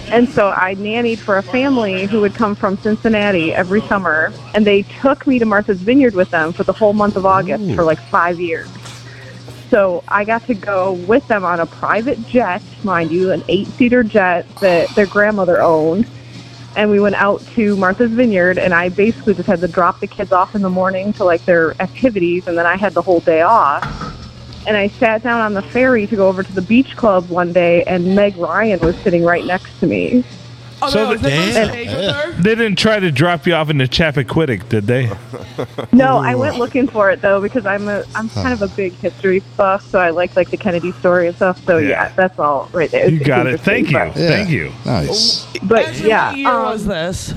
Speaker 7: and so I nannied for a family who would come from Cincinnati every summer, and they took me to Martha's Vineyard with them for the whole month of August for like five years. So I got to go with them on a private jet, mind you, an eight seater jet that their grandmother owned. And we went out to Martha's Vineyard, and I basically just had to drop the kids off in the morning to like their activities, and then I had the whole day off. And I sat down on the ferry to go over to the beach club one day, and Meg Ryan was sitting right next to me.
Speaker 14: Oh,
Speaker 1: So the- They didn't try to drop you off into Chappaquiddick, did they?
Speaker 7: No, I went looking for it though because I'm a I'm kind of a big history buff, so I like like the Kennedy story and stuff. So yeah, that's all right there.
Speaker 1: You
Speaker 7: It's-
Speaker 1: got it.
Speaker 7: it's
Speaker 1: Thank you.
Speaker 7: interesting,
Speaker 1: Thank you.
Speaker 16: Nice.
Speaker 7: But, but yeah,
Speaker 14: What year
Speaker 7: um,
Speaker 14: was this?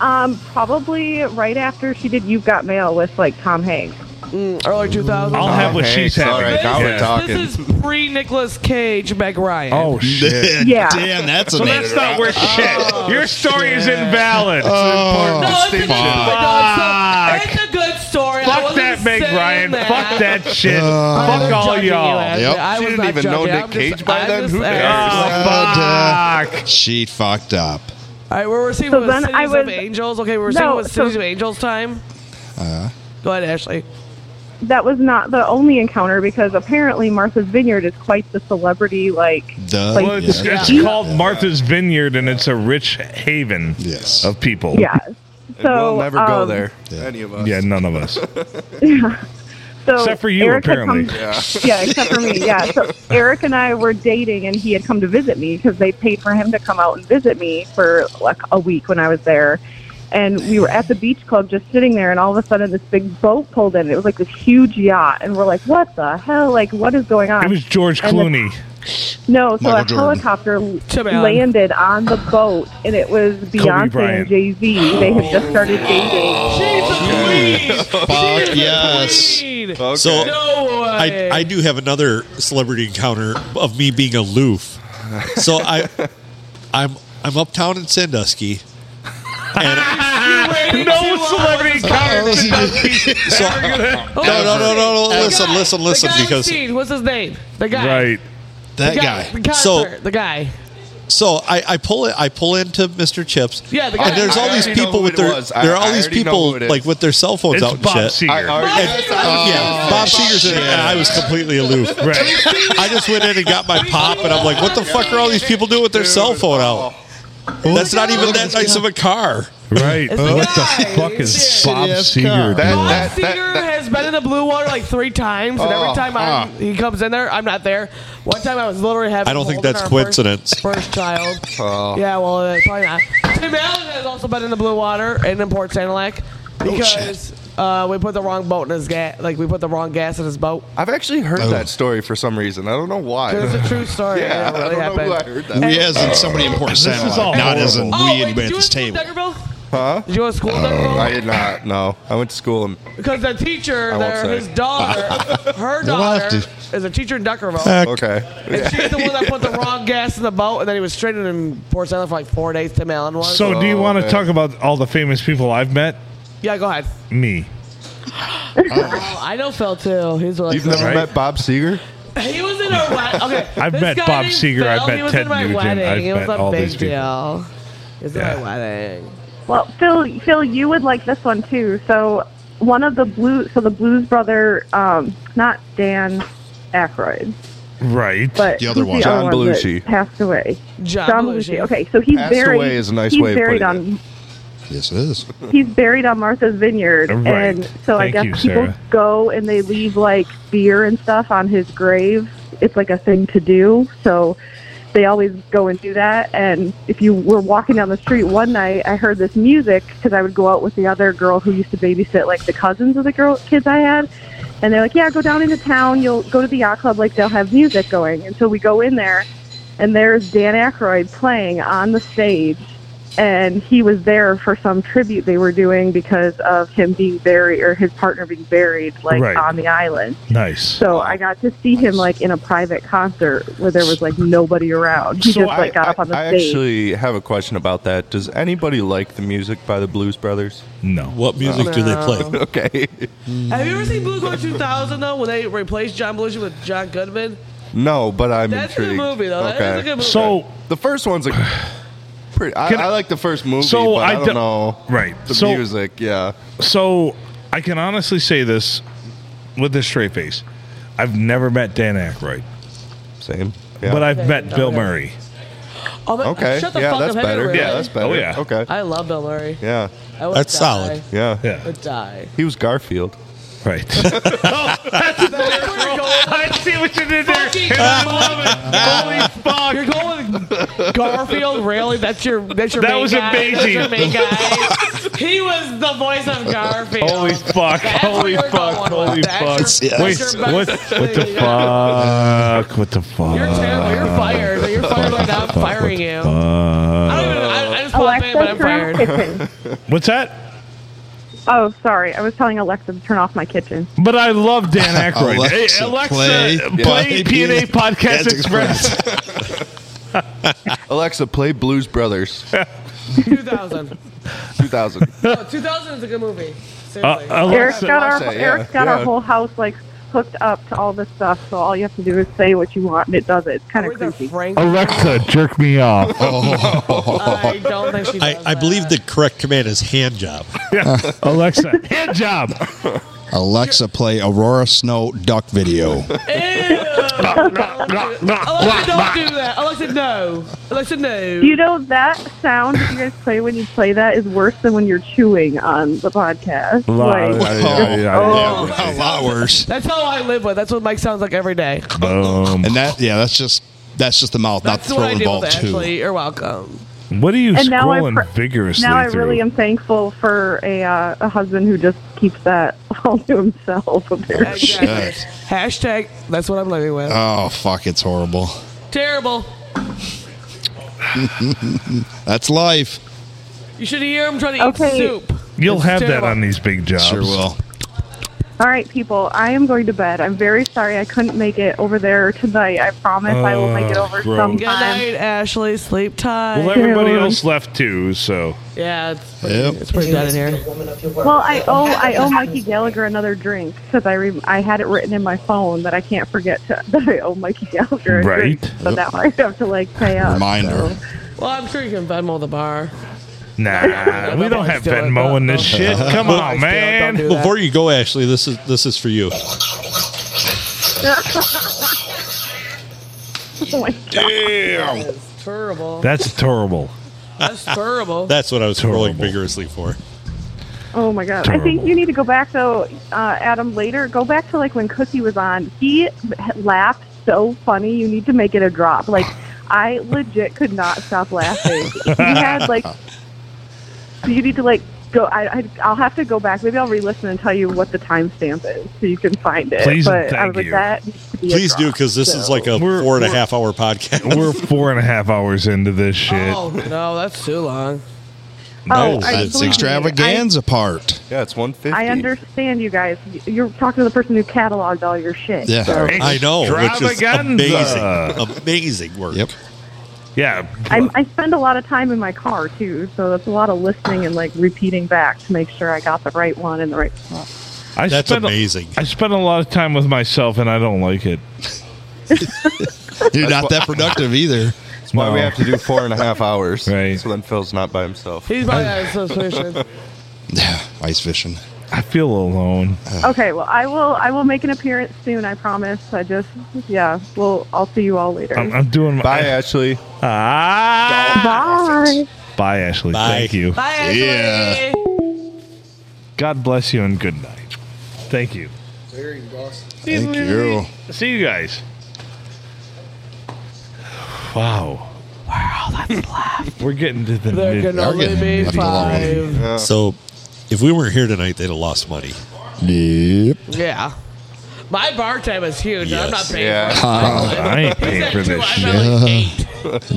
Speaker 7: um, probably right after she did "You've Got Mail" with like Tom Hanks.
Speaker 14: Mm, early 2000s.
Speaker 1: I'll have what she's having.
Speaker 5: all right, now we're talking.
Speaker 14: This is pre Nicolas Cage, Meg Ryan.
Speaker 1: Oh shit!
Speaker 7: Yeah.
Speaker 16: Damn, that's
Speaker 1: So
Speaker 16: a
Speaker 1: that's not worth
Speaker 5: Oh.
Speaker 1: shit. Your story is invalid.
Speaker 16: Oh,
Speaker 14: No, it's a good story. No,
Speaker 1: Fuck.
Speaker 14: it's, a, it's a good story. I
Speaker 1: Fuck
Speaker 14: wasn't
Speaker 1: that, Meg
Speaker 14: saying
Speaker 1: Ryan.
Speaker 14: That.
Speaker 1: Fuck that shit.
Speaker 16: Uh,
Speaker 1: Fuck all
Speaker 14: Judging you,
Speaker 1: y'all. Oh,
Speaker 14: Ashley.
Speaker 16: Yep.
Speaker 14: I
Speaker 5: She
Speaker 14: was
Speaker 5: didn't
Speaker 14: not
Speaker 5: even know
Speaker 14: judging.
Speaker 5: Nick
Speaker 14: I'm
Speaker 5: Cage
Speaker 14: just,
Speaker 5: by
Speaker 14: I'm
Speaker 5: then?
Speaker 14: Just,
Speaker 5: Who
Speaker 14: asking.
Speaker 5: cares?
Speaker 16: Uh,
Speaker 1: Fuck.
Speaker 16: she fucked up.
Speaker 14: All right, we're seeing
Speaker 7: So
Speaker 14: with
Speaker 7: then
Speaker 14: Cities
Speaker 7: I
Speaker 14: of
Speaker 7: was-
Speaker 14: Angels. Okay, we're
Speaker 7: No,
Speaker 14: seeing with
Speaker 7: so-
Speaker 14: Cities of Angels time.
Speaker 5: Uh-huh.
Speaker 16: Uh,
Speaker 14: Go ahead, Ashley.
Speaker 7: That was not the only encounter because apparently Martha's Vineyard is quite the celebrity like
Speaker 16: duh.
Speaker 7: Like,
Speaker 1: Well, it's,
Speaker 16: yeah.
Speaker 1: it's called Martha's Vineyard, and it's a rich haven
Speaker 16: Yes.
Speaker 1: of people.
Speaker 7: yeah.
Speaker 5: And
Speaker 7: So
Speaker 5: we'll never go
Speaker 7: um,
Speaker 5: there. Any of us.
Speaker 1: Yeah, none of us.
Speaker 7: So
Speaker 1: Except for you,
Speaker 7: Eric had
Speaker 1: apparently.
Speaker 7: come-
Speaker 5: Yeah.
Speaker 7: yeah, except for me. Yeah. So Eric and I were dating, and he had come to visit me because they paid for him to come out and visit me for like a week when I was there. And we were at the beach club just sitting there, and all of a sudden this big boat pulled in. It was like this huge yacht, and we're like, "What the hell? Like, what is going on?"
Speaker 1: It was George
Speaker 7: And the-
Speaker 1: Clooney.
Speaker 7: no, so
Speaker 16: Michael
Speaker 7: a
Speaker 16: Jordan.
Speaker 7: helicopter
Speaker 14: Tim Allen.
Speaker 7: landed on the boat, and it was Beyonce
Speaker 1: Bryant.
Speaker 7: and Jay Z. They had just started dating.
Speaker 16: Fuck yes.
Speaker 5: Okay.
Speaker 8: So
Speaker 14: No
Speaker 8: I,
Speaker 14: way.
Speaker 8: I do have another celebrity encounter of me being aloof. So I I'm I'm uptown in Sandusky. And
Speaker 1: No celebrity encounters.
Speaker 8: so no, no, no, no, no. Listen, listen,
Speaker 14: Oh, the
Speaker 8: listen.
Speaker 14: guy
Speaker 8: Because
Speaker 14: seen, what's his name? The guy.
Speaker 1: Right.
Speaker 16: That
Speaker 14: The guy.
Speaker 16: guy.
Speaker 14: The guy.
Speaker 8: So-
Speaker 14: the guy.
Speaker 8: so I, I pull it. I pull into Mr. Chips.
Speaker 14: Yeah, the guy.
Speaker 8: And there's
Speaker 5: I
Speaker 8: all these
Speaker 5: already know
Speaker 8: people
Speaker 5: who
Speaker 8: with
Speaker 5: it
Speaker 8: their
Speaker 5: was. I-
Speaker 8: there are
Speaker 5: I
Speaker 8: all these
Speaker 5: already know
Speaker 8: people
Speaker 5: who it is.
Speaker 8: like with their cell phones
Speaker 1: It's
Speaker 8: out and
Speaker 1: Bob
Speaker 8: shit.
Speaker 5: I
Speaker 1: Seger.
Speaker 5: already-
Speaker 8: And- yeah, Bob Seger's in it. and I was completely aloof.
Speaker 1: Right.
Speaker 8: I just went in and got my pop, and I'm like, what the fuck are all these people doing with their cell phone out? That's not even that nice of a car.
Speaker 1: Right.
Speaker 14: It's the guy.
Speaker 1: fuck is
Speaker 14: Shit.
Speaker 1: Bob
Speaker 16: Shitty ass
Speaker 1: Seger?
Speaker 16: car.
Speaker 5: That,
Speaker 1: doing?
Speaker 5: that, that,
Speaker 14: Seger
Speaker 5: that-
Speaker 14: has
Speaker 9: been in the blue water like three times, and
Speaker 8: Oh,
Speaker 9: every time
Speaker 8: huh.
Speaker 9: I'm, he comes in there, I'm not there. One time I was literally having.
Speaker 8: I don't think
Speaker 9: holding
Speaker 8: that's
Speaker 9: our
Speaker 8: coincidence.
Speaker 9: First, first child.
Speaker 5: Oh.
Speaker 9: Yeah, well, uh, probably not. Tim Allen has also been in the blue water and in Port Sanilac
Speaker 5: Oh,
Speaker 9: because uh, we put the wrong boat in his gas. Like we put the wrong gas in his boat.
Speaker 5: I've actually
Speaker 16: Oh.
Speaker 5: heard
Speaker 1: Oh.
Speaker 5: that story for some reason. I don't know why.
Speaker 9: It's a true story.
Speaker 5: Yeah,
Speaker 9: it
Speaker 5: I
Speaker 9: really
Speaker 5: don't know who
Speaker 9: happened.
Speaker 5: I heard that.
Speaker 16: We as in somebody important
Speaker 5: This is all
Speaker 16: Sandlot, not as in we
Speaker 5: horrible. Oh,
Speaker 16: anybody at this table.
Speaker 5: Huh?
Speaker 9: Did you go to school?
Speaker 1: Oh.
Speaker 5: I did not. No, I went to school and
Speaker 9: Because the teacher
Speaker 5: I won't
Speaker 9: there,
Speaker 5: say.
Speaker 9: his daughter, her
Speaker 5: You'll have
Speaker 9: daughter, is a teacher in Duckerville.
Speaker 5: okay.
Speaker 9: And she's the one that put the wrong gas in the boat, and then he was stranded in Port Island for like four days. Tim Allen was.
Speaker 1: So, do you
Speaker 5: Oh,
Speaker 1: want to talk about all the famous people I've met?
Speaker 9: Yeah, go ahead.
Speaker 1: Me.
Speaker 9: Oh, I know Phil too. He's really
Speaker 5: You've never
Speaker 9: cool.
Speaker 5: met Bob Seger?
Speaker 9: He was in our wedding. Okay,
Speaker 1: I've
Speaker 9: this
Speaker 1: met
Speaker 9: guy
Speaker 1: Bob
Speaker 9: named
Speaker 1: Seger, I've
Speaker 9: Phil,
Speaker 1: met
Speaker 9: "Oh, he was
Speaker 1: Ted
Speaker 9: in my
Speaker 1: Nugent,
Speaker 9: Wedding.
Speaker 1: I've
Speaker 9: it
Speaker 1: met
Speaker 9: was a
Speaker 1: all
Speaker 9: big
Speaker 1: these people.
Speaker 9: deal. It was
Speaker 1: Yeah.
Speaker 9: my wedding.
Speaker 7: Well, Phil, Phil, you would like this one too. So one of the blue, so the Blues brother, um, not Dan Aykroyd,
Speaker 1: Right.
Speaker 7: but who's the other one that passed away.
Speaker 9: John Belushi.
Speaker 7: Okay, so he's
Speaker 5: Passed
Speaker 7: buried.
Speaker 5: away is a nice
Speaker 7: he's
Speaker 5: way of
Speaker 7: buried
Speaker 5: putting
Speaker 7: on.
Speaker 16: Yes, it is.
Speaker 7: He's buried on Martha's Vineyard,
Speaker 16: Right.
Speaker 7: and so
Speaker 16: Thank
Speaker 7: I guess
Speaker 16: you,
Speaker 7: people
Speaker 16: Sarah.
Speaker 7: go and they leave like beer and stuff on his grave. It's like a thing to do. So they always go and do that. And if you were walking down the street one night, I heard this music because I would go out with the other girl who used to babysit like the cousins of the girl kids I had. And they're like, "Yeah, go down into town. You'll go to the yacht club. Like they'll have music going." And so we go in there, and there's Dan Aykroyd playing on the stage, and he was there for some tribute they were doing because of him being buried or his partner being buried like
Speaker 1: Right.
Speaker 7: on the island.
Speaker 1: Nice.
Speaker 7: So I got to see him like in a private concert where there was like nobody around. He
Speaker 5: So
Speaker 7: just like got up on the
Speaker 5: I
Speaker 7: stage.
Speaker 5: actually have a question about that. Does anybody like the music by the Blues Brothers?
Speaker 1: No.
Speaker 8: What music
Speaker 9: do they play? No.
Speaker 5: okay.
Speaker 9: Mm. Have you ever seen Blue Core 2000 though, when they replaced John Belushi with John Goodman?
Speaker 5: No, but I'm
Speaker 9: That's a good
Speaker 5: intrigued.
Speaker 9: movie, though. That is a good movie.
Speaker 5: So the first one's a pretty. I,
Speaker 1: Can I-
Speaker 5: I like the first movie,
Speaker 1: So
Speaker 5: but
Speaker 1: I
Speaker 5: I, don't
Speaker 1: do-
Speaker 5: know.
Speaker 1: Right.
Speaker 5: The
Speaker 1: So-
Speaker 5: music, yeah.
Speaker 1: So I can honestly say this with a straight face. I've never met Dan Aykroyd.
Speaker 5: Same.
Speaker 1: But I've met
Speaker 9: Okay.
Speaker 1: Bill Murray.
Speaker 9: Oh, but
Speaker 5: Okay.
Speaker 9: Shut the
Speaker 5: Yeah,
Speaker 9: fuck
Speaker 5: that's
Speaker 9: up. Have you
Speaker 5: better.
Speaker 9: really?
Speaker 5: Yeah, that's better.
Speaker 1: Oh, yeah.
Speaker 5: Okay.
Speaker 9: I love Bill Murray.
Speaker 5: Yeah.
Speaker 9: I would That's die. solid.
Speaker 5: Yeah.
Speaker 9: I would die.
Speaker 5: He was Garfield.
Speaker 1: Right.
Speaker 9: I
Speaker 1: see what you did there.
Speaker 9: You're going with Garfield, really? That's your that's your
Speaker 1: That
Speaker 9: main
Speaker 1: was
Speaker 9: guy?
Speaker 1: amazing.
Speaker 9: That's your main guy. he was the voice of Garfield.
Speaker 1: Holy fuck! Holy fuck! Holy fuck!
Speaker 9: That's your-
Speaker 1: Wait,
Speaker 9: that's your
Speaker 1: what?
Speaker 9: best
Speaker 1: What the
Speaker 9: thing.
Speaker 1: fuck? What the fuck? You're
Speaker 9: terrible. You're fired. You're fired right now. I'm firing you. I don't even. I, I just popped in, but I'm
Speaker 7: turn off
Speaker 9: fired.
Speaker 7: kitchen.
Speaker 1: What's that?
Speaker 7: Oh, sorry. I was telling Alexa to turn off my kitchen.
Speaker 1: But I love Dan Aykroyd.
Speaker 7: Alexa,
Speaker 1: Hey, Alexa,
Speaker 7: play- play
Speaker 1: play, PNA Podcast
Speaker 5: Podcast
Speaker 1: Express.
Speaker 5: Alexa, play Blues Brothers.
Speaker 9: 2000.
Speaker 5: 2000.
Speaker 9: No, 2000 is a good movie. Seriously.
Speaker 5: Uh, Alexa-
Speaker 7: Eric's got our
Speaker 5: Alexa, yeah,
Speaker 7: Eric's got our
Speaker 5: yeah.
Speaker 7: whole house like hooked up to all this stuff. So all you have to do is say what you want, and it does it. It's kind of creepy.
Speaker 1: Alexa, jerk me
Speaker 5: Oh.
Speaker 1: off.
Speaker 9: I don't think she does
Speaker 8: I, I believe the correct command is hand job.
Speaker 1: Alexa, hand job.
Speaker 16: Alexa, play Aurora Snow duck video. Oh,
Speaker 9: Alexa, don't do that. Alexa, no. Alexa, no.
Speaker 7: You know that sound that you guys play when you play that is worse than when you're chewing on the podcast. Like,
Speaker 16: A lot worse.
Speaker 9: That's how Oh, I live with. That's what Mike sounds like every day.
Speaker 16: Boom. And that, yeah, that's just that's just the mouth,
Speaker 9: That's
Speaker 16: not
Speaker 9: what
Speaker 16: the
Speaker 9: I
Speaker 16: throat
Speaker 9: deal
Speaker 16: involved
Speaker 9: with.
Speaker 16: too.
Speaker 9: Actually, you're welcome.
Speaker 1: What are you
Speaker 7: And now I
Speaker 1: scrolling
Speaker 7: pr-
Speaker 1: vigorously
Speaker 7: now I
Speaker 1: through?
Speaker 7: really am thankful for a uh, a husband who just keeps that all to himself. Apparently.
Speaker 16: Shit.
Speaker 9: Hashtag. That's what I'm living with.
Speaker 16: Oh fuck, it's horrible.
Speaker 9: Terrible.
Speaker 16: that's life.
Speaker 9: You should hear him trying to
Speaker 7: Okay.
Speaker 9: eat soup.
Speaker 1: You'll
Speaker 9: It's
Speaker 1: have
Speaker 9: terrible.
Speaker 1: that on these big jobs.
Speaker 16: Sure will.
Speaker 7: All right, people, I am going to bed. I'm very sorry I couldn't make it over there tonight. I promise I will make it
Speaker 1: Oh,
Speaker 7: over
Speaker 1: gross.
Speaker 7: sometime.
Speaker 9: Good night, Ashley. Sleep tight.
Speaker 1: Well, everybody else left too, so.
Speaker 9: Yeah, it's pretty,
Speaker 1: Yep.
Speaker 9: it's pretty dead in here.
Speaker 7: Well, I owe I owe Mikey Gallagher another drink because I re- I had it written in my phone that I can't forget to, that I owe Mikey Gallagher a drink.
Speaker 1: Right.
Speaker 7: So now I have to like pay up. so.
Speaker 9: Well, I'm sure you can Venmo the bar.
Speaker 1: Nah, we don't have
Speaker 9: Still like
Speaker 1: Venmo in this
Speaker 9: that.
Speaker 1: shit. Come
Speaker 9: Well,
Speaker 1: on,
Speaker 9: still, don't
Speaker 1: man.
Speaker 9: do that.
Speaker 8: Before you go, Ashley, this is this is for you.
Speaker 7: Oh my
Speaker 9: Damn. That's terrible.
Speaker 1: That's terrible.
Speaker 9: That's terrible.
Speaker 8: That's what I was scrolling vigorously for.
Speaker 7: Oh my god! I think you need to go back though, uh, Adam. Later, go back to like when Cookie was on. He laughed so funny. You need to make it a drop. Like I legit could not stop laughing. he had like. You need to like go. I, I I'll have to go back. Maybe I'll re-listen and tell you what the timestamp is so you can find it.
Speaker 8: Please and
Speaker 7: but I
Speaker 8: thank
Speaker 7: was like
Speaker 8: you.
Speaker 7: that. needs to be a
Speaker 8: Please do
Speaker 7: drop,
Speaker 8: because this
Speaker 7: so.
Speaker 8: is like a four and a half hour podcast.
Speaker 1: We're four and a half hours into this shit.
Speaker 9: Oh no, that's too long.
Speaker 7: No, Oh, I- that's believe me, extravaganza
Speaker 5: part. Yeah, it's 150.
Speaker 7: I understand you guys. You're talking to the person who cataloged all your shit.
Speaker 5: Yeah.
Speaker 7: so-
Speaker 8: I know, which is
Speaker 1: Extravaganza.
Speaker 8: amazing, amazing work. Yep.
Speaker 1: Yeah,
Speaker 7: I, I spend a lot of time in my car too, so that's a lot of listening and like repeating back to make sure I got the right one and the right spot.
Speaker 1: I
Speaker 8: That's
Speaker 1: spend
Speaker 8: amazing.
Speaker 1: I spend a lot of time with myself, and I don't like it.
Speaker 5: You're not that
Speaker 1: productive either.
Speaker 5: That's why we have to do four and a half hours. Right. So then Phil's not by himself.
Speaker 9: He's my association.
Speaker 5: Ice fishing.
Speaker 1: I feel alone.
Speaker 7: Okay, well I will I will make an appearance soon, I promise. I just yeah, well I'll see you all later.
Speaker 1: I'm, I'm doing. Ah! Bye,
Speaker 5: Ashley.
Speaker 7: Bye.
Speaker 1: Bye, Ashley. Thank you.
Speaker 7: Bye, Ashley.
Speaker 1: Yeah. God bless you and good night. Thank you.
Speaker 16: Very Boston.
Speaker 1: Thank you. See you guys. Wow. Wow, that's left. We're getting to the.
Speaker 9: They're gonna only be five.
Speaker 8: So, if we weren't here tonight, they'd have lost money. Yep.
Speaker 9: Yeah. My bar time is huge. I'm not paying
Speaker 8: Yeah.
Speaker 9: for it.
Speaker 8: Uh, I ain't
Speaker 9: He
Speaker 8: paying
Speaker 9: said
Speaker 8: for
Speaker 9: two,
Speaker 8: this
Speaker 9: I
Speaker 8: shit.
Speaker 9: felt like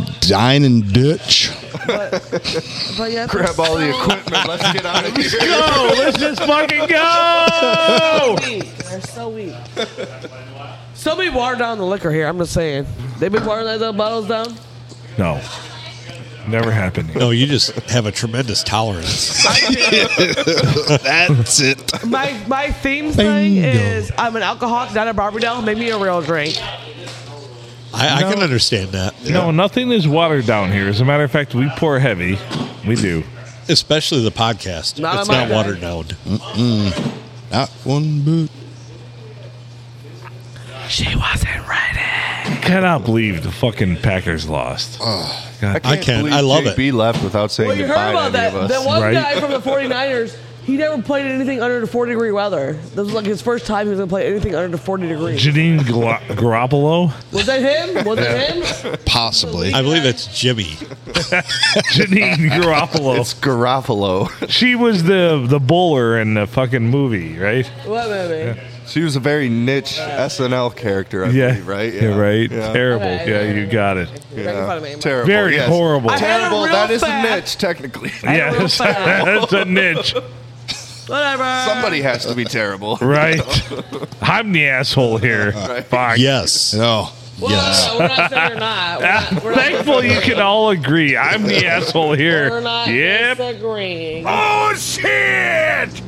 Speaker 9: eight.
Speaker 16: Dine and ditch.
Speaker 9: But yeah,
Speaker 5: Grab all the equipment. Let's get out of here.
Speaker 1: Go! Let's just fucking go!
Speaker 9: They're so weak. Somebody water down the liquor here. I'm just saying. They've been watering the bottles down.
Speaker 1: No. Never happened.
Speaker 8: No, you just have a tremendous tolerance. That's it.
Speaker 9: My my theme thing is I'm an alcoholic, not a Barbie doll. Make me a real drink.
Speaker 8: I, I can understand that.
Speaker 1: No, nothing is watered down here. As a matter of fact, we pour heavy. We do.
Speaker 8: Especially the podcast.
Speaker 9: Not
Speaker 8: it's
Speaker 9: on my
Speaker 8: not watered down. Mm-mm. Not one boot.
Speaker 9: She wasn't ready.
Speaker 1: I cannot believe the fucking Packers lost. God.
Speaker 5: I can't believe JB left without saying
Speaker 9: Well, you
Speaker 5: goodbye
Speaker 9: heard about
Speaker 5: to any
Speaker 9: that.
Speaker 5: of us.
Speaker 9: That one guy from the 49ers, he never played anything under the 40 degree weather. This was like his first time he was going to play anything under the 40 degree.
Speaker 1: Janine Gar- Garoppolo?
Speaker 9: Was that him? Was
Speaker 1: Yeah.
Speaker 9: that him?
Speaker 1: Possibly.
Speaker 8: I believe it's Jimmy.
Speaker 1: Janine Garoppolo. It's
Speaker 5: Garoppolo.
Speaker 1: She was the the bowler in the fucking movie, right?
Speaker 9: What movie?
Speaker 5: She was a very niche SNL character, I
Speaker 1: Yeah.
Speaker 5: believe, right?
Speaker 1: Yeah, right. Terrible.
Speaker 5: Okay.
Speaker 1: yeah, you got it.
Speaker 5: Yeah. Terrible.
Speaker 1: Very
Speaker 5: yes.
Speaker 1: horrible. I had a
Speaker 5: Terrible.
Speaker 1: real
Speaker 5: That is
Speaker 1: fact.
Speaker 5: a niche, technically.
Speaker 1: Yes, that's a niche,
Speaker 9: Whatever.
Speaker 5: Somebody has to be terrible.
Speaker 1: right? I'm the asshole here. Fuck.
Speaker 8: Yes.
Speaker 1: Oh.
Speaker 8: yes.
Speaker 9: We're not saying you're not. We're not- we're not
Speaker 1: Thankful you can all agree. I'm the asshole here.
Speaker 9: We're not
Speaker 1: yep.
Speaker 9: disagreeing.
Speaker 1: Oh shit!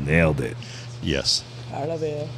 Speaker 1: Nailed it.
Speaker 8: Yes.
Speaker 9: I love you.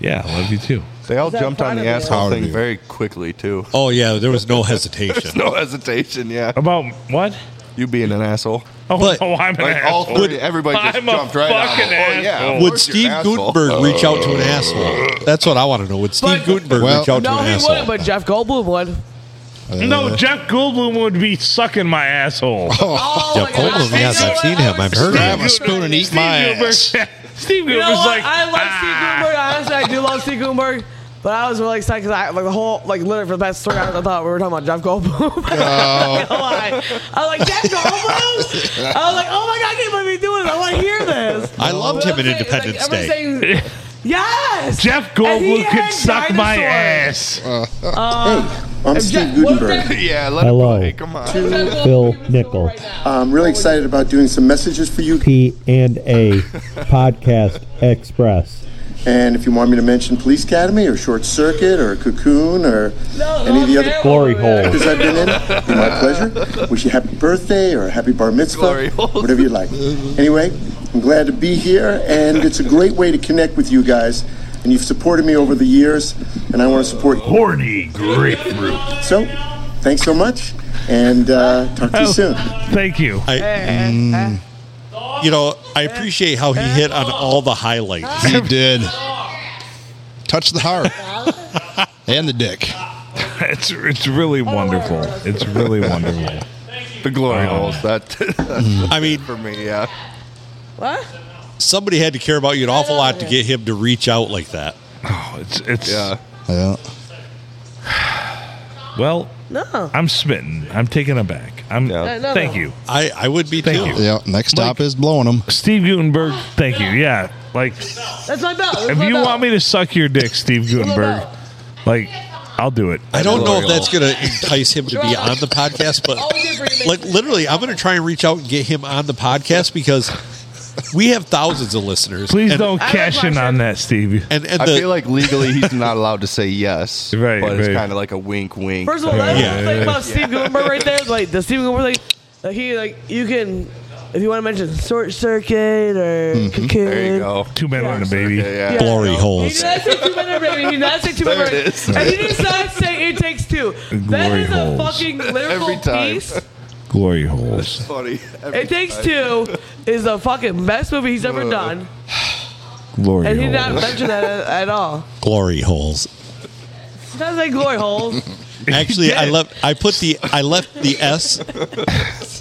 Speaker 1: Yeah, I love you too.
Speaker 5: They all
Speaker 9: Is that
Speaker 5: jumped on
Speaker 9: part
Speaker 5: the
Speaker 9: of it?
Speaker 5: asshole
Speaker 9: Proud of
Speaker 5: thing
Speaker 9: you.
Speaker 5: very quickly, too.
Speaker 8: Oh, yeah. There was no hesitation.
Speaker 5: There's no hesitation, yeah.
Speaker 1: About what?
Speaker 5: You being an asshole.
Speaker 1: Oh, no, I'm an
Speaker 5: like,
Speaker 1: asshole.
Speaker 5: All three, everybody just
Speaker 1: I'm a
Speaker 5: jumped right on
Speaker 1: fucking
Speaker 5: it. Oh, yeah, of
Speaker 8: Would
Speaker 5: course you're
Speaker 8: Steve
Speaker 5: an asshole. Uh, Oh.
Speaker 8: Gutenberg reach out to an asshole? That's what I want to know. Would Steve Gutenberg reach out
Speaker 9: no,
Speaker 8: to an
Speaker 9: he
Speaker 8: asshole? Uh,
Speaker 9: wouldn't, but Jeff Goldblum would.
Speaker 1: no, Jeff Goldblum would be sucking my asshole.
Speaker 9: Oh,
Speaker 8: Jeff Goldblum, yes, I've seen him. I've heard
Speaker 1: Grab
Speaker 8: of
Speaker 1: a
Speaker 8: him.
Speaker 1: spoon and eat my ass. Steve
Speaker 9: You know
Speaker 1: Gutenberg's
Speaker 9: what?
Speaker 1: like, "Ah,
Speaker 9: I love Steve Gutenberg. Honestly, I do love Steve Gutenberg. But I was really excited because I like the whole like literally for the past three hours I thought we were talking about Jeff Goldblum. I'm not gonna lie. I was like Jeff Goldblum. I was like, oh my god, I can't believe he's doing this. I want to hear this.
Speaker 8: I loved him in
Speaker 9: Like,
Speaker 8: Independence
Speaker 9: everyone's
Speaker 8: Day.
Speaker 9: saying- yes.
Speaker 1: Jeff
Speaker 9: And he
Speaker 1: Goldblum could
Speaker 9: had
Speaker 1: suck my
Speaker 9: dinosaurs.
Speaker 1: ass.
Speaker 17: hey, I'm
Speaker 9: if
Speaker 17: Steve
Speaker 9: Jack- what if
Speaker 17: Gutenberg.
Speaker 5: yeah,
Speaker 20: Hello.
Speaker 17: To
Speaker 20: Phil Nickel.
Speaker 17: I'm really excited about doing some messages for you.
Speaker 20: P and A Podcast Express.
Speaker 17: And if you want me to mention Police Academy or Short Circuit or Cocoon or any of the other
Speaker 20: Glory hole.
Speaker 17: characters I've been in, it'd be my pleasure. Wish you happy birthday or happy bar mitzvah, whatever you like. Anyway, I'm glad to be here, and it's a great way to connect with you guys. And you've supported me over the years, and I want to support
Speaker 1: horny grapefruit.
Speaker 17: So, thanks so much, and uh, talk to
Speaker 20: Oh.
Speaker 17: you soon.
Speaker 1: Thank you.
Speaker 8: I, Mm. you know, I appreciate how he hit on all the highlights. He did.
Speaker 16: Touch the heart and the dick.
Speaker 1: It's it's really wonderful. Uh, It's really wonderful.
Speaker 5: The glory holes. That.
Speaker 8: I mean,
Speaker 5: for me, yeah.
Speaker 9: What?
Speaker 8: Somebody had to care about you an awful lot to get him to reach out like that.
Speaker 1: Oh, it's it's
Speaker 5: yeah.
Speaker 16: Yeah.
Speaker 1: Well,
Speaker 9: No.
Speaker 1: I'm smitten. I'm taken aback. I'm.
Speaker 9: No, no,
Speaker 1: thank
Speaker 9: no.
Speaker 1: you.
Speaker 8: I, I would be
Speaker 1: Thank
Speaker 8: too.
Speaker 1: you.
Speaker 16: Yeah. Next stop is blowing them.
Speaker 1: Steve Gutenberg. Thank you. Yeah. Like,
Speaker 9: That's my belt. That's
Speaker 1: if
Speaker 9: my
Speaker 1: you
Speaker 9: belt.
Speaker 1: want me to suck your dick, Steve Gutenberg, like, I'll do it.
Speaker 8: I don't know if
Speaker 1: Glory
Speaker 8: that's
Speaker 1: hole.
Speaker 8: going to entice him to be on the podcast, but like literally, I'm going to try and reach out and get him on the podcast because we have thousands of listeners.
Speaker 1: Please
Speaker 8: And-
Speaker 1: don't cash in on that, Steve.
Speaker 8: And, and
Speaker 5: I
Speaker 8: the-
Speaker 5: feel like legally he's not allowed to say yes,
Speaker 1: Right,
Speaker 5: but it's
Speaker 1: right.
Speaker 5: kind of like a wink, wink.
Speaker 9: First of all, that's
Speaker 5: Yeah.
Speaker 9: the thing about
Speaker 5: Yeah.
Speaker 9: Steve Gutenberg right there. Like the Steve Gutenberg, like, like he like you can if you want to mention short circuit or cocoon.
Speaker 5: There you go.
Speaker 1: Two men and a baby.
Speaker 5: yeah.
Speaker 8: Glory
Speaker 9: He
Speaker 8: holes.
Speaker 9: did not say two minute baby. He did not say two minute
Speaker 5: There it
Speaker 9: baby.
Speaker 5: is.
Speaker 9: And he did not say it takes two. That
Speaker 1: Glory
Speaker 9: is a
Speaker 1: holes.
Speaker 9: fucking
Speaker 5: Every
Speaker 9: lyrical
Speaker 5: time.
Speaker 9: piece.
Speaker 1: Glory holes.
Speaker 5: Funny. Every
Speaker 9: It takes
Speaker 5: time.
Speaker 9: two is the fucking best movie he's ever done,
Speaker 1: Glory
Speaker 9: and he did not
Speaker 1: holes.
Speaker 9: mention that at, at all.
Speaker 8: Glory holes.
Speaker 9: He doesn't say glory holes.
Speaker 8: Actually, I left. I put the. I left the S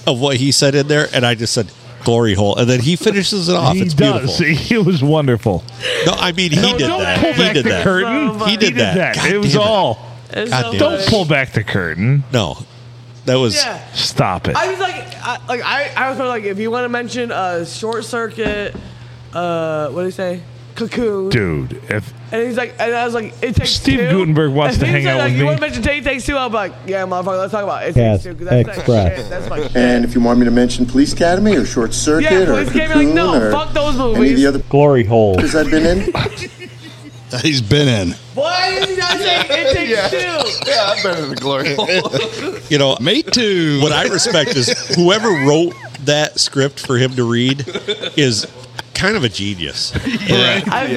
Speaker 8: of what he said in there, and I just said glory hole, and then he finishes it off.
Speaker 1: He
Speaker 8: it's
Speaker 1: does.
Speaker 8: beautiful.
Speaker 1: He was wonderful.
Speaker 8: No, I mean he
Speaker 1: No,
Speaker 8: did
Speaker 1: don't
Speaker 8: that.
Speaker 1: pull
Speaker 8: He
Speaker 1: back
Speaker 8: did
Speaker 1: the
Speaker 8: that.
Speaker 1: curtain.
Speaker 8: He did that. God
Speaker 1: It was
Speaker 8: damn it.
Speaker 1: all.
Speaker 9: It's
Speaker 8: God
Speaker 9: so
Speaker 8: damn it.
Speaker 1: Don't
Speaker 9: funny.
Speaker 1: pull back the curtain.
Speaker 8: No, that was.
Speaker 9: Yeah.
Speaker 1: Stop it.
Speaker 9: I was like, I, like I, I was like, if you want to mention uh, short circuit, uh, what do you say, cocoon,
Speaker 1: Dude, if
Speaker 9: and he's like, and I was like, it takes
Speaker 1: Steve
Speaker 9: two.
Speaker 1: Gutenberg wants
Speaker 9: And
Speaker 1: to
Speaker 9: he
Speaker 1: hang
Speaker 9: said,
Speaker 1: out
Speaker 9: like,
Speaker 1: with
Speaker 9: you
Speaker 1: me.
Speaker 9: want to mention take takes two? I'm like, yeah, motherfucker, let's talk about it. it
Speaker 20: Cast
Speaker 9: takes two 'cause that's like
Speaker 20: Express.
Speaker 9: shit, That's like
Speaker 16: And if you want me to mention Police Academy or Short Circuit
Speaker 9: yeah,
Speaker 16: or
Speaker 9: police game. Like,
Speaker 16: Cocoon
Speaker 9: no,
Speaker 16: or
Speaker 9: fuck those
Speaker 16: any of
Speaker 9: movies.
Speaker 16: the other
Speaker 20: Glory hole.
Speaker 16: pictures I've been in, he's been in.
Speaker 9: Why did he not say it takes
Speaker 5: Yeah.
Speaker 9: two?
Speaker 5: Yeah, I'm better than glory hole.
Speaker 8: You know,
Speaker 16: Me too.
Speaker 8: what I respect is whoever wrote that script for him to read is kind of a genius.
Speaker 9: I feel like
Speaker 1: Right,
Speaker 9: they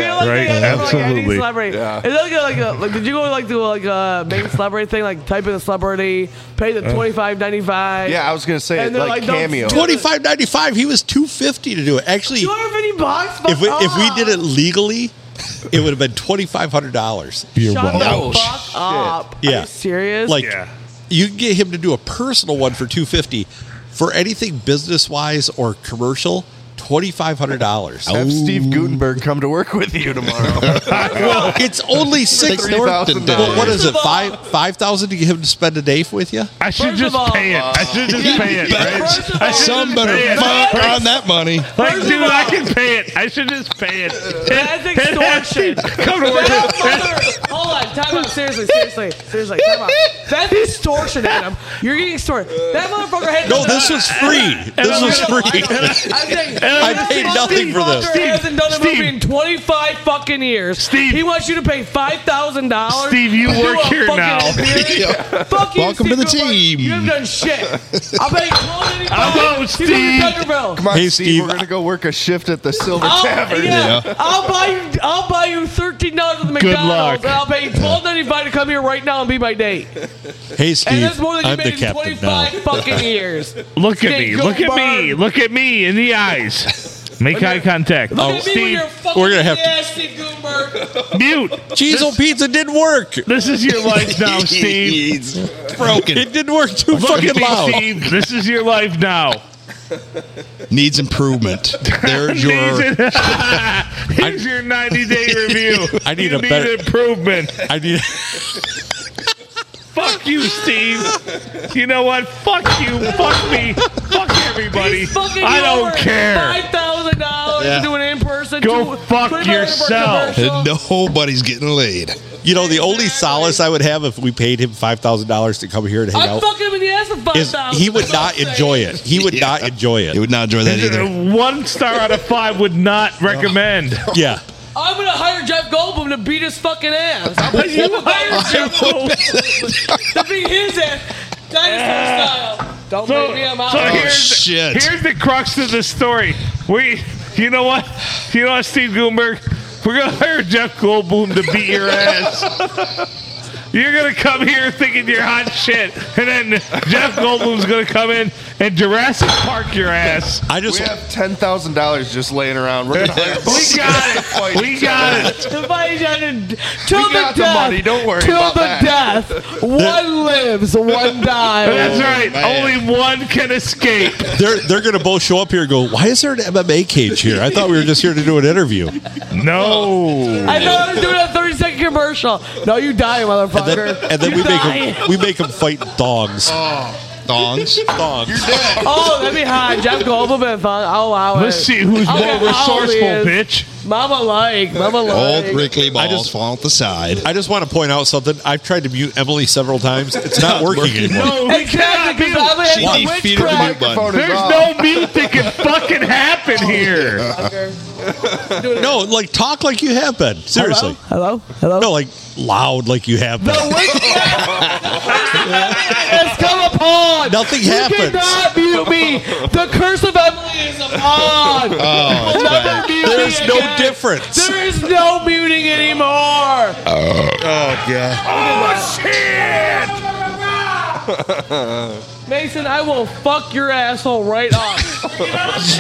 Speaker 9: have like any
Speaker 1: absolutely.
Speaker 9: celebrity.
Speaker 5: Yeah.
Speaker 9: It's like a, like, a, like did you go like to like a main celebrity thing? Like type in a celebrity, pay
Speaker 1: Uh.
Speaker 9: the twenty five ninety five.
Speaker 5: Yeah, I was gonna say
Speaker 9: And they're
Speaker 5: like,
Speaker 9: like, don't-
Speaker 5: cameo.
Speaker 9: Tw-
Speaker 8: Twenty five ninety five. He was two fifty to do it. Actually,
Speaker 9: two hundred fifty bucks.
Speaker 8: if we,
Speaker 9: Fuck
Speaker 8: if we
Speaker 9: off.
Speaker 8: did it legally, it would have been twenty five hundred dollars.
Speaker 1: you're
Speaker 9: Shut
Speaker 1: welcome.
Speaker 5: welcome.
Speaker 9: the
Speaker 5: Shit.
Speaker 9: fuck up. Are
Speaker 8: Yeah.
Speaker 9: you serious?
Speaker 8: Like
Speaker 1: Yeah.
Speaker 8: you can get him to do a personal one for two fifty for anything business wise or commercial. Twenty five hundred dollars.
Speaker 5: Have Steve Gutenberg come to work with you tomorrow.
Speaker 8: Well, it's only six.
Speaker 5: $3,000.
Speaker 8: Well, what is it?
Speaker 9: First of all-
Speaker 8: Five five thousand to get him to spend a day with you?
Speaker 1: I should
Speaker 9: First
Speaker 1: just
Speaker 9: of all-
Speaker 1: pay it. I should just pay it. Right?
Speaker 9: First of
Speaker 1: I
Speaker 9: all-
Speaker 1: should
Speaker 16: Some
Speaker 1: just
Speaker 16: better
Speaker 1: pay it.
Speaker 16: fuck on that money.
Speaker 1: Like,
Speaker 9: First of
Speaker 1: dude, I
Speaker 9: all-
Speaker 1: can pay it. I should just pay it.
Speaker 9: That's extortion.
Speaker 1: Come to work.
Speaker 9: That mother- Hold on, time out. Seriously, seriously, seriously, time out. That's extortion, Adam. You're getting extorted. That motherfucker had
Speaker 8: No, this was free. This was free.
Speaker 9: I'm saying,
Speaker 8: I
Speaker 9: this
Speaker 8: paid
Speaker 9: fucking
Speaker 8: nothing for this.
Speaker 9: motherfucker hasn't done a
Speaker 1: Steve.
Speaker 9: movie in 25 fucking years.
Speaker 1: Steve.
Speaker 9: He wants you to pay $5,000.
Speaker 1: Steve, you
Speaker 9: to
Speaker 1: work
Speaker 9: a
Speaker 1: here
Speaker 9: fucking
Speaker 1: now.
Speaker 9: appearance? Fuck you,
Speaker 16: Welcome to
Speaker 9: Steve
Speaker 16: the
Speaker 9: Goldberg.
Speaker 16: team.
Speaker 9: You haven't done shit. I'll pay you more than
Speaker 1: I'm out, Steve.
Speaker 5: come on,
Speaker 8: Hey,
Speaker 5: Steve,
Speaker 8: Steve,
Speaker 5: We're gonna go work a shift at the Silver
Speaker 9: I'll,
Speaker 5: Tavern.
Speaker 9: Oh, yeah,
Speaker 16: Yeah.
Speaker 9: I'll buy you. I'll buy you thirteen dollars at the
Speaker 1: Good luck.
Speaker 9: McDonald's, and I'll pay you twelve ninety five to come here right now and be my date.
Speaker 8: Hey
Speaker 9: And
Speaker 8: Steve,
Speaker 9: that's more than you
Speaker 8: I'm the
Speaker 9: made in
Speaker 8: captain
Speaker 9: twenty
Speaker 8: now.
Speaker 9: five fucking years. Look
Speaker 1: Look at
Speaker 9: Steve
Speaker 1: me. Look at me.
Speaker 9: Gutenberg.
Speaker 1: Look at me in the eyes. Make
Speaker 9: Okay.
Speaker 1: eye contact.
Speaker 9: at me when
Speaker 1: Steve,
Speaker 9: you're a fucking
Speaker 8: we're gonna have to-
Speaker 9: nasty goober.
Speaker 1: mute.
Speaker 8: Cheesel pizza didn't work,
Speaker 1: This is your life now, Steve.
Speaker 16: Broken.
Speaker 8: It didn't work too
Speaker 1: Look at
Speaker 8: fucking
Speaker 1: me,
Speaker 8: loud.
Speaker 1: Steve. This is your life now.
Speaker 16: Needs improvement. There's your.
Speaker 1: Amazing. Here's your 90 day review.
Speaker 8: I need
Speaker 1: You
Speaker 8: a better-
Speaker 1: improvement.
Speaker 8: I need.
Speaker 1: Fuck you, Steve. You know what? Fuck you. Fuck me. Fuck everybody.
Speaker 9: He's fucking
Speaker 1: I
Speaker 9: you
Speaker 1: don't
Speaker 9: over
Speaker 1: care.
Speaker 9: Five thousand dollars
Speaker 16: Yeah.
Speaker 9: to do an in person.
Speaker 1: Go fuck yourself.
Speaker 16: Nobody's getting laid.
Speaker 8: You know, the only solace I would have if we paid him five thousand dollars to come here and hang
Speaker 9: I'm
Speaker 8: out
Speaker 9: fucking him in the ass for five
Speaker 8: is
Speaker 9: thousand.
Speaker 8: he would not enjoy it. He would not enjoy
Speaker 16: He
Speaker 8: it.
Speaker 16: would not enjoy that either.
Speaker 1: One star out of five would
Speaker 8: Oh.
Speaker 1: not recommend.
Speaker 8: Yeah,
Speaker 9: I'm gonna hire Jeff Goldblum to beat his fucking ass. I'm gonna hire Jeff Goldblum to beat his ass, dinosaur style. Don't
Speaker 1: So,
Speaker 9: make me. Oh, I'm out.
Speaker 1: so here's,
Speaker 8: Oh,
Speaker 16: shit.
Speaker 1: here's the crux of the story. We, you know what? You know what, Steve Goomberg? We're gonna hire Jeff Goldblum to beat your ass. You're gonna come here thinking you're hot shit, and then Jeff Goldblum's gonna come in and Jurassic Park your ass.
Speaker 8: I just
Speaker 21: we have ten thousand dollars just laying around. We're gonna hire
Speaker 1: we got it. We got it.
Speaker 9: To fight each other to
Speaker 21: We
Speaker 9: the
Speaker 21: got the
Speaker 9: death.
Speaker 21: money, don't worry
Speaker 9: To
Speaker 21: about
Speaker 9: the
Speaker 21: that.
Speaker 9: death. One lives, one dies.
Speaker 1: That's
Speaker 16: Oh,
Speaker 1: right. Only one can escape.
Speaker 8: They're they're gonna both show up here and go, Why is there an MMA cage here? I thought we were just here to do an interview.
Speaker 1: No.
Speaker 9: I know how to do a 30 second commercial. No, you die,
Speaker 8: And then,
Speaker 9: motherfucker.
Speaker 8: and then
Speaker 9: You
Speaker 8: we make
Speaker 9: die.
Speaker 8: them we make them fight dongs.
Speaker 21: Dongs.
Speaker 8: Dongs.
Speaker 21: You're dead.
Speaker 9: Oh, that'd be hot. Jeff Goldblum and fun. Oh, wow.
Speaker 1: Let's see who's more resourceful, bitch.
Speaker 9: Mama like. Mama like.
Speaker 16: Old Wrigley balls
Speaker 8: I just-
Speaker 16: fall at the side.
Speaker 8: I just want to point out something. I've tried to mute Emily several times. It's not working anymore.
Speaker 1: No, we Oh, cannot
Speaker 9: Exactly,
Speaker 1: mute.
Speaker 9: 'cause I'm gonna
Speaker 16: She
Speaker 9: have
Speaker 16: defeated the
Speaker 9: witchcraft.
Speaker 16: mute button.
Speaker 1: There's no mute that can fucking happen here.
Speaker 8: No, like talk like you have been. Seriously.
Speaker 9: Hello? Hello?
Speaker 8: No, like loud like you have been.
Speaker 9: The witchcraft has come upon.
Speaker 8: Nothing
Speaker 9: you
Speaker 8: happens.
Speaker 9: cannot mute me. The curse of Emily is upon.
Speaker 21: Oh,
Speaker 9: You will
Speaker 21: it's
Speaker 9: never
Speaker 21: bad.
Speaker 9: mute me
Speaker 8: There's no
Speaker 9: again.
Speaker 8: difference.
Speaker 9: There is no muting anymore.
Speaker 21: Oh god.
Speaker 1: Oh shit!
Speaker 5: Oh,
Speaker 9: Mason, I will fuck your asshole right off.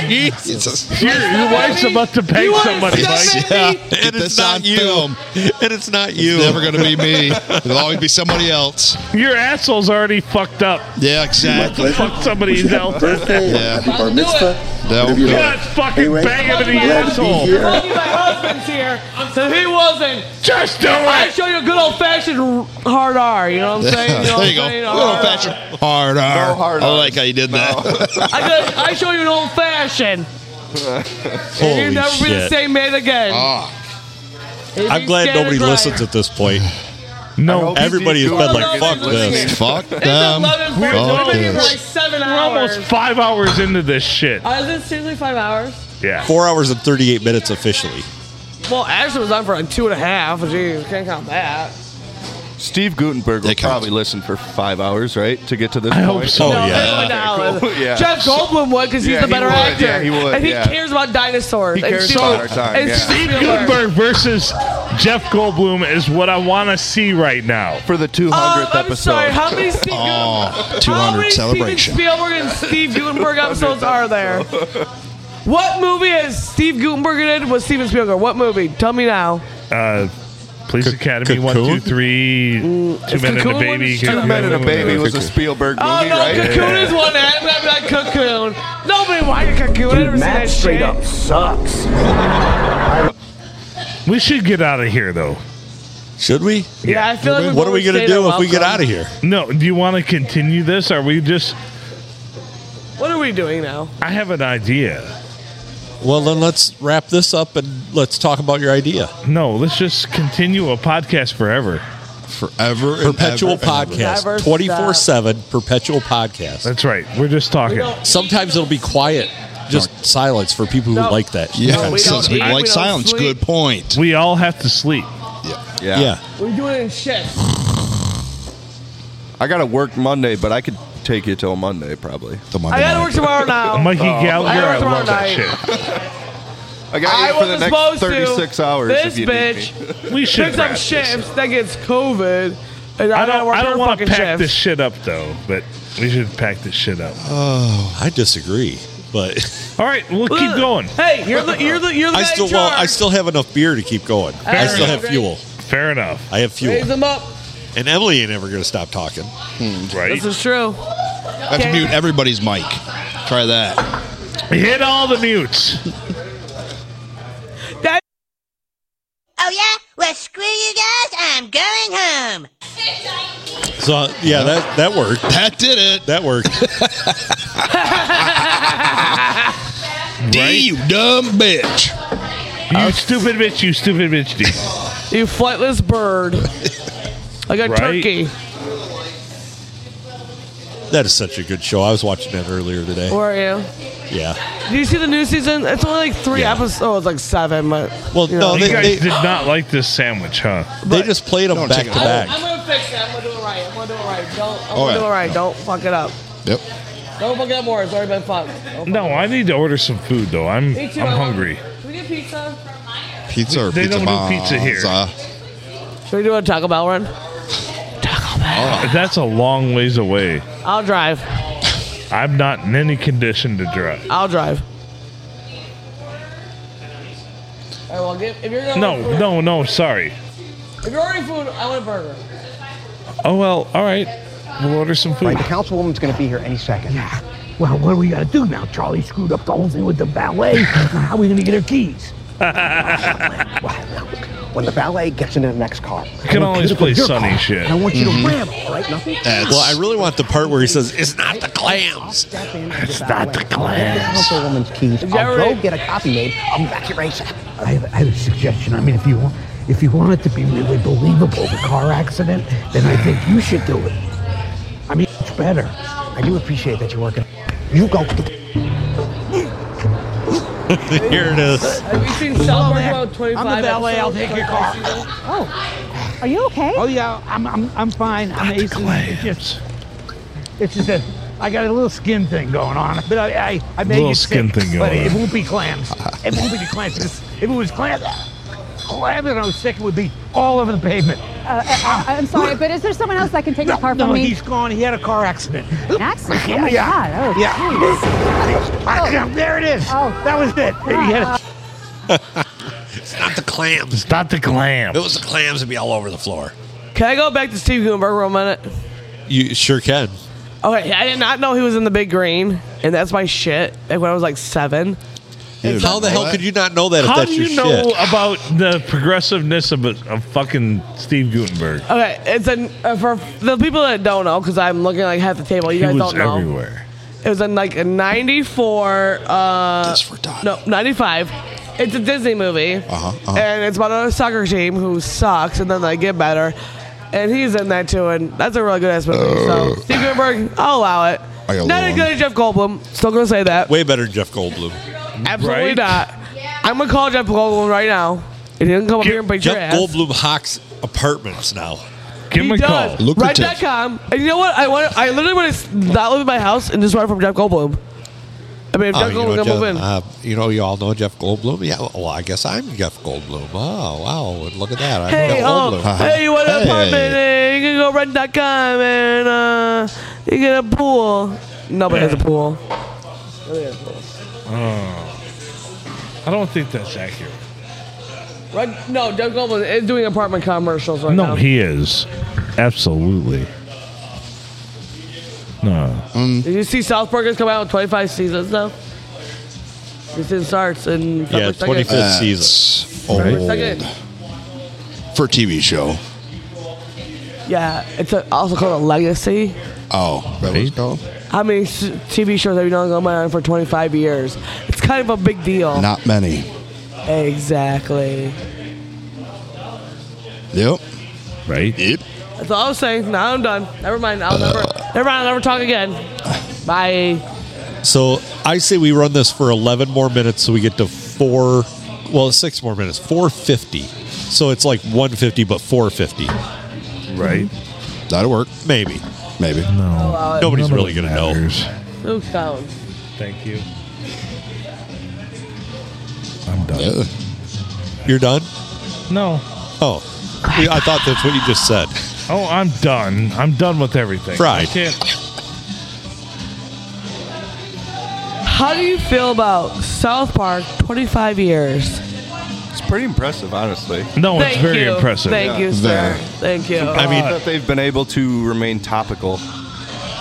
Speaker 16: Jesus.
Speaker 1: Your, your wife's about to
Speaker 9: You
Speaker 1: bang
Speaker 9: wanna
Speaker 1: somebody,
Speaker 9: step
Speaker 1: Mike.
Speaker 9: in me?
Speaker 16: Get
Speaker 8: And it's
Speaker 16: this
Speaker 8: not
Speaker 16: on
Speaker 8: you.
Speaker 16: film.
Speaker 8: And it's not you.
Speaker 16: It's never going to be me. It'll always be somebody else.
Speaker 1: Your asshole's already fucked up.
Speaker 16: Yeah, exactly.
Speaker 1: Fuck somebody
Speaker 16: Yeah.
Speaker 1: else.
Speaker 17: Birthday or
Speaker 16: Yeah.
Speaker 17: happy bar mitzvah.
Speaker 16: That
Speaker 17: Whatever you
Speaker 16: would
Speaker 17: like.
Speaker 1: God, fucking
Speaker 17: Anyway,
Speaker 1: bang him in the
Speaker 17: glad to be
Speaker 1: asshole.
Speaker 17: here.
Speaker 9: Lucky my husband's here, so he wasn't.
Speaker 1: Just do
Speaker 9: I
Speaker 1: it.
Speaker 9: show you a good old fashioned hard R. You know what I'm saying? know
Speaker 16: there you go.
Speaker 9: what I'm saying?
Speaker 16: Good old
Speaker 9: Hard R.
Speaker 16: fashioned hard R.
Speaker 21: No hard
Speaker 16: I
Speaker 21: Rs.
Speaker 16: like how you did that.
Speaker 9: I, gotta- I show you an old fashioned.
Speaker 8: Holy
Speaker 9: You'll never be the
Speaker 8: shit.
Speaker 9: same man again.
Speaker 21: Ah.
Speaker 9: If
Speaker 8: I'm
Speaker 9: you
Speaker 8: glad
Speaker 9: stand
Speaker 8: nobody
Speaker 9: dry.
Speaker 8: listens at this point.
Speaker 1: No,
Speaker 8: Everybody has been like,
Speaker 9: Well,
Speaker 8: fuck
Speaker 9: no, it's
Speaker 8: this.
Speaker 16: Fuck
Speaker 9: It's
Speaker 16: them.
Speaker 9: 11:40.
Speaker 1: We're
Speaker 9: We've
Speaker 16: Fuck
Speaker 9: been here for
Speaker 16: this.
Speaker 9: like seven
Speaker 1: we're
Speaker 9: hours.
Speaker 1: almost five hours into this shit.
Speaker 9: Uh, is it seriously five hours?
Speaker 1: Yeah.
Speaker 8: Four hours and 38 minutes officially.
Speaker 9: Well, Ashley was on for like two and a half. Jeez, can't count that.
Speaker 21: Steve Gutenberg will
Speaker 16: That counts.
Speaker 21: probably listen for five hours, right, to get to this
Speaker 1: I
Speaker 21: point.
Speaker 1: hope so. Oh,
Speaker 9: no,
Speaker 8: yeah.
Speaker 9: that's my
Speaker 21: Okay, cool.
Speaker 9: knowledge.
Speaker 21: Yeah.
Speaker 9: Jeff Goldblum would because he's
Speaker 21: Yeah,
Speaker 9: the
Speaker 21: he
Speaker 9: better
Speaker 21: would.
Speaker 9: actor.
Speaker 21: Yeah, he would,
Speaker 9: And he
Speaker 21: yeah.
Speaker 9: cares about dinosaurs.
Speaker 21: He
Speaker 9: And
Speaker 21: cares
Speaker 9: Steven-
Speaker 21: about our time,
Speaker 9: and
Speaker 21: yeah.
Speaker 9: Steven
Speaker 1: Gutenberg versus Jeff Goldblum is what I want to see right now.
Speaker 21: For the two
Speaker 9: Um,
Speaker 21: hundredth
Speaker 9: I'm
Speaker 21: episode.
Speaker 9: sorry. How many Steve
Speaker 16: Oh,
Speaker 9: Gutenberg, how
Speaker 16: 200
Speaker 9: many
Speaker 16: celebration.
Speaker 9: Steven Spielberg and Steve Gutenberg episodes are there? What movie is Steve Gutenberg in with Steven Spielberg? What movie? Tell me now.
Speaker 1: Uh, Police Academy one,
Speaker 8: Cocoon?
Speaker 1: two, three, two
Speaker 9: is
Speaker 1: men and
Speaker 9: Cocoon
Speaker 1: a
Speaker 9: one
Speaker 1: baby.
Speaker 9: of the- Two
Speaker 21: Men and a Baby was a Spielberg movie,
Speaker 9: Oh no,
Speaker 21: right?
Speaker 9: Cocoon is one. I'm not, not Cocoon. Nobody wanted Cocoon. I never seen that shit.
Speaker 22: sucks.
Speaker 1: We should get out of here though.
Speaker 8: Should we?
Speaker 9: Yeah, I feel like
Speaker 8: What are we going to do if we get out
Speaker 9: here?
Speaker 8: of here?
Speaker 1: No, do you want to continue this? Are we just?
Speaker 9: What are we doing now?
Speaker 1: I have an idea.
Speaker 8: Well, then let's wrap this up and let's talk about your idea.
Speaker 1: No, let's just continue a podcast forever.
Speaker 16: Forever and
Speaker 8: Perpetual
Speaker 16: ever and ever.
Speaker 8: podcast,
Speaker 9: Never
Speaker 8: 24 7, perpetual podcast.
Speaker 1: That's right. We're just talking.
Speaker 9: We don't
Speaker 8: Sometimes it'll be quiet, just silence for people who
Speaker 9: No.
Speaker 8: like that.
Speaker 16: Yeah,
Speaker 9: No, we
Speaker 16: since
Speaker 9: don't
Speaker 16: we
Speaker 9: eat, we
Speaker 16: like
Speaker 9: don't
Speaker 16: silence.
Speaker 9: sleep.
Speaker 16: Good point.
Speaker 1: We all have to sleep.
Speaker 21: yeah.
Speaker 8: Yeah.
Speaker 9: We're doing it in shifts.
Speaker 21: I gotta work Monday, but I could take you till Monday probably.
Speaker 16: The Monday
Speaker 9: I gotta
Speaker 16: night.
Speaker 9: work tomorrow now.
Speaker 1: Mikey
Speaker 5: Oh,
Speaker 1: Gallagher,
Speaker 9: I
Speaker 1: I
Speaker 9: worked
Speaker 1: love that
Speaker 9: tomorrow
Speaker 1: shit.
Speaker 21: I got
Speaker 9: I
Speaker 21: you for the
Speaker 9: wasn't
Speaker 21: next
Speaker 9: supposed to.
Speaker 21: thirty six hours
Speaker 9: This
Speaker 21: if you need me.
Speaker 9: bitch
Speaker 1: We should.
Speaker 9: picks
Speaker 1: wrap
Speaker 9: up
Speaker 1: this
Speaker 9: shifts that gets COVID. And I,
Speaker 1: I
Speaker 9: gotta
Speaker 1: don't.
Speaker 9: work
Speaker 1: I don't want to
Speaker 9: fucking
Speaker 1: pack
Speaker 9: shifts.
Speaker 1: this shit up though. But we should pack this shit up.
Speaker 8: Oh, I disagree, but
Speaker 1: All right, we'll keep going.
Speaker 9: Hey, you're the you're the you're the
Speaker 8: I
Speaker 9: guy in
Speaker 8: still well, I
Speaker 9: charge.
Speaker 8: still have enough beer to keep going. I still have
Speaker 9: enough.
Speaker 8: fuel.
Speaker 1: Fair enough,
Speaker 8: I have
Speaker 9: raise
Speaker 8: fuel.
Speaker 9: them up.
Speaker 8: And Emily ain't ever going to stop talking.
Speaker 1: Hmm. right?
Speaker 9: This is true.
Speaker 16: I have to mute everybody's mic. Try that.
Speaker 1: Hit all the mutes.
Speaker 23: Oh yeah? Well, screw you guys. I'm going home.
Speaker 8: So uh, yeah, that that worked.
Speaker 16: That did it.
Speaker 8: That worked.
Speaker 16: D, you dumb bitch.
Speaker 1: You stupid bitch. You stupid bitch. D.
Speaker 9: You flightless bird. Like a
Speaker 1: Right?
Speaker 9: turkey.
Speaker 8: that is such a good show. I was watching that earlier today.
Speaker 9: Where are you?
Speaker 8: Yeah.
Speaker 9: Do you see the new season? It's only like three
Speaker 8: Yeah.
Speaker 9: episodes, Oh, like seven. But
Speaker 8: Well,
Speaker 9: you
Speaker 8: no,
Speaker 9: know.
Speaker 1: You
Speaker 8: they,
Speaker 1: guys
Speaker 8: they,
Speaker 1: did not like this sandwich, huh?
Speaker 8: they just played them
Speaker 16: Don't
Speaker 8: back
Speaker 16: take
Speaker 8: to
Speaker 16: it
Speaker 8: back.
Speaker 9: I'm gonna fix it. I'm gonna do it right. I'm gonna do it right. Don't. I'm
Speaker 16: Oh,
Speaker 9: gonna
Speaker 16: yeah.
Speaker 9: do it right. Don't fuck it up.
Speaker 16: Yep.
Speaker 9: Don't fuck it up more. It's already been fucked. Don't fuck
Speaker 1: Oh, No, I need to order some food though. I'm
Speaker 9: Me too, I
Speaker 1: Mm, I'm
Speaker 9: want-
Speaker 1: hungry.
Speaker 9: Should we get pizza?
Speaker 16: Pizza or
Speaker 1: They
Speaker 16: pizza
Speaker 1: don't do pizza here.
Speaker 16: bonza?
Speaker 9: Should we do a Taco Bell run?
Speaker 1: Uh, That's a long ways away.
Speaker 9: I'll drive.
Speaker 1: I'm not in any condition to drive.
Speaker 9: I'll drive. All right, well, give, if you're gonna order
Speaker 1: No,
Speaker 9: food-
Speaker 1: no, no. Sorry.
Speaker 9: If you're ordering food, I want a burger.
Speaker 1: Oh well. All right. We'll order some food.
Speaker 24: Right, the councilwoman's going to be here any second. Yeah. Well, what do we got to do now? Charlie screwed up the whole thing with the ballet. How are we going to get her keys? When the ballet gets into the next car,
Speaker 8: You can
Speaker 24: I want
Speaker 8: always
Speaker 24: you to put
Speaker 8: play
Speaker 24: your
Speaker 8: sunny
Speaker 24: car,
Speaker 8: shit.
Speaker 24: and I want you
Speaker 2: Mm-hmm.
Speaker 8: Mhm.
Speaker 24: to ram, all right? Nothing.
Speaker 8: well, I really want the part where he says, "It's not the clams."
Speaker 24: It's not the class. Councilwoman's keys. I'll go get a copy made. I'll be back here ASAP.
Speaker 25: I have, I have a suggestion. I mean, if you want, if you want it to be really believable, the car accident, then I think you should do it. I mean, it's better.
Speaker 24: I do appreciate that you're working. You go.
Speaker 8: Here it is.
Speaker 9: Have you seen
Speaker 24: Hello
Speaker 9: Celebrate
Speaker 24: there.
Speaker 9: Road 25?
Speaker 24: I'm the valet.
Speaker 9: episode
Speaker 24: I'll take your car.
Speaker 9: 25 season?
Speaker 25: Are you okay? Oh yeah, I'm I'm, I'm fine. I'm aces. It's just, it's just that I got a little skin thing going on, but I I, I may
Speaker 1: Little
Speaker 25: get
Speaker 1: skin
Speaker 25: sick,
Speaker 1: thing
Speaker 25: but
Speaker 1: going
Speaker 25: it
Speaker 1: on.
Speaker 25: won't be clams. It won't be the clams. because If it was clams, clams and I was sick, it would be all over the pavement.
Speaker 26: Uh, I, I- I'm sorry, but is there someone else that can take the car from
Speaker 25: No,
Speaker 26: me?
Speaker 25: he's gone. He had a car accident.
Speaker 26: An accident? Oh my
Speaker 25: yeah.
Speaker 26: God. Oh,
Speaker 25: yeah. There it is. That was it. He had a-
Speaker 8: It's not the clams. It's
Speaker 1: not the clams.
Speaker 8: If it was the clams, it'd be all over the floor.
Speaker 9: Can I go back to Steve Gutenberg for a minute?
Speaker 8: You sure can.
Speaker 9: Okay, I did not know he was in the big green, and that's my shit. Like when I was like seven.
Speaker 8: Dude, how the hell could you not know that if
Speaker 1: How
Speaker 8: that's
Speaker 1: do
Speaker 8: your
Speaker 1: you know
Speaker 8: shit?
Speaker 1: about the progressiveness of, a, of fucking Steve Gutenberg?
Speaker 9: Okay, it's an uh, for the people that don't know, because I'm looking like half the table. You
Speaker 1: he
Speaker 9: guys
Speaker 1: was
Speaker 9: don't know.
Speaker 1: everywhere.
Speaker 9: It was in like a 94, uh, no, 95. It's a Disney movie. Uh-huh, And it's about a soccer team who sucks and then they get better. And he's in that too, and that's a really good ass movie. so, Steve Gutenberg, I'll allow it.
Speaker 8: I got a
Speaker 9: Not
Speaker 8: little
Speaker 9: as good as Jeff Goldblum. Still gonna say that.
Speaker 8: Way better than Jeff Goldblum.
Speaker 9: Absolutely
Speaker 8: Right?
Speaker 9: not. I'm gonna call Jeff Goldblum right now. He didn't come up here and bite your
Speaker 8: Jeff
Speaker 9: ass.
Speaker 8: Goldblum hawks apartments now.
Speaker 9: he does. Red.com. And you know what? I want. I literally want to not live in my house and just run from Jeff Goldblum. I mean, if Jeff
Speaker 8: Oh, you,
Speaker 9: Goldblum
Speaker 8: know,
Speaker 9: can move
Speaker 8: Jeff,
Speaker 9: in.
Speaker 8: uh, you know, you all know Jeff Goldblum. Yeah, well, I guess I'm Jeff Goldblum. Oh, wow, look at that! I'm
Speaker 9: Hey,
Speaker 8: Ah, Jeff
Speaker 9: um,
Speaker 8: Goldblum.
Speaker 9: hey, you want an
Speaker 8: Hey.
Speaker 9: apartment? eh? you can go rent.com and uh, you get a pool. Nobody has a pool.
Speaker 1: Oh. I don't think that's accurate.
Speaker 9: Red, no, Jeff Goldblum is doing apartment commercials right now.
Speaker 1: No, he is. Absolutely. No.
Speaker 8: Um,
Speaker 9: Did you see South Park is coming out with 25 seasons now? This it starts in February 2nd.
Speaker 21: That's
Speaker 9: February
Speaker 5: Oh.
Speaker 21: old.
Speaker 9: 2nd.
Speaker 21: For a TV show.
Speaker 9: Yeah, it's a, also called a legacy.
Speaker 21: Oh, that was called?
Speaker 9: How many s- TV shows have you done going on for 25 years? It's kind of a big deal.
Speaker 21: Not many.
Speaker 9: Exactly.
Speaker 21: Yep.
Speaker 1: Right?
Speaker 21: Yep.
Speaker 9: That's all I was saying. Now I'm done. Never mind. I'll never.
Speaker 21: Uh.
Speaker 9: Never mind. I'll never talk again. Bye.
Speaker 8: So I say we run this for 11 more minutes, so we get to four. Well, six more minutes. 450. So it's like 150, but 450.
Speaker 1: Right.
Speaker 8: That'll work. Maybe.
Speaker 21: Maybe.
Speaker 9: uh,
Speaker 8: No.
Speaker 9: it.
Speaker 8: Nobody's
Speaker 9: None of
Speaker 8: really
Speaker 9: it
Speaker 8: gonna know.
Speaker 9: Who counts?
Speaker 1: Thank you.
Speaker 8: I'm done. You're done?
Speaker 1: No.
Speaker 8: Oh, We- I thought that's what you just said.
Speaker 1: Oh, I'm done. I'm done with everything.
Speaker 8: Fried.
Speaker 1: I can't.
Speaker 9: How do you feel about South Park 25 years?
Speaker 5: It's pretty impressive, honestly.
Speaker 1: No,
Speaker 9: Thank you. Thank you, sir.
Speaker 5: There.
Speaker 9: Thank you.
Speaker 5: I mean, that they've been able to remain topical.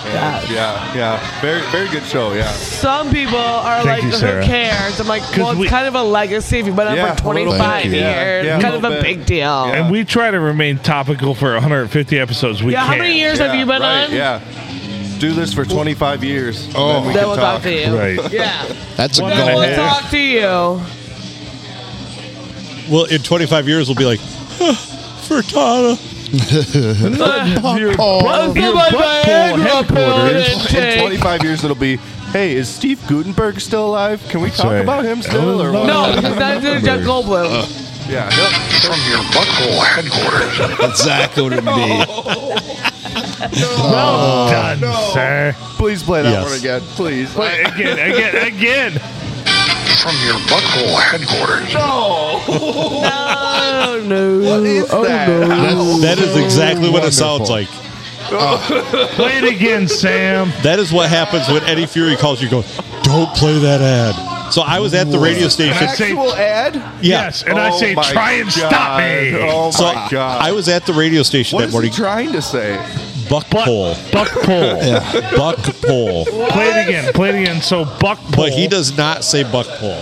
Speaker 5: And, yeah, yeah. Very, very good show. Yeah.
Speaker 9: some people are
Speaker 5: Thank
Speaker 9: like,
Speaker 5: you, Sarah.
Speaker 9: who cares? I'm like,
Speaker 5: 'Cause
Speaker 9: well, it's
Speaker 5: we-
Speaker 9: kind of a legacy if you've been on
Speaker 5: Yeah,
Speaker 9: for
Speaker 5: a little
Speaker 9: 25
Speaker 5: bit.
Speaker 9: years.
Speaker 5: Yeah, yeah,
Speaker 9: kind of
Speaker 5: little
Speaker 9: a
Speaker 5: bit.
Speaker 9: big deal.
Speaker 1: And we try to remain topical for 150 episodes. We
Speaker 9: Yeah, how
Speaker 1: can't.
Speaker 9: many years have
Speaker 5: Yeah,
Speaker 9: you been
Speaker 5: right,
Speaker 9: on?
Speaker 5: Yeah. Do this for 25 years.
Speaker 9: Oh.
Speaker 5: then we
Speaker 9: Then
Speaker 5: can
Speaker 9: we'll talk to you. Right. Yeah.
Speaker 8: That's
Speaker 9: Then we'll talk to you.
Speaker 8: Well, in 25 years, we'll be like, Frittata.
Speaker 5: In 25 years, it'll be, hey, is Steve Gutenberg still alive? Can we talk
Speaker 1: right.
Speaker 5: about him still? Or
Speaker 1: No,
Speaker 5: what? Uh,
Speaker 9: No, because that's just Jeff Goldblum.
Speaker 5: Yeah, he'll- from your butthole headquarters.
Speaker 21: Exactly what it would be.
Speaker 1: Well done, sir.
Speaker 5: Please play that
Speaker 1: Yes.
Speaker 5: one again, please.
Speaker 1: Play again, again, again.
Speaker 5: From your butthole headquarters. No.
Speaker 9: no, no. What
Speaker 5: is
Speaker 9: oh,
Speaker 5: that?
Speaker 9: No.
Speaker 8: That is exactly what it sounds like.
Speaker 1: Play it again, Sam.
Speaker 8: That is what happens when Eddie Fury calls you. Go, don't play that ad. So I was at the radio station.
Speaker 21: Actual ad?
Speaker 8: Yeah. Oh
Speaker 1: Yes, and I say,
Speaker 21: Oh my
Speaker 1: "Try and stop me."
Speaker 21: Oh
Speaker 8: so
Speaker 21: my god!
Speaker 8: I was at the radio station
Speaker 21: What
Speaker 8: that
Speaker 21: is
Speaker 8: morning.
Speaker 21: he trying to say?
Speaker 8: Buck pole.
Speaker 1: Buck pole.
Speaker 8: Yeah, buck pole.
Speaker 1: Play it again. Play it again. So buck pole.
Speaker 8: But he does not say buck pole.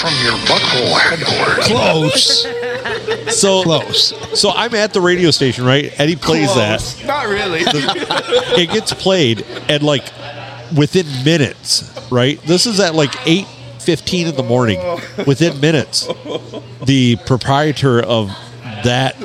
Speaker 3: From your buckhole headboard.
Speaker 8: Close. So close. So I'm at the radio station, right? Eddie plays that.
Speaker 21: Not really.
Speaker 8: It gets played and like within minutes, right? This is at like eight fifteen in the morning. Within minutes, the proprietor of that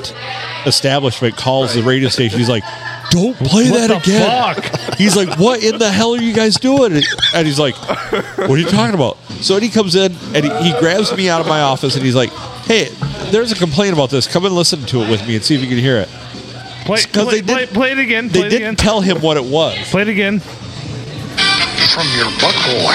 Speaker 8: establishment calls the radio station. He's like, "Don't play
Speaker 1: What
Speaker 8: that
Speaker 1: the
Speaker 8: again."
Speaker 1: fuck?
Speaker 8: He's like, "What in the hell are you guys doing?" And he's like, "What are you talking about?" So Eddie comes in and he, he grabs me out of my office and he's like, "Hey, there's a complaint about this. Come and listen to it with me and see if you can hear it."
Speaker 1: play, play,
Speaker 8: Because they
Speaker 1: play,
Speaker 8: did-
Speaker 1: play it again. Play
Speaker 8: They
Speaker 1: it
Speaker 8: didn't
Speaker 1: again.
Speaker 8: tell him what it was.
Speaker 1: Play it again.
Speaker 3: From your buckhole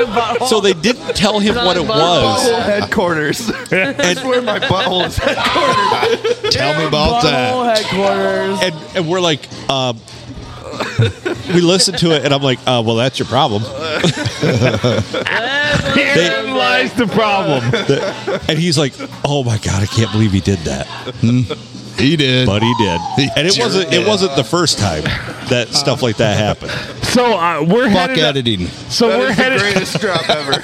Speaker 3: headboard.
Speaker 8: So they didn't tell him what it
Speaker 21: Butthole
Speaker 8: was.
Speaker 21: headquarters.
Speaker 8: And-
Speaker 21: That's where my butthole is headquarters.
Speaker 8: Tell me about
Speaker 9: Butthole headquarters.
Speaker 8: And, and we're like, um, we listened to it, and I'm like, uh, well, that's your problem.
Speaker 1: Herein lies the problem.
Speaker 8: and he's like, oh my god, I can't believe he did that.
Speaker 16: Hmm. He did.
Speaker 8: But he did,
Speaker 16: He
Speaker 8: and it
Speaker 16: sure
Speaker 8: wasn't.
Speaker 16: did.
Speaker 8: It wasn't the first time that stuff like that happened.
Speaker 1: So uh, we're
Speaker 16: Fuck
Speaker 1: headed.
Speaker 16: editing.
Speaker 1: so
Speaker 21: That
Speaker 1: we're
Speaker 21: is the
Speaker 1: headed.
Speaker 21: greatest drop ever.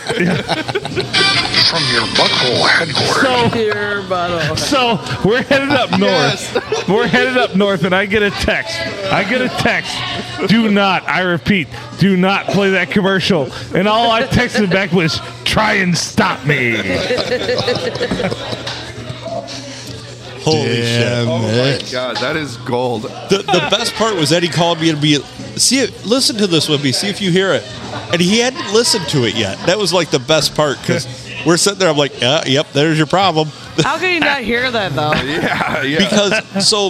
Speaker 3: From your buckhole headboard.
Speaker 1: So
Speaker 9: Here, bottle.
Speaker 1: so we're headed up north. We're headed up north, and I get a text. I get a text. Do not, I repeat, do not play that commercial. And all I texted back was, "Try and stop me."
Speaker 8: Holy shit!
Speaker 21: Oh my god, that is gold.
Speaker 8: The, the best part was that he called me and be see it. Listen to this with me. See if you hear it. And he hadn't listened to it yet. That was like the best part because we're sitting there. I'm like, uh, yep, there's your problem.
Speaker 9: How can you not hear that though?
Speaker 21: Uh, Yeah, yeah.
Speaker 8: because so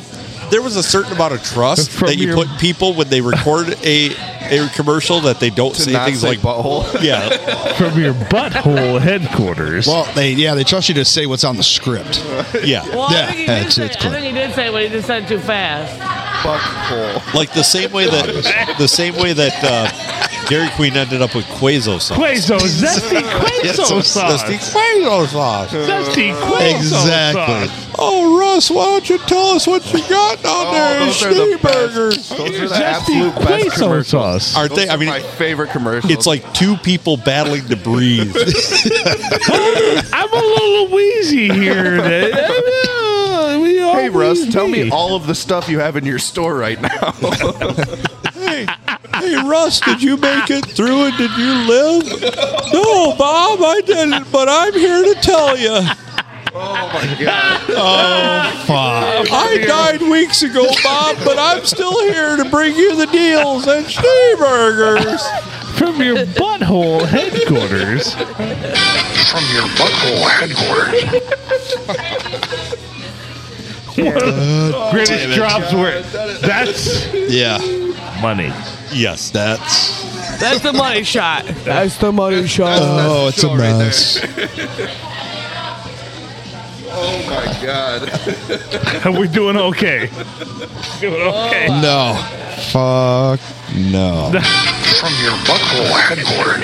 Speaker 8: there was a certain amount of trust
Speaker 1: From
Speaker 8: that you
Speaker 1: your-
Speaker 8: put in people when they record a a commercial that they don't
Speaker 21: To
Speaker 8: say
Speaker 21: not
Speaker 8: things
Speaker 21: say
Speaker 8: like
Speaker 21: butthole.
Speaker 8: yeah
Speaker 1: From your butthole headquarters.
Speaker 16: Well, they yeah, they trust you to say what's on the script.
Speaker 8: yeah
Speaker 9: Well,
Speaker 16: Yeah,
Speaker 9: I think he did
Speaker 16: it's-
Speaker 9: say.
Speaker 16: it's
Speaker 9: I think he did say, it, but he just said it too fast.
Speaker 21: Buckhole.
Speaker 8: like the same way that the same way that uh, Dairy Queen ended up with Quazo sauce.
Speaker 1: Queso, zesty queso sauce.
Speaker 8: Zesty Quazo sauce.
Speaker 1: Zesty queso
Speaker 16: Exactly.
Speaker 1: sauce.
Speaker 8: Oh Russ, why don't you tell us what you got down there?
Speaker 21: Oh, those are the best.
Speaker 8: Schneeburgers.
Speaker 21: Those are the
Speaker 1: Zesty
Speaker 21: absolute best
Speaker 1: queso
Speaker 21: commercials.
Speaker 1: sauce.
Speaker 8: Are
Speaker 21: Those
Speaker 8: they? I mean,
Speaker 21: my favorite commercials.
Speaker 8: it's like two people battling to breathe.
Speaker 1: I'm a little wheezy here. we all
Speaker 21: Hey Russ, tell me
Speaker 1: wheezy.
Speaker 21: all of the stuff you have in your store right now. Oh,
Speaker 8: hey, hey, Russ, did you make it through and did you live? No, Bob, I didn't, but I'm here to tell you.
Speaker 21: oh my god.
Speaker 5: Oh,
Speaker 8: I died weeks ago, Bob, but I'm still here to bring you the deals and Schneeburgers.
Speaker 1: from your butthole headquarters.
Speaker 3: From your buckhole headboard.
Speaker 1: Greatest drops were. That's
Speaker 16: Yeah.
Speaker 1: money.
Speaker 8: Yes, that's.
Speaker 9: That's the money shot. That's the money shot.
Speaker 16: Oh, it's a mess.
Speaker 21: Oh my god. Oh,
Speaker 1: We're doing okay. Doing okay.
Speaker 16: No. Fuck no.
Speaker 3: From your buckhole headboard.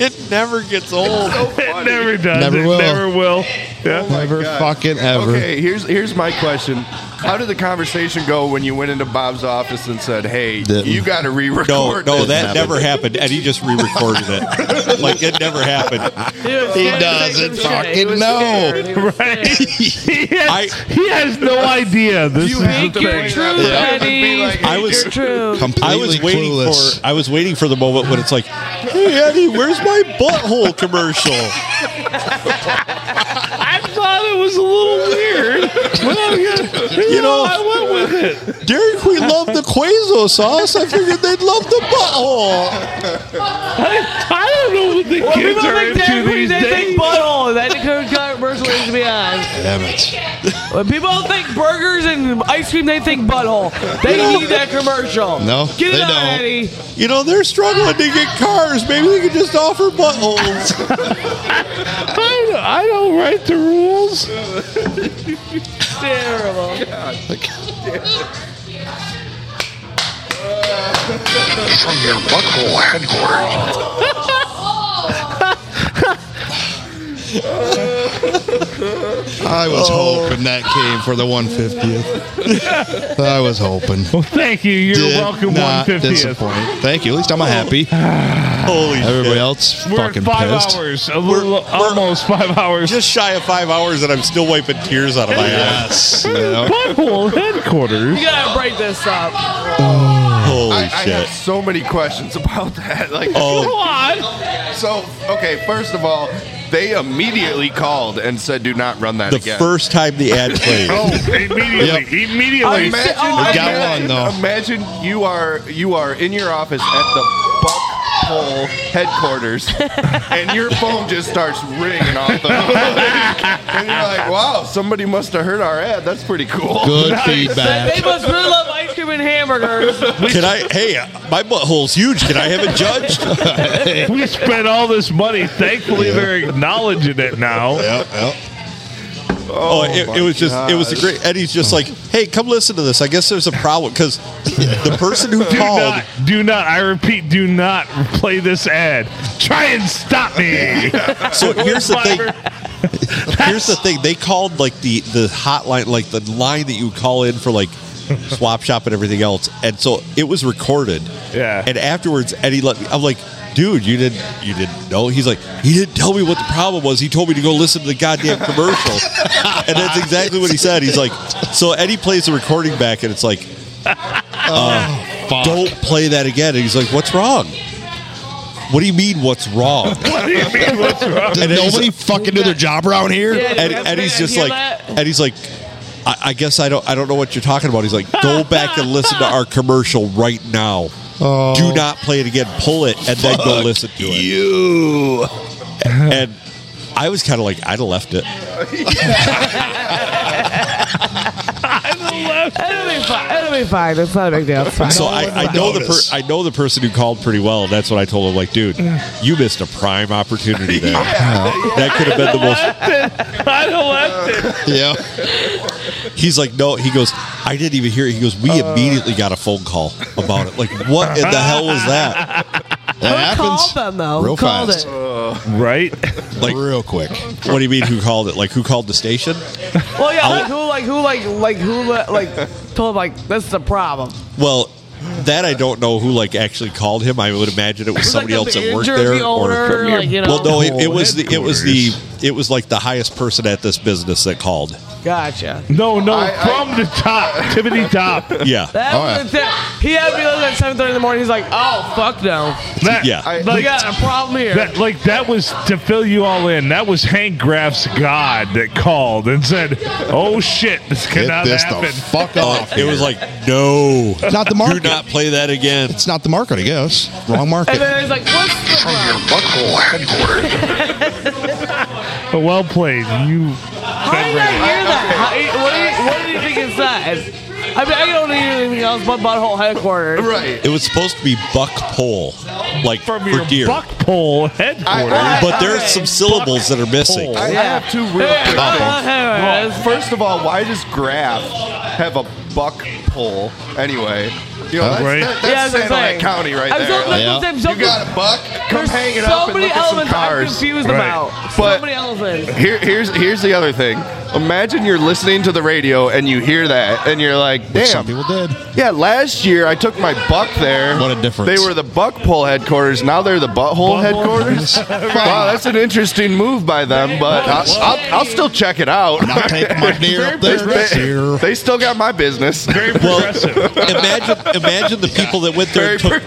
Speaker 8: It never gets old.
Speaker 1: It never does.
Speaker 16: Never
Speaker 1: it
Speaker 16: will. Oh
Speaker 1: never will. Yeah.
Speaker 16: Never
Speaker 21: God.
Speaker 16: fucking ever.
Speaker 21: Okay, here's here's my question. How did the conversation go when you went into Bob's office and said, "Hey,
Speaker 16: Didn't.
Speaker 21: you got to
Speaker 8: No,
Speaker 21: re-record"?
Speaker 8: no,
Speaker 21: this?
Speaker 8: that never happened. And he just re recorded it. Like, it never happened.
Speaker 16: He
Speaker 9: He
Speaker 16: doesn't fucking know.
Speaker 1: Right? he, has,
Speaker 8: I-
Speaker 1: he has no idea. This is the
Speaker 9: Speak your
Speaker 1: thing.
Speaker 9: truth,
Speaker 21: Yeah.
Speaker 9: Eddie.
Speaker 21: Like,
Speaker 8: I was-
Speaker 9: Speak your truth.
Speaker 16: Completely
Speaker 8: I was waiting
Speaker 16: clueless.
Speaker 8: for I was waiting for the moment when it's like, "Hey Eddie, where's my butthole commercial?"
Speaker 1: I thought it was a little weird. But I'm gonna,
Speaker 8: You know,
Speaker 1: I went with it.
Speaker 8: Dairy Queen loved the queso sauce. I figured they'd love the butthole.
Speaker 1: I, I don't know what the
Speaker 9: Well,
Speaker 1: kids
Speaker 9: people
Speaker 1: are
Speaker 9: think Dairy
Speaker 1: into
Speaker 9: Queen,
Speaker 1: these
Speaker 9: they
Speaker 1: days.
Speaker 9: think butthole. That commercial needs to be on.
Speaker 16: Damn it.
Speaker 9: When people think burgers and ice cream, they think butthole. They need that commercial.
Speaker 16: No,
Speaker 9: Get it
Speaker 16: they
Speaker 9: on,
Speaker 16: don't.
Speaker 9: Eddie.
Speaker 8: You know, they're struggling to get cars. Maybe they could just offer buttholes.
Speaker 1: I don't, I don't write the rules.
Speaker 27: terrible.
Speaker 28: From your butthole headquarters.
Speaker 7: I was hoping that came for the 150th. I was hoping. Well,
Speaker 1: thank you. You're welcome,
Speaker 7: Not
Speaker 1: 150th.
Speaker 7: disappoint. Thank you. At least I'm happy.
Speaker 8: Holy
Speaker 7: Everybody
Speaker 8: shit.
Speaker 7: else
Speaker 8: We're at
Speaker 7: fucking
Speaker 8: five
Speaker 7: pissed.
Speaker 1: hours. A little, almost five hours.
Speaker 8: Just shy of five hours, and I'm still wiping tears out of my eyes.
Speaker 1: Butthole headquarters.
Speaker 9: You gotta break this up.
Speaker 8: oh, Holy
Speaker 5: I, I have
Speaker 8: shit.
Speaker 5: so many questions about that. Like,
Speaker 8: Oh. Go
Speaker 5: on. So, okay, first of all, they immediately called and said, "Do not run that
Speaker 8: The
Speaker 5: again."
Speaker 8: first time the ad played.
Speaker 5: Oh,
Speaker 1: immediately, immediately.
Speaker 5: Imagine,
Speaker 8: Oh, I got
Speaker 5: imagine-
Speaker 8: one, though.
Speaker 5: Imagine you are you are in your office at the Buckhole headquarters, and your phone just starts ringing off the hook. and you're like, "Wow, somebody must have heard our ad. That's pretty cool."
Speaker 7: Good
Speaker 9: They must really love ice cream and hamburgers.
Speaker 8: Can I? Hey, my butthole's huge. Can I have it judged?
Speaker 1: we spent all this money. Thankfully, they're acknowledging it now.
Speaker 8: Oh, it, it was just, it was a
Speaker 1: gosh.
Speaker 8: great. Eddie's just like, hey, come listen to this. I guess there's a problem because the person who
Speaker 1: Do
Speaker 8: called
Speaker 1: not, do not, I repeat, do not play this ad. Try and stop me.
Speaker 8: So here's the thing. Here's the thing. They called like the the hotline, like the line that you would call in for like swap shop and everything else. And so it was recorded.
Speaker 1: Yeah.
Speaker 8: And afterwards, Eddie let me. I'm like, dude, you didn't you didn't know. He's like, he didn't tell me what the problem was. He told me to go listen to the goddamn commercial. and that's exactly what he said. He's like, so Eddie plays the recording back, and it's like, uh,
Speaker 1: Oh,
Speaker 8: don't play that again. And he's like, what's wrong? What do you mean? What's wrong?
Speaker 1: What do you mean? What's wrong?
Speaker 7: Did nobody fucking do their job around here?
Speaker 8: And, and he's just like, and he's like, I, I guess I don't, I don't know what you're talking about. He's like, go back and listen to our commercial right now. Do not play it again. Pull it and then go
Speaker 7: Fuck
Speaker 8: listen to it. You and I was kind of like, I'd have left it.
Speaker 9: It'll be fine. It'll be fine. It's not a big deal. It's fine.
Speaker 8: So I, I know the per- I know the person who called pretty well. And that's what I told him. Like, dude, you missed a prime opportunity there. That could have been the most
Speaker 1: I left it.
Speaker 8: yeah. He's like, no. He goes, I didn't even hear it. He goes, we
Speaker 7: Uh.
Speaker 8: immediately got a phone call about it. Like, what in the hell was that?
Speaker 9: Who called them though?
Speaker 8: Real
Speaker 9: Who called
Speaker 8: fast.
Speaker 9: it?
Speaker 1: Right?
Speaker 8: Like real quick. What do you mean? Who called it? Like who called the station?
Speaker 9: Well, yeah,
Speaker 8: I'll-
Speaker 9: like who, like who, like like who, le- like told him like this is a problem.
Speaker 8: Well, that I don't know who like actually called him. I would imagine it was
Speaker 9: It's
Speaker 8: somebody
Speaker 9: like
Speaker 8: else
Speaker 9: the
Speaker 8: that
Speaker 9: New
Speaker 8: worked
Speaker 9: Jersey
Speaker 8: there.
Speaker 9: owner, like, you know.
Speaker 8: well, no, it, it was the it was the it was like the highest person at this business that called.
Speaker 9: Gotcha.
Speaker 1: No, no, from the top, Tippity top.
Speaker 8: Yeah.
Speaker 9: That was the tip. He had me looking at seven thirty in the morning. He's like, oh fuck no.
Speaker 1: That-
Speaker 8: Yeah.
Speaker 9: We got a problem here.
Speaker 1: That, like that was to fill you all in. That was Hank Graff's God that called and said, "Oh shit, this cannot
Speaker 7: this the
Speaker 1: happen." Uh,
Speaker 7: fuck off
Speaker 8: Uh, It was like, no,
Speaker 7: It's not the market.
Speaker 8: Do not play that again.
Speaker 7: It's not the market, I guess. Wrong market.
Speaker 9: And then he's like, what's the problem?
Speaker 28: Butthole headquarters.
Speaker 1: well played, you.
Speaker 9: How did I hear that? How, he- what, do you, what do you think it says? I mean, I don't hear anything else but butthole headquarters.
Speaker 5: Right.
Speaker 8: It was supposed to be buck pole, like
Speaker 1: From
Speaker 8: for
Speaker 1: your
Speaker 8: deer.
Speaker 1: buck pole headquarters.
Speaker 8: but there are some syllables that are missing.
Speaker 5: I, I have two real
Speaker 9: Yeah.
Speaker 5: quick
Speaker 9: Yeah.
Speaker 5: things.
Speaker 9: Yeah.
Speaker 5: Well, first of all, why does Graf have a buck pole anyway? You know,
Speaker 7: Huh?
Speaker 5: that's,
Speaker 7: Right.
Speaker 5: that,
Speaker 9: Yeah,
Speaker 5: that's
Speaker 9: that's what I'm
Speaker 5: Sandalwood
Speaker 9: saying.
Speaker 5: County right
Speaker 9: I'm
Speaker 5: there.
Speaker 9: so- that's what I'm
Speaker 5: Like,
Speaker 9: saying. So-
Speaker 5: you got a buck? Come
Speaker 9: There's
Speaker 5: hang it
Speaker 9: so
Speaker 5: up and
Speaker 9: many
Speaker 5: look at some
Speaker 9: elements I'm
Speaker 5: cars.
Speaker 9: confused about. So many elements.
Speaker 5: Here, here's here's the other thing. Imagine you're listening to the radio and you hear that, and you're like,
Speaker 7: Which some
Speaker 5: "Damn."
Speaker 7: people did.
Speaker 5: Yeah, last year I took my buck there.
Speaker 7: What a difference.
Speaker 5: They were the buck pole headquarters. Now they're the butthole headquarters. wow, that's an interesting move by them, but I, I'll, I'll still check it out.
Speaker 7: I'll take my deer up
Speaker 5: they,
Speaker 7: there next
Speaker 5: they,
Speaker 7: year.
Speaker 5: they still got my business.
Speaker 1: Very progressive.
Speaker 8: imagine, imagine the people that went there.
Speaker 5: Very
Speaker 8: and took-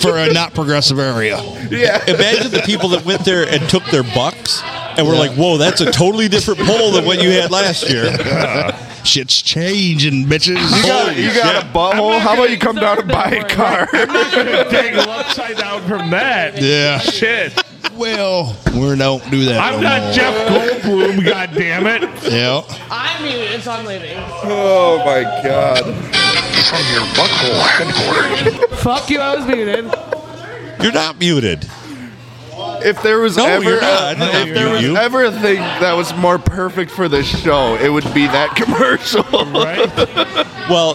Speaker 7: For a not progressive area.
Speaker 5: yeah.
Speaker 8: imagine the people that went there and took their bucks and were like, "Whoa, that's a totally different poll than what you had last year."
Speaker 7: Shit's changing, bitches.
Speaker 5: You got, you got a butthole? How about you come down and buy a car?
Speaker 1: Dang, upside down from that.
Speaker 7: Yeah.
Speaker 1: Shit.
Speaker 7: Well, we don't do that.
Speaker 1: I'm
Speaker 7: no
Speaker 1: not
Speaker 7: more.
Speaker 1: Jeff Goldblum. God damn it.
Speaker 7: Yeah.
Speaker 9: I'm muted, so I'm leaving.
Speaker 5: oh my god.
Speaker 28: From your butthole headquarters.
Speaker 9: Fuck you, I was muted.
Speaker 8: You're not muted.
Speaker 5: If there was
Speaker 16: No,
Speaker 5: ever
Speaker 16: you're
Speaker 5: a,
Speaker 16: not. No,
Speaker 5: if
Speaker 16: you're
Speaker 5: there
Speaker 16: not.
Speaker 5: was
Speaker 16: You-
Speaker 5: ever a thing that was more perfect for this show, it would be that commercial. Right.
Speaker 8: Well,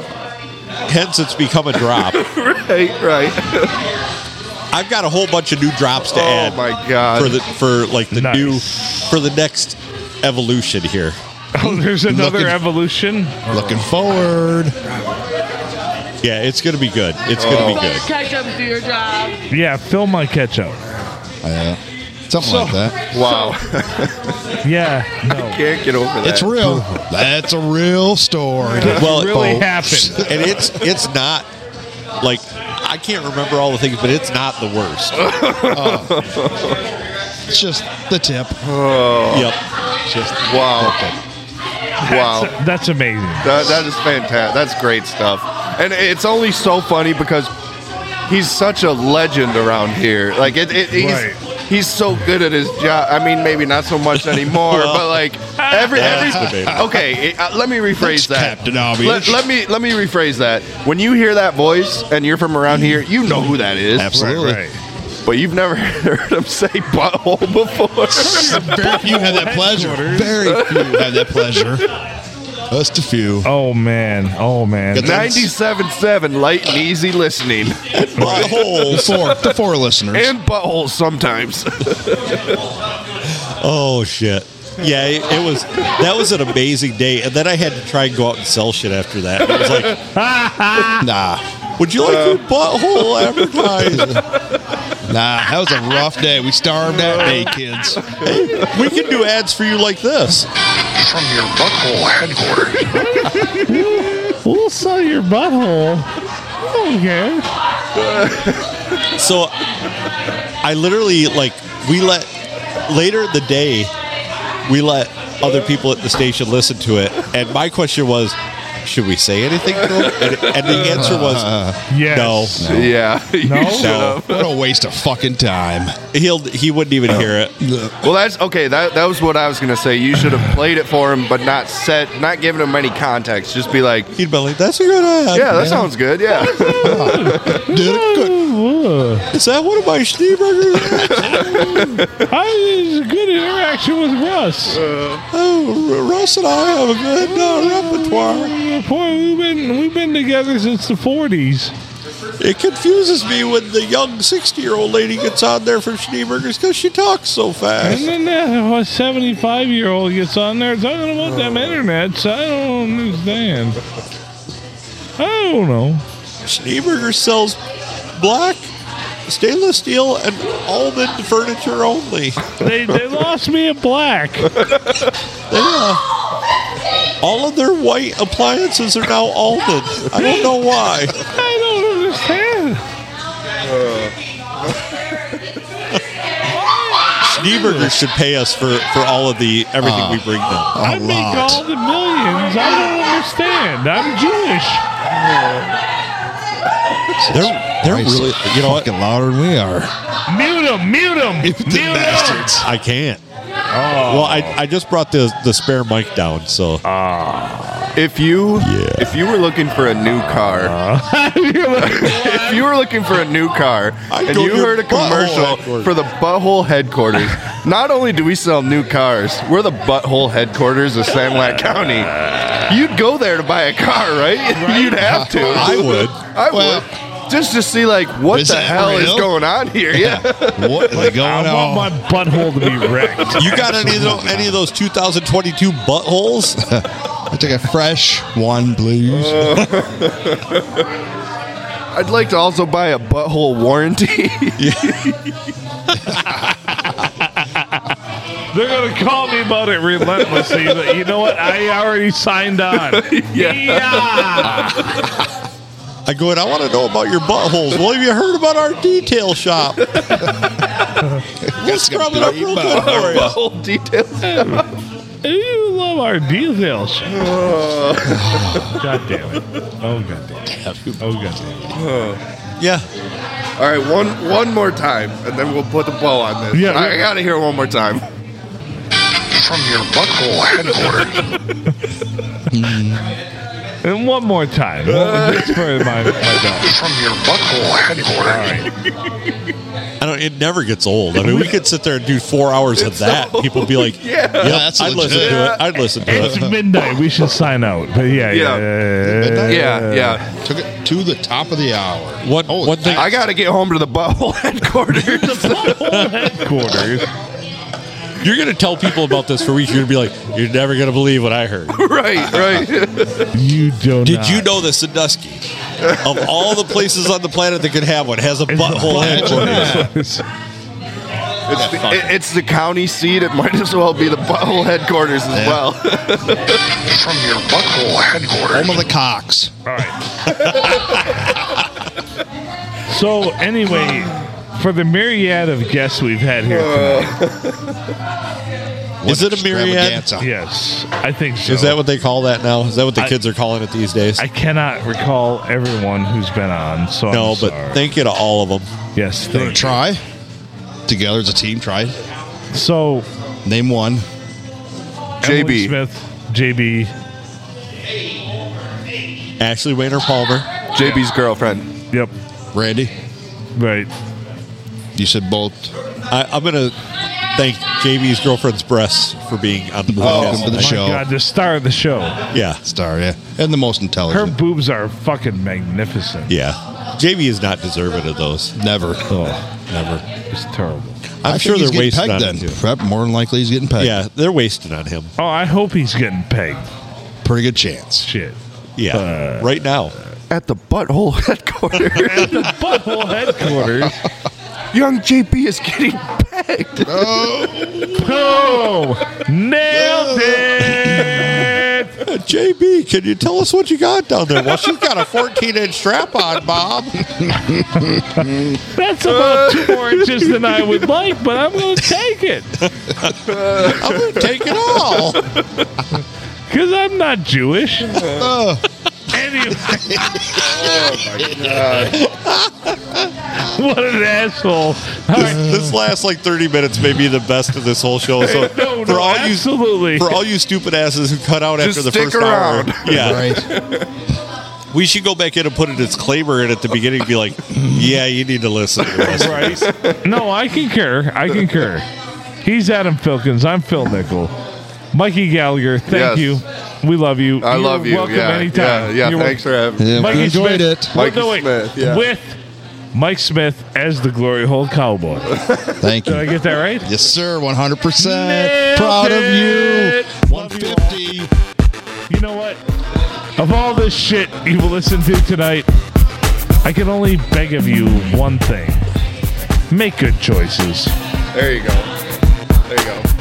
Speaker 8: hence it's become a drop.
Speaker 5: right, right.
Speaker 8: I've got a whole bunch of new drops to add. Oh my
Speaker 5: god!
Speaker 8: For the for like the new for the next evolution here.
Speaker 1: Oh, there's another evolution.
Speaker 8: Looking forward. Yeah, it's gonna be good. It's gonna
Speaker 9: Oh.
Speaker 8: be
Speaker 14: Put
Speaker 8: good.
Speaker 14: your ketchup to your job.
Speaker 1: Yeah, fill my ketchup.
Speaker 16: Yeah. Something like that.
Speaker 5: Wow.
Speaker 1: yeah. No.
Speaker 5: I can't get over that.
Speaker 16: It's real. That's a real story.
Speaker 8: Well,
Speaker 16: folks.
Speaker 8: and it's it's not like I can't remember all the things, but it's not the worst. Oh.
Speaker 16: it's just the tip.
Speaker 8: Yep.
Speaker 5: Just Oh. wow. Wow.
Speaker 1: That's, that's amazing.
Speaker 5: That, that is fantastic. That's great stuff. And it's only so funny because he's such a legend around here. Like it, it he's
Speaker 1: Right.
Speaker 5: he's so good at his job. I mean, maybe not so much anymore,
Speaker 16: Well,
Speaker 5: but like every
Speaker 16: that's
Speaker 5: every
Speaker 16: debatable.
Speaker 5: okay. it- uh, let me
Speaker 16: That's
Speaker 5: rephrase that.
Speaker 16: Captain Obvious.
Speaker 5: Let, let me let me rephrase that. When you hear that voice and you're from around here, you know who that is.
Speaker 16: Absolutely.
Speaker 1: Right,
Speaker 5: But you've never heard him say butthole before.
Speaker 16: Very few had that pleasure. Very few had that pleasure. Just a few.
Speaker 1: Oh man. Oh man.
Speaker 5: 97.7 light and easy listening.
Speaker 16: The four, the four listeners.
Speaker 5: And buttholes sometimes.
Speaker 8: Oh shit. Yeah, it, it was that was an amazing day, and then I had to try and go out and sell shit after that. And I was like,
Speaker 16: nah.
Speaker 8: Would you like
Speaker 5: Uh,
Speaker 8: your butthole advertised?
Speaker 16: Nah, that was a rough day. We starved that day, kids.
Speaker 8: we can do ads for you like this.
Speaker 3: From your butthole headquarters.
Speaker 8: We'll sell your butthole. Okay. so I literally like we let later in the day we let other people at the station listen to it, and my question was, should we say anything to them? And, and the answer was
Speaker 1: Yes.
Speaker 8: no.
Speaker 5: Yeah. you
Speaker 1: No?
Speaker 5: should
Speaker 8: No.
Speaker 5: have.
Speaker 16: What a waste of fucking time. Oh.
Speaker 8: He'll he wouldn't even hear it.
Speaker 5: Well, that's okay. That that was what I was gonna say. You should have played it for him, but not set, not giving him any context. Just be like,
Speaker 8: He'd be like, "That's a good ad."
Speaker 5: yeah, that sounds good. Yeah,
Speaker 16: Did it good.
Speaker 8: Is that one of my Schneeburgers?
Speaker 1: I had good interaction with Russ.
Speaker 8: oh, Russ and I have a good uh, repertoire.
Speaker 1: Boy, we've been we've been together since the forties.
Speaker 8: It confuses me when the young 60 year old lady gets on there for Schneeburgers because she talks so
Speaker 1: And
Speaker 8: fast.
Speaker 1: then that seventy-five year old gets on there talking about them internets. I don't understand. I don't know.
Speaker 8: Schneeburger sells black, stainless steel, and almond furniture only.
Speaker 1: They they lost me at black.
Speaker 8: They, uh, all of their white appliances are now almond. I don't know why.
Speaker 1: I don't understand.
Speaker 5: Uh,
Speaker 8: Schneeburger should pay us for, for all of the everything we bring them.
Speaker 1: Uh, I make all the millions. I don't understand. I'm Jewish.
Speaker 8: They're, they're
Speaker 16: Christ,
Speaker 8: really, you know what?
Speaker 16: fucking louder than we are.
Speaker 1: Mute him. Mute him. Mute
Speaker 16: The
Speaker 1: him.
Speaker 16: bastards.
Speaker 8: I can't.
Speaker 1: Oh.
Speaker 8: Well, I, I just brought the, the spare mic down, so.
Speaker 5: if you if you were looking for a new car, if you were looking for a new car,
Speaker 8: I'd
Speaker 5: and
Speaker 8: go
Speaker 5: you
Speaker 8: to
Speaker 5: heard a
Speaker 8: Butthole
Speaker 5: commercial
Speaker 8: Headquarters.
Speaker 5: for the Butthole Headquarters, not only do we sell new cars, we're the Butthole Headquarters of San Juan County. You'd go there to buy a car, right? You'd have to.
Speaker 8: I would.
Speaker 5: I
Speaker 16: Well-
Speaker 5: would. Just to see, like, what
Speaker 16: Is
Speaker 5: the
Speaker 16: that
Speaker 5: hell is
Speaker 16: real?
Speaker 5: going on here? Yeah.
Speaker 16: What is going
Speaker 1: I want
Speaker 16: on?
Speaker 1: my butthole to be wrecked.
Speaker 8: You got any of, tho- any of those 2022 buttholes?
Speaker 16: I take a fresh one, blues.
Speaker 5: Uh, I'd like to also buy a butthole warranty.
Speaker 1: They're gonna call me about it relentlessly, but you know what? I already signed on. yeah.
Speaker 8: I go in, I want to know about your buttholes. Well, have you heard about our detail shop? we'll scrub it up real good for you.
Speaker 5: butthole details.
Speaker 1: You love our details.
Speaker 16: Uh,
Speaker 1: god damn it. Oh god damn it. Oh god damn
Speaker 8: Yeah.
Speaker 5: All right, one one more time, and then we'll put the bow on this.
Speaker 1: Yeah.
Speaker 5: I gotta hear it one more time.
Speaker 3: From your butthole headquarters.
Speaker 1: it. And one more time. Just for my, my dog.
Speaker 3: From your butthole headquarters.
Speaker 8: I don't. It never gets old. I mean, we could sit there and do four hours of that. People be like,
Speaker 1: Yeah.
Speaker 8: "Yeah,
Speaker 1: Yeah, that's
Speaker 8: I'd listen
Speaker 1: legit.
Speaker 8: to it. I'd listen to
Speaker 1: It's
Speaker 8: it."
Speaker 1: midnight. We should sign out. But yeah, yeah, yeah,
Speaker 16: Took it to the top of the hour.
Speaker 8: What?
Speaker 16: one thing-
Speaker 5: I got to get home to the butthole headquarters.
Speaker 1: Quarters.
Speaker 8: You're gonna tell people about this for weeks. You're gonna be like, "You're never gonna believe what I heard."
Speaker 5: right, right.
Speaker 1: You do
Speaker 8: Did
Speaker 1: not.
Speaker 8: you know that Sandusky, of all the places on the planet that could have one, has a butthole headquarters?
Speaker 5: It's the, it- it's the county seat. It might as well be the butthole headquarters as well.
Speaker 3: From your butthole headquarters.
Speaker 16: Home of the Cox.
Speaker 1: All right. so anyway, for the myriad of guests we've had here tonight,
Speaker 8: Is it a myriad?
Speaker 1: Yes, I think so.
Speaker 8: Is that what they call that now? Is that what the
Speaker 1: I-
Speaker 8: kids are calling it these days?
Speaker 1: I cannot recall everyone who's been on. So
Speaker 8: No,
Speaker 1: I'm
Speaker 8: but
Speaker 1: sorry.
Speaker 8: thank you to all of them.
Speaker 1: Yes,
Speaker 16: You want to try? Together as a team, try.
Speaker 1: So
Speaker 16: name one.
Speaker 1: Emily Smith, JB,
Speaker 8: Ashley Wayner Palmer,
Speaker 5: JB's girlfriend.
Speaker 1: Yep.
Speaker 16: Randy.
Speaker 1: Right.
Speaker 16: You said both.
Speaker 8: I, I'm gonna thank JB's girlfriend's breasts for being on the podcast.
Speaker 16: Welcome to Oh, the
Speaker 8: tonight.
Speaker 16: show.
Speaker 1: God, the star of the show.
Speaker 8: Yeah,
Speaker 16: star. Yeah, and the most
Speaker 1: Her
Speaker 16: intelligent.
Speaker 1: boobs are fucking magnificent.
Speaker 8: Yeah, JB is not deserving of those.
Speaker 16: Never.
Speaker 8: never.
Speaker 1: Oh. It's terrible.
Speaker 16: I
Speaker 8: I'm
Speaker 16: think
Speaker 8: sure
Speaker 16: he's
Speaker 8: they're
Speaker 16: getting
Speaker 8: wasting
Speaker 16: pegged
Speaker 8: on
Speaker 16: then.
Speaker 8: him. too.
Speaker 16: Prep more than likely he's getting pegged.
Speaker 8: Yeah, they're wasting on him.
Speaker 1: Oh, I hope he's getting pegged.
Speaker 16: Pretty good chance.
Speaker 1: Shit. Uh,
Speaker 8: Yeah, right now.
Speaker 5: At the butthole headquarters.
Speaker 1: At the butthole headquarters.
Speaker 5: Young JB is getting pegged.
Speaker 1: Oh, nailed it!
Speaker 8: JB, can you tell us what you got down there? Well, she's got a 14 inch strap on, Bob.
Speaker 1: That's about two more inches than I would like, but I'm going to take it.
Speaker 16: I'm gonna take it all.
Speaker 1: Because I'm not Jewish.
Speaker 16: Oh.
Speaker 1: Anyway.
Speaker 16: God.
Speaker 1: what an asshole.
Speaker 8: This, this last like 30 minutes may be the best of this whole show. So
Speaker 1: No,
Speaker 8: for
Speaker 1: no,
Speaker 8: all
Speaker 1: absolutely.
Speaker 8: you for all you stupid asses who cut out
Speaker 5: Just
Speaker 8: after the
Speaker 5: stick
Speaker 8: first
Speaker 5: around.
Speaker 8: hour, yeah, we should go back in and put a disclaimer in at the beginning. and Be like, yeah, you need to listen. To us.
Speaker 1: Right. No, I concur. I concur. He's Adam Filkins. I'm Phil Nickel. Mikey Gallagher,
Speaker 5: Yes.
Speaker 1: thank you. We love you.
Speaker 5: I
Speaker 1: You're
Speaker 5: love you.
Speaker 1: Welcome
Speaker 5: yeah,
Speaker 1: anytime.
Speaker 5: Yeah, yeah
Speaker 1: You're
Speaker 5: thanks for
Speaker 1: welcome.
Speaker 5: having me.
Speaker 1: Mikey Smith. Well,
Speaker 5: Mikey
Speaker 1: no, wait.
Speaker 5: Smith. Yeah.
Speaker 1: With Mike Smith as the Glory Hole Cowboy.
Speaker 16: Thank you.
Speaker 1: Did I get that right?
Speaker 16: Yes, sir. 100. percent
Speaker 1: Nailed
Speaker 16: Proud of you.
Speaker 1: it.
Speaker 16: 150.
Speaker 1: You know what? Of all this shit you will listen to tonight, I can only beg of you one thing. Make good choices.
Speaker 5: There you go. There you go.